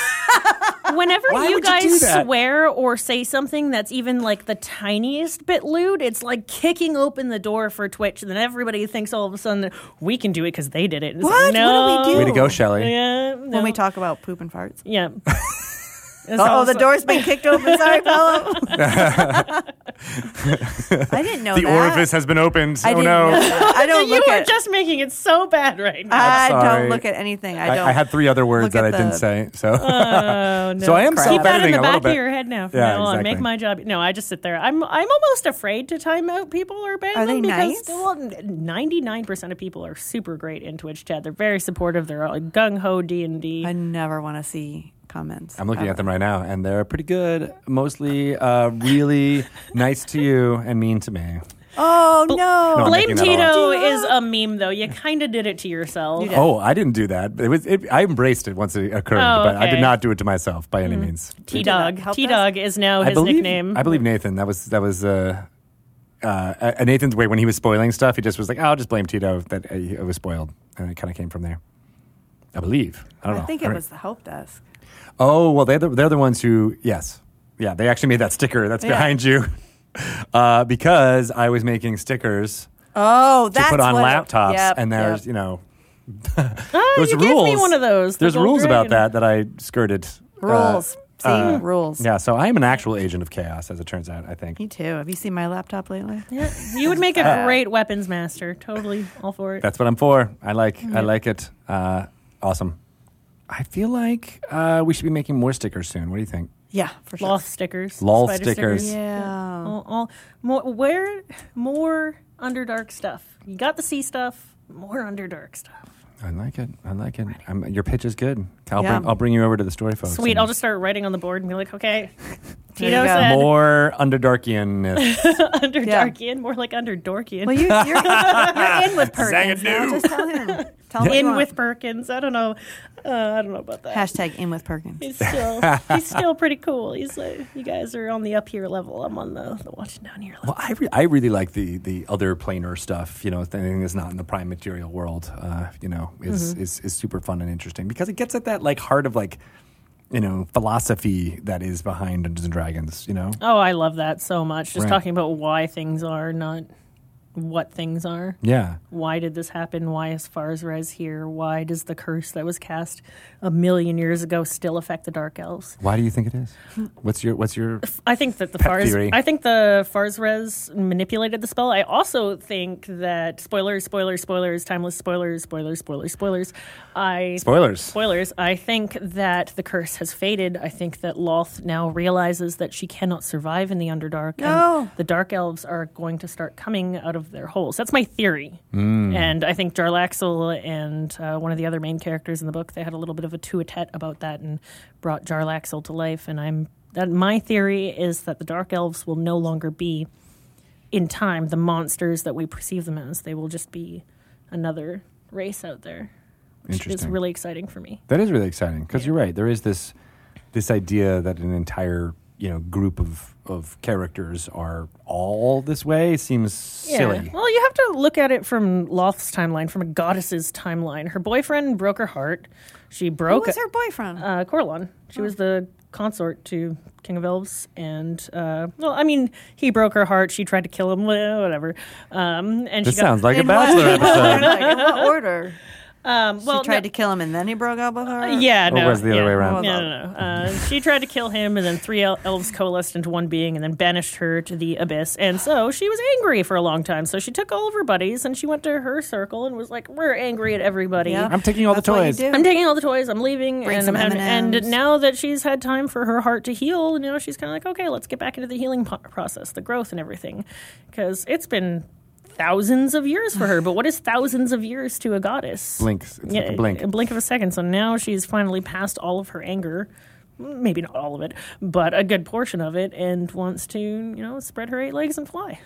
Speaker 3: whenever
Speaker 1: Why
Speaker 3: you
Speaker 1: would you
Speaker 3: guys
Speaker 1: do that?
Speaker 3: swear or say something that's even like the tiniest bit lewd it's like kicking open the door for twitch and then everybody thinks all of a sudden we can do it because they did it It's like,
Speaker 2: What? What do
Speaker 3: no.
Speaker 2: we do?
Speaker 1: Way to go, Shelley.
Speaker 3: yeah, no.
Speaker 2: when we talk about poop and farts.
Speaker 1: [LAUGHS]
Speaker 3: yeah
Speaker 2: Oh, the door's been kicked open. Sorry, fellow. [LAUGHS] I didn't know that.
Speaker 1: has been opened. Oh,
Speaker 2: I didn't know that. [LAUGHS] I don't
Speaker 3: [LAUGHS] you
Speaker 2: look
Speaker 3: are
Speaker 2: at.
Speaker 3: just making it so bad right now
Speaker 2: I
Speaker 1: sorry.
Speaker 2: don't look at anything. I
Speaker 1: I,
Speaker 2: don't.
Speaker 1: I had three other words
Speaker 2: Look
Speaker 1: that I
Speaker 2: at
Speaker 1: didn't
Speaker 2: the-
Speaker 1: say. So,
Speaker 3: Oh, no.
Speaker 1: [LAUGHS] so I am
Speaker 2: Crap.
Speaker 1: self
Speaker 2: Keep
Speaker 3: Keep that in
Speaker 1: editing a
Speaker 3: the
Speaker 1: little
Speaker 3: back of
Speaker 1: bit.
Speaker 3: your head now. From
Speaker 1: Yeah,
Speaker 3: now on.
Speaker 1: exactly.
Speaker 3: Make my job. No, I just sit there. I'm I'm almost afraid to time out people or ban
Speaker 2: Are
Speaker 3: them
Speaker 2: they
Speaker 3: because
Speaker 2: nice?
Speaker 3: ninety nine percent of people are super great in Twitch chat. They're very supportive. They're all gung ho D and
Speaker 2: I
Speaker 3: D.
Speaker 2: never want to see comments.
Speaker 1: I'm looking
Speaker 2: ever.
Speaker 1: at them right now, and they're pretty good. Mostly
Speaker 3: [LAUGHS]
Speaker 1: uh, really nice to you and mean to me.
Speaker 2: Oh no!
Speaker 1: I'm
Speaker 3: Blame
Speaker 1: making that all
Speaker 3: Tito
Speaker 2: up.
Speaker 3: is a meme though. You kind of did it to yourself.
Speaker 1: Oh, I didn't do that. It was. It, I embraced it once it occurred,
Speaker 3: Oh,
Speaker 1: but I
Speaker 3: okay.
Speaker 1: did not do it to myself by any
Speaker 2: Hmm.
Speaker 1: means.
Speaker 3: T
Speaker 2: Did that
Speaker 3: Dog.
Speaker 2: help
Speaker 3: T Dog is now
Speaker 1: I
Speaker 3: his
Speaker 1: believe.
Speaker 3: nickname.
Speaker 1: I believe Nathan. That was that was. Uh, uh, uh, Nathan's way when he was spoiling stuff, he just was like, "Oh, "I'll just blame Tito that uh, it was spoiled," and it kind of came from there. I believe. I don't
Speaker 2: I
Speaker 1: know.
Speaker 2: think
Speaker 1: I
Speaker 2: it
Speaker 1: don't-
Speaker 2: was the help desk.
Speaker 1: Oh well, they're the, they're the ones who yes, yeah. They actually made that sticker that's behind you [LAUGHS] uh, because I was making stickers
Speaker 2: Oh,
Speaker 1: to
Speaker 2: that's
Speaker 1: put on
Speaker 2: what it-
Speaker 1: laptops,
Speaker 2: yep,
Speaker 1: and there's
Speaker 2: yep.
Speaker 1: you know
Speaker 3: Oh,
Speaker 1: there's
Speaker 3: you
Speaker 1: rules.
Speaker 3: gave me one of those. the
Speaker 1: there's
Speaker 3: gold
Speaker 1: rules about that
Speaker 3: dragon.
Speaker 1: that I skirted. uh,
Speaker 2: rules. See,
Speaker 1: uh,
Speaker 2: rules.
Speaker 1: Yeah, so I am an actual agent of chaos, as it turns out. I think.
Speaker 2: Me too. Have you seen my laptop lately?
Speaker 3: Yeah, you would
Speaker 1: [LAUGHS]
Speaker 3: make a great weapons master. Totally all for it.
Speaker 1: That's what I'm for. I like I like it. Uh, awesome. I feel like uh, we should be making more stickers soon. What do you think?
Speaker 2: Yeah, for sure.
Speaker 3: Loth stickers.
Speaker 1: Loth
Speaker 3: spider
Speaker 1: stickers.
Speaker 2: Yeah. Oh.
Speaker 3: All, all- more, Uh-huh. where more underdark stuff. You got the sea stuff. More underdark stuff.
Speaker 1: I like it. I like it. I'm, your pitch is good. I'll,
Speaker 2: Yeah.
Speaker 1: bring, I'll bring you over to the story, folks.
Speaker 3: Sweet.
Speaker 1: and-
Speaker 3: [LAUGHS] I'll just start writing on the board and be like, okay,
Speaker 2: There you
Speaker 3: Tito
Speaker 2: go.
Speaker 3: said
Speaker 1: More Underdarkian.
Speaker 3: [LAUGHS] under
Speaker 2: Yeah.
Speaker 3: Darkian, more like under Dorkian.
Speaker 2: Well, you, you're, [LAUGHS]
Speaker 3: [LAUGHS]
Speaker 2: you're in with Perkins. Now.
Speaker 1: Zagadou.
Speaker 2: Just tell him. Tell him what you
Speaker 3: in
Speaker 2: want.
Speaker 3: with Perkins. I don't know. Uh, I don't know about that.
Speaker 2: Hashtag in with Perkins.
Speaker 3: He's still he's still pretty cool. He's like you guys are on the up here level. I'm on the, the watching down here
Speaker 1: Well,
Speaker 3: level.
Speaker 1: I, re- I really like the the other planar stuff. You know, anything that's not in the prime material world. Uh, you know, is, is is super fun and interesting because it gets at that like heart of like, you know, philosophy that is behind Dungeons and Dragons. You know,
Speaker 3: Oh, I love that so much. Just
Speaker 1: Right.
Speaker 3: talking about why things are, not what things are.
Speaker 1: yeah,
Speaker 3: Why did this happen? Why is Farzrez here? Why does the curse that was cast a million years ago still affect the Dark Elves?
Speaker 1: Why do you think it is? What's your what's your
Speaker 3: I think that the
Speaker 1: Pet
Speaker 3: Farz,
Speaker 1: theory.
Speaker 3: I think the Farzrez manipulated the spell. I also think that spoilers, spoilers, spoilers, timeless spoilers, spoilers, spoilers, spoilers. I
Speaker 1: spoilers?
Speaker 3: Spoilers. I think that the curse has faded. I think that Loth now realizes that she cannot survive in the Underdark.
Speaker 2: No.
Speaker 3: And the Dark Elves are going to start coming out of their holes. That's my theory. And I think Jarlaxle and uh, one of the other main characters in the book, they had a little bit of a tete about that and brought Jarlaxle to life. And I'm that my theory is that the Dark Elves will no longer be in time the monsters that we perceive them as. They will just be another race out there. Which is
Speaker 1: Interesting.
Speaker 3: really exciting for me.
Speaker 1: That is really exciting because you're right. There is this this idea that an entire you know group of of characters are all this way seems silly.
Speaker 3: Well, you have to look at it from Loth's timeline, from a goddess's timeline. Her boyfriend broke her heart. She
Speaker 2: Who
Speaker 3: broke
Speaker 2: was her boyfriend?
Speaker 3: uh, Corlon. She was the consort to King of Elves, and uh, well, I mean, he broke her heart. She tried to kill him. [LAUGHS] Well, whatever. Um, and
Speaker 1: This
Speaker 3: she got,
Speaker 1: sounds like a
Speaker 2: In what-
Speaker 3: [LAUGHS]
Speaker 1: bachelor episode.
Speaker 2: like, in what order? Uh,
Speaker 3: um, well,
Speaker 2: she tried
Speaker 3: no-
Speaker 2: to kill him and then he broke up with her?
Speaker 3: Yeah,
Speaker 1: Or
Speaker 3: no,
Speaker 1: was it the other
Speaker 3: yeah.
Speaker 1: way around?
Speaker 3: No, no, no.
Speaker 1: [LAUGHS]
Speaker 3: Uh, she tried to kill him, and then three el- elves coalesced into one being, and then banished her to the abyss. And so she was angry for a long time. So she took all of her buddies, and she went to her circle and was like, "We're angry at everybody.
Speaker 2: Yeah.
Speaker 1: I'm taking all the
Speaker 2: That's what you
Speaker 1: toys.
Speaker 2: do.
Speaker 3: I'm taking all the toys. I'm leaving,
Speaker 2: Bring
Speaker 3: and
Speaker 2: some
Speaker 3: I'm having, and
Speaker 2: M&Ms.
Speaker 3: now that she's had time for her heart to heal, you know, she's kind of like, okay, let's get back into the healing po- process, the growth, and everything, because it's been thousands of years for her. But what is thousands of years to a goddess?
Speaker 1: Blinks. It's like a blink.
Speaker 3: a blink of a second. So now she's finally passed all of her anger, maybe not all of it, but a good portion of it, and wants to, you know, spread her eight legs and fly.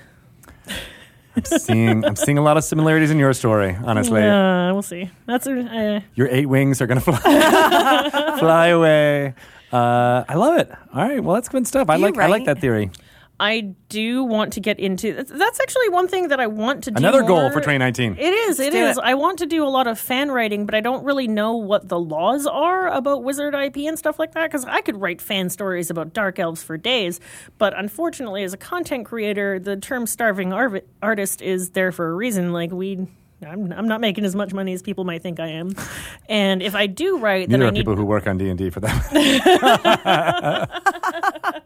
Speaker 1: seeing, I'm seeing a lot of similarities in your story, honestly.
Speaker 3: Uh, we'll see. That's a, uh,
Speaker 1: Your eight wings are going to
Speaker 3: [LAUGHS]
Speaker 1: fly, fly away. Uh, I love it. All right. Well, that's good stuff. I
Speaker 2: You
Speaker 1: like I like
Speaker 2: right?
Speaker 1: that theory.
Speaker 3: I do want to get into. that's- That's actually one thing that I want to do.
Speaker 1: Another goal
Speaker 3: more.
Speaker 1: for 2019.
Speaker 3: It is. It
Speaker 2: do
Speaker 3: is.
Speaker 2: it.
Speaker 3: I want to do a lot of fan writing, but I don't really know what the laws are about wizard IP and stuff like that. Because I could write fan stories about dark elves for days, but unfortunately, as a content creator, the term "starving arv- artist" is there for a reason. Like we. I'm, I'm not making as much money as people might think I am, and if I do write, then
Speaker 1: Neither
Speaker 3: I
Speaker 1: are
Speaker 3: need
Speaker 1: people who work on D and D for that.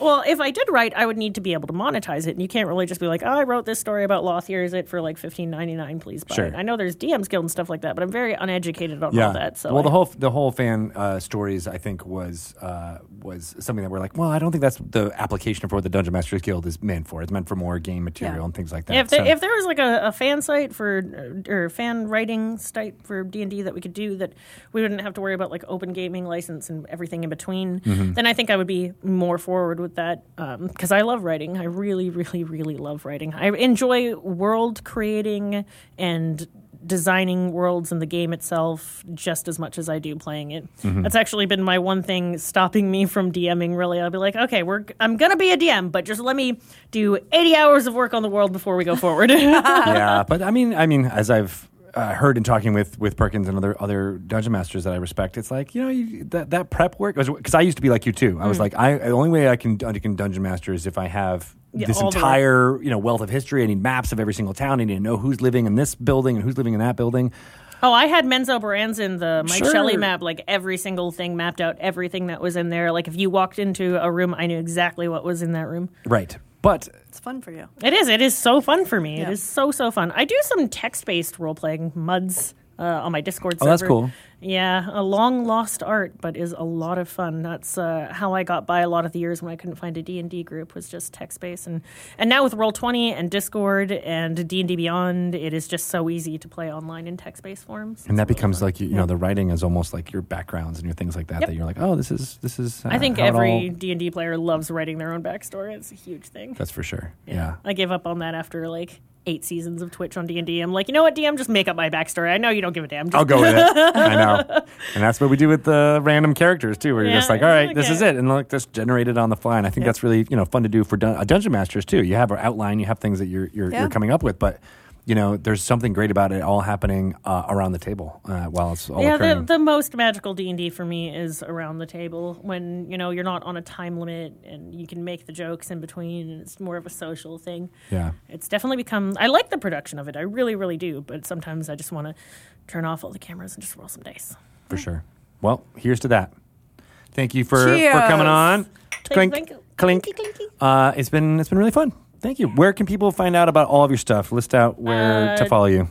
Speaker 3: Well, if I did write, I would need to be able to monetize it, and you can't really just be like, "Oh, I wrote this story about Lothier. Is it for like fifteen ninety nine? Please buy
Speaker 1: Sure.
Speaker 3: it." I know there's DMs Guild and stuff like that, but I'm very uneducated on all that. So
Speaker 1: well,
Speaker 3: I-
Speaker 1: the whole the whole fan uh, stories, I think, was uh, was something that we're like, well, I don't think that's the application for what the Dungeon Masters Guild is meant for. It's meant for more game material
Speaker 2: Yeah.
Speaker 1: and things like that.
Speaker 3: Yeah, if, there,
Speaker 1: So-
Speaker 3: if there was like a, a fan site for uh, or fan writing site for D and D that we could do that we wouldn't have to worry about like open gaming license and everything in between,
Speaker 1: Mm-hmm.
Speaker 3: then I think I would be more forward with that because I love writing. I really, really, really love writing. I enjoy world creating and designing worlds in the game itself just as much as I do playing it. That's actually been my one thing stopping me from DMing. Really, I'll be like, okay, we're I'm gonna be a DM, but just let me do 80 hours of work on the world before we go forward. [LAUGHS]
Speaker 1: yeah, but I mean, I mean, as I've uh, heard in talking with with Perkins and other other dungeon masters that I respect, it's like you know you, that that prep work because I used to be like you too.
Speaker 3: Mm.
Speaker 1: I was like, I the only way I can I can dungeon master is if I have.
Speaker 3: Yeah,
Speaker 1: this
Speaker 3: all the-
Speaker 1: entire you know wealth of history. I need maps of every single town. I need to know who's living in this building and who's living in that building.
Speaker 3: oh, I had Menzo Baranzin, the Mike
Speaker 1: Sure.
Speaker 3: Shelley map, like every single thing mapped out, everything that was in there. Like if you walked into a room, I knew exactly what was in that room.
Speaker 1: Right, but
Speaker 2: It's fun for [LAUGHS] you.
Speaker 3: It is. It is so fun for me.
Speaker 2: Yeah.
Speaker 3: It is so so fun. I do some text based role playing muds. uh, on my Discord
Speaker 1: Oh,
Speaker 3: server.
Speaker 1: that's cool.
Speaker 3: Yeah, a long lost art, but is a lot of fun. That's uh, how I got by a lot of the years when I couldn't find a D and D group was just text based, and and now with Roll Twenty and Discord and D and D Beyond, it is just so easy to play online in text based forms.
Speaker 1: And that becomes
Speaker 3: uh,
Speaker 1: like you, you know the writing is almost like your backgrounds and your things like that that you're like oh this is this is uh,
Speaker 3: I think
Speaker 1: how it
Speaker 3: every
Speaker 1: all-
Speaker 3: D and D player loves writing their own backstory. It's a huge thing.
Speaker 1: that's for sure yeah,
Speaker 3: I gave up on that after like eight seasons of Twitch on D and D. I'm like, you know what, DM, just make up my backstory. I know you don't give a damn. Just
Speaker 1: I'll go with it I
Speaker 3: [LAUGHS]
Speaker 1: know and that's what we do with the random characters too where you're
Speaker 3: Yeah,
Speaker 1: just like all right this
Speaker 3: okay.
Speaker 1: is it and like just generate it on the fly and I think that's really you know fun to do for dun- uh, dungeon masters too you have our outline you have things that you're you're,
Speaker 2: Yeah.
Speaker 1: you're coming up with but you know there's something great about it all happening uh, around the table uh, while it's all
Speaker 3: yeah,
Speaker 1: occurring.
Speaker 3: the, the most magical D and D for me is around the table when you know you're not on a time limit and you can make the jokes in between, and it's more of a social thing.
Speaker 1: Yeah.
Speaker 3: it's definitely become. I like the production of it, I really, really do. But sometimes I just want to turn off all the cameras and just roll some dice.
Speaker 1: for sure. Well, here's to that. Thank you for, for
Speaker 2: Cheers.
Speaker 1: coming on.
Speaker 3: Thank-
Speaker 1: clink,
Speaker 3: thank
Speaker 1: clink.
Speaker 3: you. Clinky, clinky.
Speaker 1: Uh, it's been it's been really fun. Thank you. Where can people find out about all of your stuff? List out where
Speaker 3: Uh,
Speaker 1: to follow you.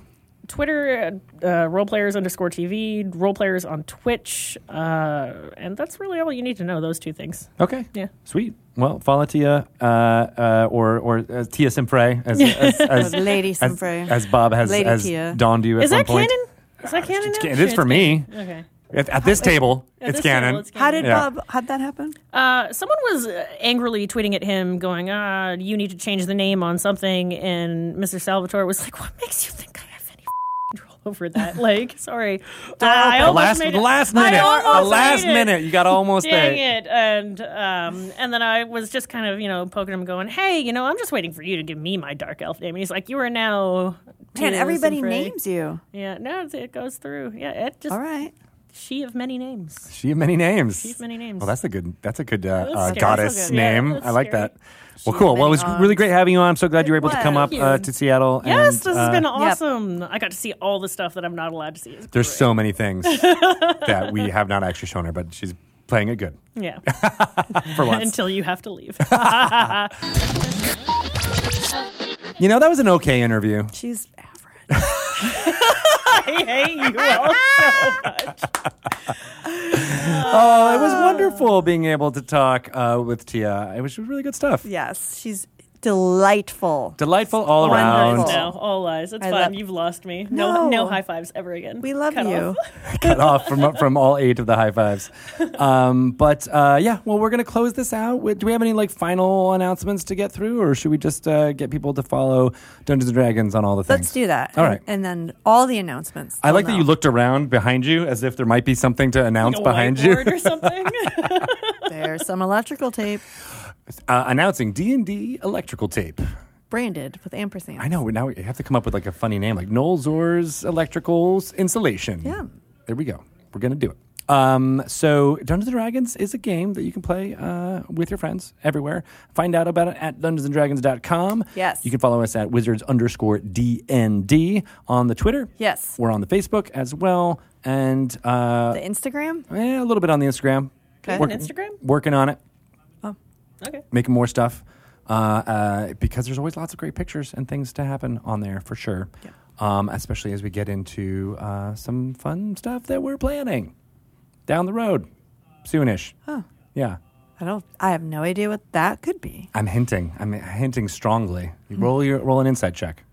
Speaker 3: Twitter, uh, uh, roleplayers underscore TV, roleplayers on Twitch, uh, and that's really all you need to know. Those two things.
Speaker 1: Okay.
Speaker 3: yeah.
Speaker 1: Sweet. Well, follow Tia uh, uh, or or uh, Tia Simpre
Speaker 3: [LAUGHS]
Speaker 1: as as, as, as,
Speaker 2: Lady
Speaker 1: as,
Speaker 2: Simpray.
Speaker 1: as Bob has
Speaker 2: Lady
Speaker 1: as
Speaker 2: Tia.
Speaker 1: donned you at
Speaker 3: Is
Speaker 1: some
Speaker 3: that
Speaker 1: point. Uh,
Speaker 3: canon? Is that canon?
Speaker 1: It's
Speaker 3: now?
Speaker 1: ca- it
Speaker 3: Sure,
Speaker 1: is for
Speaker 3: it's
Speaker 1: me.
Speaker 3: canon. Okay.
Speaker 1: At, at this table,
Speaker 3: At
Speaker 1: it's
Speaker 3: this table,
Speaker 1: canon.
Speaker 3: it's
Speaker 2: How did
Speaker 1: Yeah.
Speaker 2: Bob? How'd that happen?
Speaker 3: Uh, someone was uh, angrily tweeting at him, going, "Ah, you need to change the name on something." And Mr. Salvatore was like, "What makes you think I have any [LAUGHS] control over that?" Like, sorry, Uh, I
Speaker 1: the
Speaker 3: almost
Speaker 1: last,
Speaker 3: made
Speaker 1: the
Speaker 3: it-
Speaker 1: last
Speaker 3: I
Speaker 1: minute, the
Speaker 3: almost
Speaker 1: last
Speaker 3: made it.
Speaker 1: minute, you got almost
Speaker 3: Dang
Speaker 1: there.
Speaker 3: it! And um, and then I was just kind of you know poking him, going, "Hey, you know, I'm just waiting for you to give me my dark elf name." And he's like, "You are now."
Speaker 2: Man,
Speaker 3: Tia
Speaker 2: everybody
Speaker 3: Sinfre."
Speaker 2: names you.
Speaker 3: Yeah, no, it's- it goes through. Yeah, it just
Speaker 2: All right.
Speaker 3: she of many names.
Speaker 1: She of many names.
Speaker 3: She of many names.
Speaker 1: Well, that's a good. That's a good uh, uh,
Speaker 3: scary.
Speaker 1: goddess
Speaker 3: That's so good. Yeah,
Speaker 1: name.
Speaker 3: that's
Speaker 1: I like
Speaker 3: scary.
Speaker 1: that. Well, cool. Well, it was
Speaker 2: many
Speaker 1: really great having you on. I'm so glad you were able to come up
Speaker 2: was.
Speaker 1: uh, to Seattle.
Speaker 3: Yes,
Speaker 1: and,
Speaker 3: this has
Speaker 1: uh,
Speaker 3: been awesome. I got to see all the stuff that I'm not allowed to see. It's
Speaker 1: There's
Speaker 3: great.
Speaker 1: so many
Speaker 3: [LAUGHS]
Speaker 1: things that we have not actually shown her, but she's playing it good [LAUGHS]
Speaker 3: yeah.
Speaker 1: for once.
Speaker 3: Until you have to
Speaker 1: [LAUGHS]
Speaker 3: leave.
Speaker 1: you know, that was an okay interview.
Speaker 2: She's average.
Speaker 3: I hate you all so much.
Speaker 1: Oh, it was
Speaker 3: Ah.
Speaker 1: wonderful being able to talk uh, with Tia. It was really good stuff.
Speaker 2: [LAUGHS] yes, she's delightful.
Speaker 1: Delightful all
Speaker 2: Wonderful.
Speaker 1: around.
Speaker 2: Wonderful.
Speaker 3: No, all lies. It's
Speaker 2: I
Speaker 3: fine.
Speaker 2: love-
Speaker 3: You've lost me. No,
Speaker 2: No.
Speaker 3: no high fives ever again.
Speaker 2: We love
Speaker 3: Cut
Speaker 2: you.
Speaker 3: off.
Speaker 1: cut off from from all eight of the high fives. Um, but uh, yeah, well, we're gonna close this out. with- Do we have any like final announcements to get through, or should we just uh, get people to follow Dungeons and Dragons on all the things?
Speaker 2: Let's do that.
Speaker 1: All
Speaker 2: And-
Speaker 1: right.
Speaker 2: And, then all the announcements.
Speaker 1: I like
Speaker 2: They'll
Speaker 1: that you
Speaker 2: know.
Speaker 1: looked around behind you as if there might be something to announce
Speaker 3: A
Speaker 1: behind
Speaker 3: whiteboard
Speaker 1: you.
Speaker 3: or
Speaker 1: [LAUGHS]
Speaker 3: something.
Speaker 2: There's some electrical tape
Speaker 1: Uh, announcing D and D electrical tape.
Speaker 2: branded with ampersand.
Speaker 1: I know. Now we have to come up with like a funny name, like Noel Zor's Electricals Installation.
Speaker 2: Yeah.
Speaker 1: There we go. We're gonna do it. Um, so Dungeons and Dragons is a game that you can play uh, with your friends everywhere. Find out about it at dungeonsanddragons.com.
Speaker 2: Yes.
Speaker 1: You can follow us at wizards underscore DND on the Twitter.
Speaker 2: Yes.
Speaker 1: We're on the Facebook as well. And uh,
Speaker 2: The Instagram.
Speaker 1: eh, a little bit on the Instagram.
Speaker 2: Okay.
Speaker 1: Work-
Speaker 3: Instagram?
Speaker 1: Working on it
Speaker 3: okay.
Speaker 1: making more stuff uh, uh, because there's always lots of great pictures and things to happen on there for sure. Um, especially as we get into uh, some fun stuff that we're planning down the road soonish.
Speaker 2: Oh,
Speaker 1: Yeah,
Speaker 2: I don't. I have no idea what that could be.
Speaker 1: I'm hinting. I'm hinting strongly. You
Speaker 3: Hmm.
Speaker 1: roll your roll an inside
Speaker 3: [LAUGHS]
Speaker 1: check.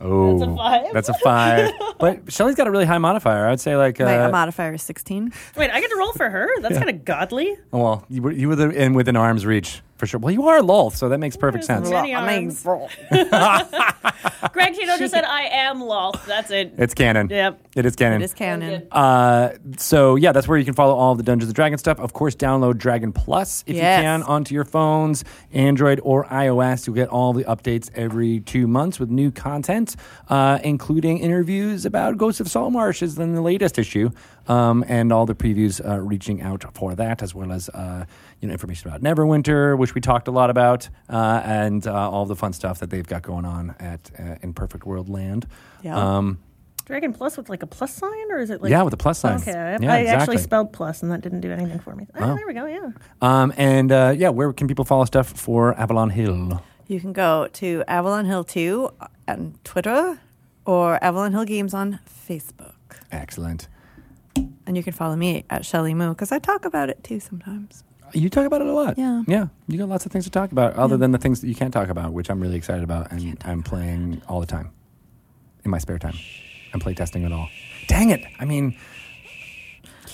Speaker 1: Oh,
Speaker 3: That's a five.
Speaker 1: That's a five.
Speaker 3: [LAUGHS]
Speaker 1: but Shelly's got a really high modifier. I would say like uh,
Speaker 2: My modifier is 16.
Speaker 3: Wait, I get to roll for her? That's kind of godly.
Speaker 1: oh, well, you were you were the, in within arm's reach for sure. Well, you are a Lolth, so that makes perfect
Speaker 3: There's
Speaker 1: sense.
Speaker 3: Many arms. [LAUGHS]
Speaker 1: [LAUGHS]
Speaker 3: Greg Tito just said, I am Loth. That's it.
Speaker 1: It's canon.
Speaker 3: Yep.
Speaker 1: It is canon.
Speaker 2: It is canon.
Speaker 1: Uh, so yeah, that's where you can follow all of the Dungeons and Dragons stuff. Of course, download Dragon Plus if
Speaker 2: Yes.
Speaker 1: you can onto your phones, Android or iOS. You'll get all the updates every two months with new content, uh, including interviews about Ghosts of Saltmarsh is in the latest issue, um, and all the previews uh, reaching out for that, as well as uh, you know information about Neverwinter, which we talked a lot about, uh, and uh, all the fun stuff that they've got going on at uh, in Perfect World Land.
Speaker 2: Yeah.
Speaker 1: Um,
Speaker 3: Dragon plus with like a plus sign, or is it like.
Speaker 1: yeah, with a plus sign.
Speaker 3: Okay, I,
Speaker 1: Yeah,
Speaker 3: I
Speaker 1: exactly.
Speaker 3: actually spelled plus, and that didn't do anything for me. Oh, there we go. Yeah.
Speaker 1: Um, and uh, yeah, where can people follow stuff for Avalon Hill?
Speaker 2: You can go to Avalon Hill 2 on Twitter or Evelyn Hill Games on Facebook.
Speaker 1: Excellent.
Speaker 2: And you can follow me at Shelly Moo because I talk about it too sometimes.
Speaker 1: You talk about it a lot.
Speaker 2: Yeah.
Speaker 1: Yeah. You got lots of things to talk about other than the things that you can't talk about, which I'm really excited about and I'm playing all the time in my spare time. I'm playtesting it all. Dang it. I mean,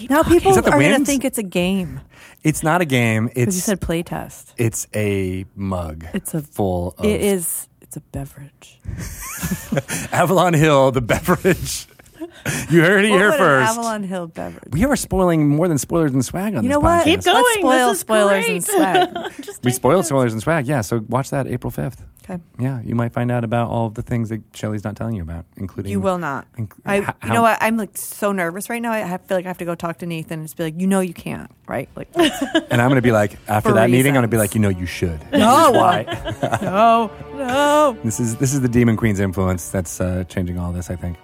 Speaker 2: Now people
Speaker 1: Is
Speaker 2: are
Speaker 1: that the
Speaker 2: going to
Speaker 1: winds?
Speaker 2: think it's a game
Speaker 1: it's not a game.
Speaker 2: because
Speaker 1: It's
Speaker 2: you said playtest.
Speaker 1: it's a mug.
Speaker 2: It's a-
Speaker 1: full of
Speaker 2: It is. It's a beverage.
Speaker 1: [LAUGHS] Avalon Hill, the beverage. [LAUGHS] you heard it
Speaker 2: What
Speaker 1: here
Speaker 2: would an
Speaker 1: first.
Speaker 2: Avalon Hill beverage.
Speaker 1: we are spoiling more than spoilers and swag on
Speaker 2: You
Speaker 1: this
Speaker 2: know what?
Speaker 1: podcast.
Speaker 3: Keep going.
Speaker 2: Let's spoil
Speaker 3: This is
Speaker 2: spoilers
Speaker 3: great.
Speaker 2: and
Speaker 3: [LAUGHS]
Speaker 2: swag.
Speaker 3: Just
Speaker 1: we
Speaker 3: take
Speaker 1: spoiled
Speaker 3: notes.
Speaker 1: spoilers and swag. Yeah. So watch that April 5th.
Speaker 2: Okay.
Speaker 1: Yeah. You might find out about all of the things that Shelly's not telling you about, including.
Speaker 2: You will not.
Speaker 1: Inc- ho-
Speaker 2: I, you
Speaker 1: how-
Speaker 2: know what? I'm like so nervous right now. I have- feel like I have to go talk to Nathan and just be like, you know, you can't, right? Like,
Speaker 1: And I'm going to be
Speaker 2: [LAUGHS]
Speaker 1: like, after
Speaker 2: For
Speaker 1: that meeting, I'm going to be
Speaker 2: reasons.
Speaker 1: like, you know, you should.
Speaker 2: [LAUGHS] No.
Speaker 1: why?
Speaker 2: no, no.
Speaker 1: This is this is the Demon Queen's influence that's uh, changing all this, I think.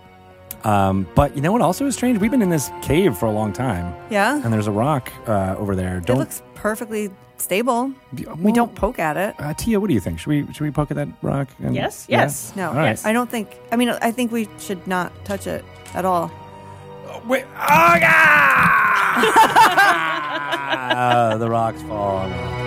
Speaker 1: Um, but you know what? Also is strange. We've been in this cave for a long time,
Speaker 2: Yeah,
Speaker 1: and there's a rock uh, over there.
Speaker 2: it
Speaker 1: Don't
Speaker 2: looks perfectly stable.
Speaker 1: Yeah,
Speaker 2: We
Speaker 1: well-
Speaker 2: don't poke at it.
Speaker 1: uh, Tia? What do you think? Should we should we poke at that rock? And,
Speaker 3: Yes,
Speaker 1: Yeah?
Speaker 3: yes.
Speaker 2: No,
Speaker 1: All right.
Speaker 3: yes.
Speaker 2: I don't think. I mean, I think we should not touch it at all.
Speaker 1: Wait.
Speaker 2: [LAUGHS]
Speaker 1: [LAUGHS] Oh, ah! the rocks fall.